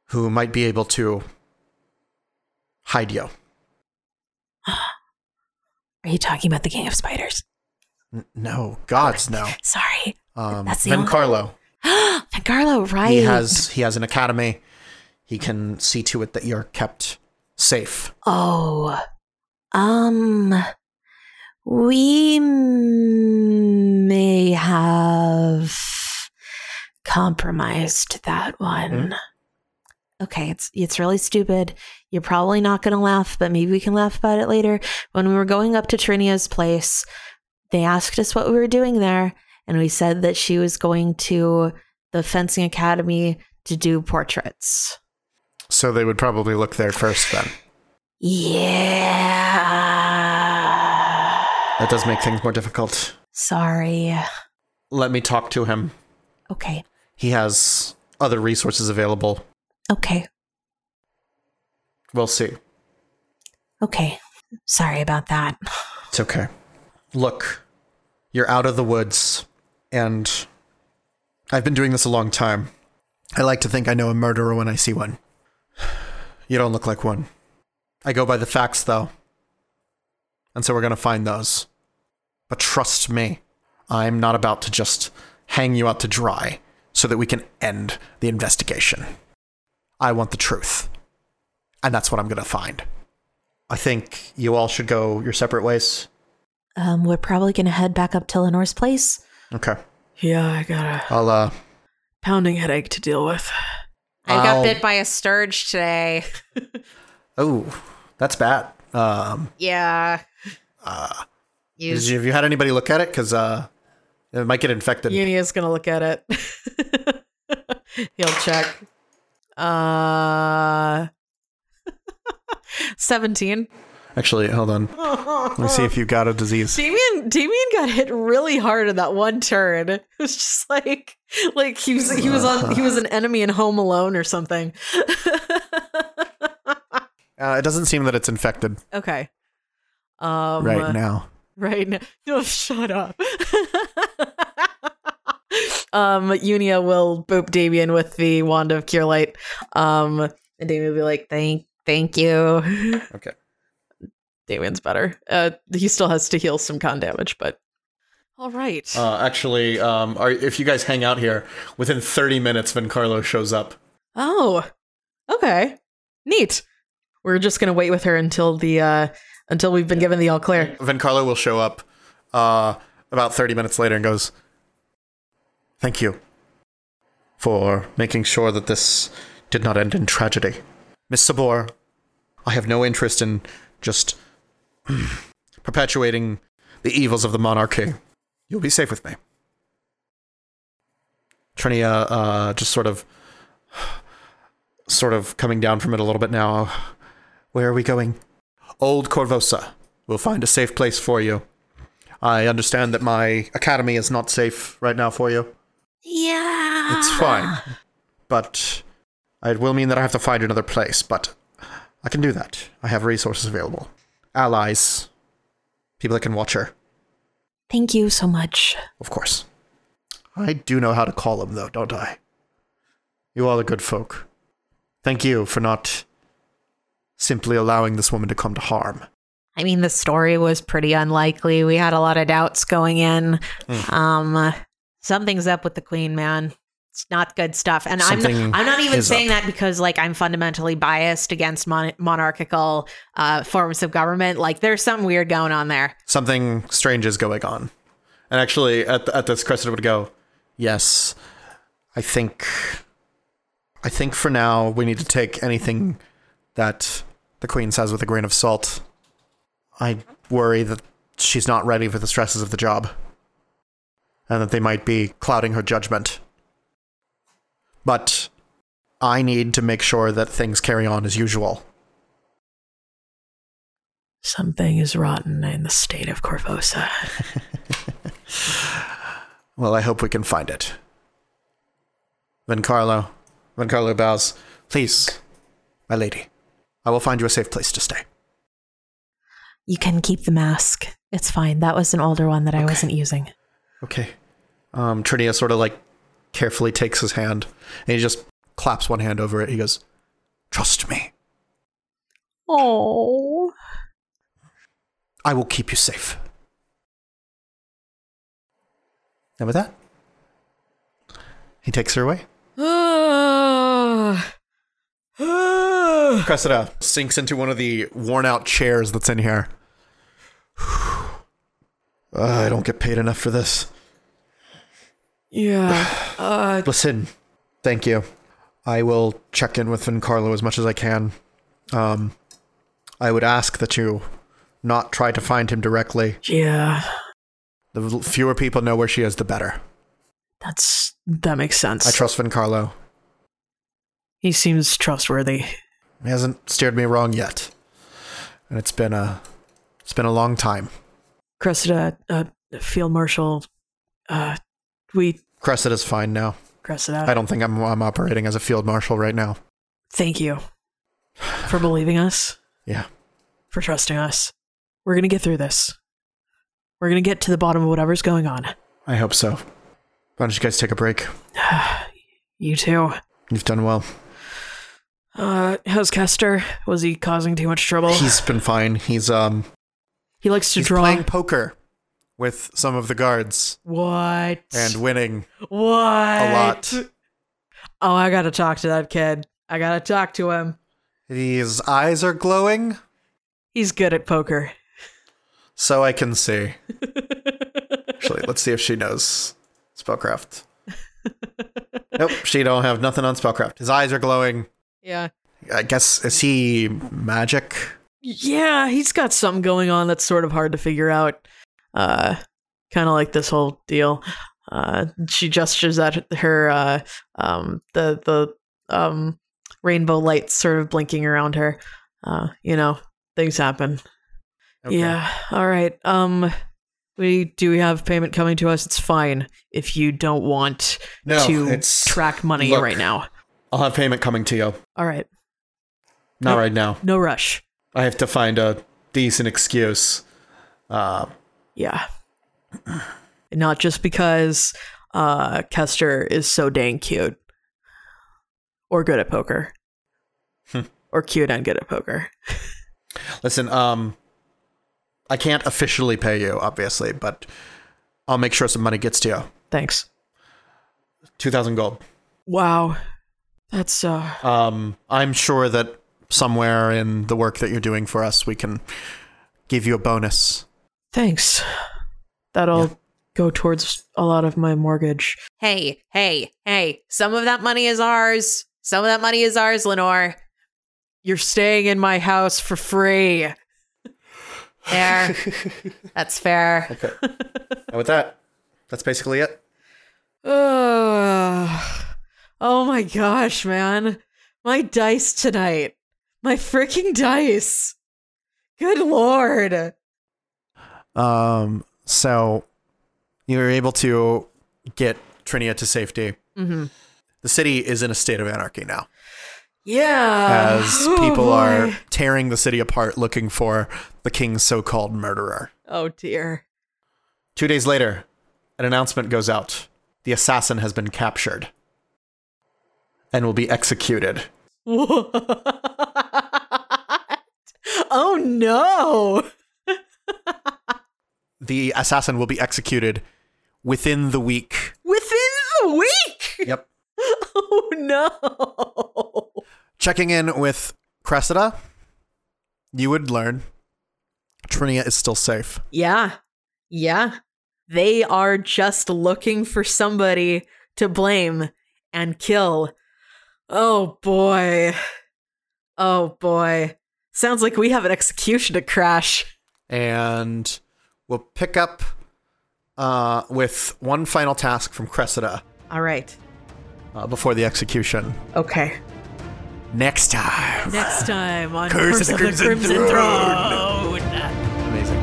Speaker 3: who might be able to hide you.
Speaker 2: Are you talking about the King of Spiders?
Speaker 3: N- no, gods no.
Speaker 2: Sorry.
Speaker 3: Um,
Speaker 2: That's the
Speaker 3: ben
Speaker 2: only-
Speaker 3: Carlo.
Speaker 2: Garlo, right?
Speaker 3: He has he has an academy. He can see to it that you're kept safe.
Speaker 2: Oh. Um. We m- may have compromised that
Speaker 3: Hmm?
Speaker 2: one.
Speaker 18: Okay, it's it's really stupid. You're probably not going to laugh, but maybe we can laugh about it later. When we were going up to Trinia's place, they asked us what we were doing there, and we said that she was going to the fencing academy to do portraits.
Speaker 3: So they would probably look there first then.
Speaker 2: Yeah.
Speaker 3: That does make things more difficult.
Speaker 2: Sorry.
Speaker 3: Let me talk to him.
Speaker 2: Okay.
Speaker 3: He has other resources available.
Speaker 2: Okay.
Speaker 3: We'll see.
Speaker 2: Okay. Sorry about that.
Speaker 3: It's okay. Look, you're out of the woods, and I've been doing this a long time. I like to think I know a murderer when I see one. You don't look like one. I go by the facts, though. And so we're going to find those. But trust me, I'm not about to just hang you out to dry so that we can end the investigation. I want the truth. And that's what I'm going to find. I think you all should go your separate ways.
Speaker 2: Um, we're probably gonna head back up to Lenore's place.
Speaker 3: Okay.
Speaker 25: Yeah, I got a
Speaker 3: I'll uh
Speaker 25: pounding headache to deal with.
Speaker 18: I
Speaker 3: I'll-
Speaker 18: got bit by a sturge today.
Speaker 3: Oh, that's bad. Um
Speaker 18: Yeah. You-
Speaker 3: is- have you had anybody look at it? Because uh it might get infected.
Speaker 4: Unia's gonna look at it. He'll check. Uh, seventeen.
Speaker 3: Actually, hold on. Let me see if you got a disease.
Speaker 4: Damien Damien got hit really hard in that one turn. It was just like like he was he was on he was an enemy in Home Alone or something.
Speaker 3: Uh, it doesn't seem that it's infected
Speaker 4: Okay. Um
Speaker 3: right
Speaker 18: uh,
Speaker 3: now.
Speaker 4: right now. No, shut up. um, Unia will boop Damien with the wand of cure light. Um, and Damien will be like, "Thank, thank you."
Speaker 3: Okay.
Speaker 4: Damien's better. Uh, he still has to heal some con damage, but all right.
Speaker 3: Uh, actually, um, are, if you guys hang out here, within 30 minutes, Van Carlo shows up.
Speaker 4: oh, okay, neat. We're just gonna wait with her until the uh until we've been given the all clear.
Speaker 3: Van Carlo will show up uh, about 30 minutes later and goes, Thank you for making sure that this did not end in tragedy. Miss Sabor, I have no interest in just perpetuating the evils of the monarchy. You'll be safe with me. Trinia uh, just sort of sort of coming down from it a little bit now. Where are we going? Old Corvosa. We'll find a safe place for you. I understand that my academy is not safe right now for you.
Speaker 2: Yeah.
Speaker 3: It's fine. But it will mean that I have to find another place, but I can do that. I have resources available. Allies. People that can watch her.
Speaker 26: Thank you so much.
Speaker 3: Of course. I do know how to call them, though, don't I? You all are good folk. Thank you for not simply allowing this woman to come to harm.
Speaker 2: I mean, the story was pretty unlikely. We had a lot of doubts going in.
Speaker 3: Hmm.
Speaker 2: Um, something's up with the queen, man. It's not good stuff. And I'm
Speaker 3: Something
Speaker 2: not, I'm not even
Speaker 3: is
Speaker 2: saying that because like I'm fundamentally biased against mon- monarchical uh, forms of government. Like there's something weird going on there.
Speaker 3: Something strange is going on. And actually, at, at this, Cressida would go, Yes, I think. I think for now, we need to take anything that the Queen says with a grain of salt. I worry that she's not ready for the stresses of the job. And that they might be clouding her judgment. But I need to make sure that things carry on as usual.
Speaker 4: Something is rotten in the state of Corvosa.
Speaker 3: Well, I hope we can find it. Then Carlo. Then Carlo bows. Please, my lady, I will find you a safe place to stay.
Speaker 26: You can keep the mask. It's fine. That was an older one that I wasn't using.
Speaker 3: Okay. Um, Trinia sort of like carefully takes his hand and he just claps one hand over it. He goes, Trust me,
Speaker 26: Oh.
Speaker 3: I will keep you safe. And with that, he takes her away. Cressida sinks into one of the worn out chairs that's in here. Ugh, I don't get paid enough for this.
Speaker 4: Yeah.
Speaker 3: Listen, thank you. I will check in with Vincarlo as much as I can. Um, I would ask that you not try to find him directly.
Speaker 4: Yeah.
Speaker 3: The l- fewer people know where she is, the better.
Speaker 4: That's that makes sense.
Speaker 3: I trust Vincarlo.
Speaker 4: he seems trustworthy.
Speaker 3: He hasn't steered me wrong yet, and it's been a it's been a long time.
Speaker 4: Cressida, uh, Field Marshal, uh, we
Speaker 3: Cressida's fine now.
Speaker 4: Cressida.
Speaker 3: I don't think I'm I'm operating as a field marshal right now.
Speaker 4: Thank you for believing us,
Speaker 3: Yeah.
Speaker 4: for trusting us. We're going to get through this. We're going to get to the bottom of whatever's going on.
Speaker 3: I hope so. Why don't you guys take a break?
Speaker 4: You too.
Speaker 3: You've done well.
Speaker 4: Uh, how's Kester? Was he causing too much trouble?
Speaker 3: He's been fine. He's um
Speaker 4: he likes to
Speaker 3: he's
Speaker 4: draw.
Speaker 3: playing poker with some of the guards
Speaker 4: what?
Speaker 3: and winning
Speaker 4: what?
Speaker 3: a lot.
Speaker 27: Oh, I gotta talk to that kid. I gotta talk to him.
Speaker 3: His eyes are glowing,
Speaker 4: He's good at poker.
Speaker 3: so I can see. Actually, let's see if she knows spellcraft. nope, she don't have nothing on spellcraft. His eyes are glowing.
Speaker 27: Yeah.
Speaker 3: I guess is he magic?
Speaker 4: Yeah, he's got something going on that's sort of hard to figure out. Uh, kind of like this whole deal. Uh, she gestures at her uh, um, the the um, rainbow lights sort of blinking around her. Uh, you know, things happen.
Speaker 3: Okay.
Speaker 4: Yeah. All right. Um, we do we have payment coming to us? It's fine if you don't want
Speaker 3: No,
Speaker 4: to
Speaker 3: it's
Speaker 4: track money
Speaker 3: look.
Speaker 4: right now.
Speaker 3: I'll have payment coming to you.
Speaker 4: All right.
Speaker 3: Not right now.
Speaker 4: No rush.
Speaker 3: I have to find a decent excuse. Uh,
Speaker 4: Yeah. Not just because uh Kester is so dang cute. Or good at poker. or cute and good at poker.
Speaker 3: listen, um, I can't officially pay you, obviously, but I'll make sure some money gets to you.
Speaker 4: Thanks.
Speaker 3: Two thousand gold.
Speaker 4: Wow. That's uh
Speaker 3: Um, I'm sure that somewhere in the work that you're doing for us, we can give you a bonus.
Speaker 4: thanks. That'll go towards a lot of my mortgage.
Speaker 2: Hey, hey, hey! Some of that money is ours. Some of that money is ours, Lenore.
Speaker 4: You're staying in my house for free.
Speaker 2: Fair. That's fair.
Speaker 3: And with that, that's basically it.
Speaker 27: Ugh. oh my gosh, man. My dice tonight. My freaking dice. Good lord.
Speaker 3: Um, so you were able to get Trinia to safety.
Speaker 27: Mhm.
Speaker 3: The city is in a state of anarchy now,
Speaker 27: Yeah.
Speaker 3: as
Speaker 27: Oh,
Speaker 3: people are
Speaker 27: boy.
Speaker 3: tearing the city apart looking for the king's so-called murderer.
Speaker 27: Oh dear.
Speaker 1: Two days later, an announcement goes out. The assassin has been captured and will be executed.
Speaker 4: What? Oh no.
Speaker 1: The assassin will be executed within the week.
Speaker 4: Within the week.
Speaker 1: Yep.
Speaker 4: Oh no.
Speaker 1: Checking in with Cressida, you would learn Trinia is still safe.
Speaker 4: Yeah. Yeah. They are just looking for somebody to blame and kill. Oh boy. Oh boy. Sounds like we have an execution to crash.
Speaker 1: and we'll pick up uh, with one final task from Cressida
Speaker 4: All right.
Speaker 1: uh, before the execution.
Speaker 4: Okay.
Speaker 1: Next time.
Speaker 28: Next time on
Speaker 1: Curse
Speaker 28: Curse,
Speaker 1: of
Speaker 28: of
Speaker 1: the
Speaker 28: the Crimson,
Speaker 1: Crimson
Speaker 28: Throne.
Speaker 1: Amazing.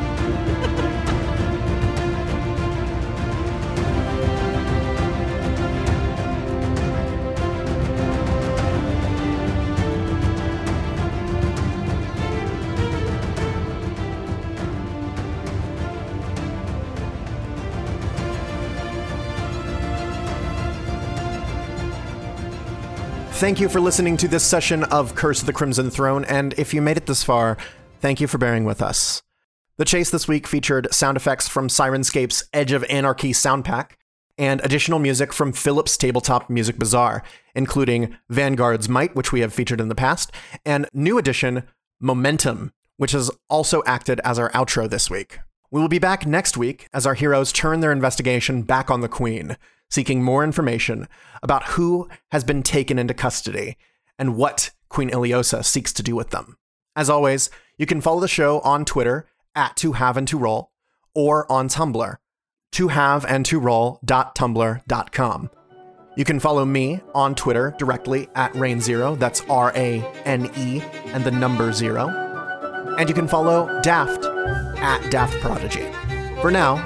Speaker 3: Thank you for listening to this session of Curse of the Crimson Throne, and if you made it this far, thank you for bearing with us. The chase this week featured sound effects from Sirenscape's Edge of Anarchy sound pack, and additional music from Philip's Tabletop Music Bazaar, including Vanguard's Might, which we have featured in the past, and new addition, Momentum, which has also acted as our outro this week. We will be back next week as our heroes turn their investigation back on the Queen, seeking more information about who has been taken into custody and what Queen Iliosa seeks to do with them. As always, you can follow the show on Twitter at to have and to roll or on Tumblr to have and to roll.tumblr.com. You can follow me on Twitter directly at Rain Zero, that's R A N E, and the number zero. And you can follow Daft at Daft Prodigy. For now,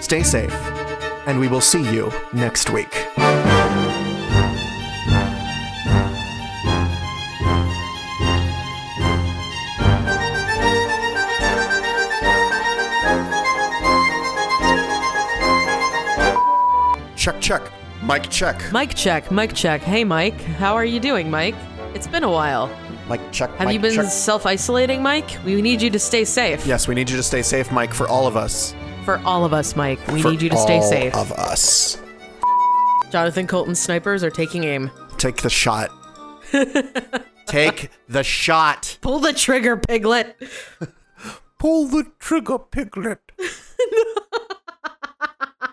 Speaker 3: stay safe, and we will see you next week.
Speaker 1: Check, check. Mic check.
Speaker 4: Mike check, Mike check. Hey Mike, how are you doing, Mike? It's been a while.
Speaker 1: Mic check.
Speaker 4: Have
Speaker 1: mic
Speaker 4: you been
Speaker 1: check.
Speaker 4: self-isolating, Mike? We need you to stay safe.
Speaker 1: yes, we need you to stay safe, Mike, for all of us.
Speaker 4: For all of us, Mike. We
Speaker 1: For
Speaker 4: need you to stay
Speaker 1: all
Speaker 4: safe.
Speaker 1: Of us.
Speaker 4: Jonathan Colton snipers are taking aim.
Speaker 1: Take the shot. Take the shot.
Speaker 4: Pull the trigger, piglet.
Speaker 1: Pull the trigger, piglet.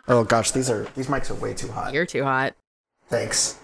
Speaker 1: oh gosh, these are these mics are way too hot.
Speaker 4: You're too hot.
Speaker 1: Thanks.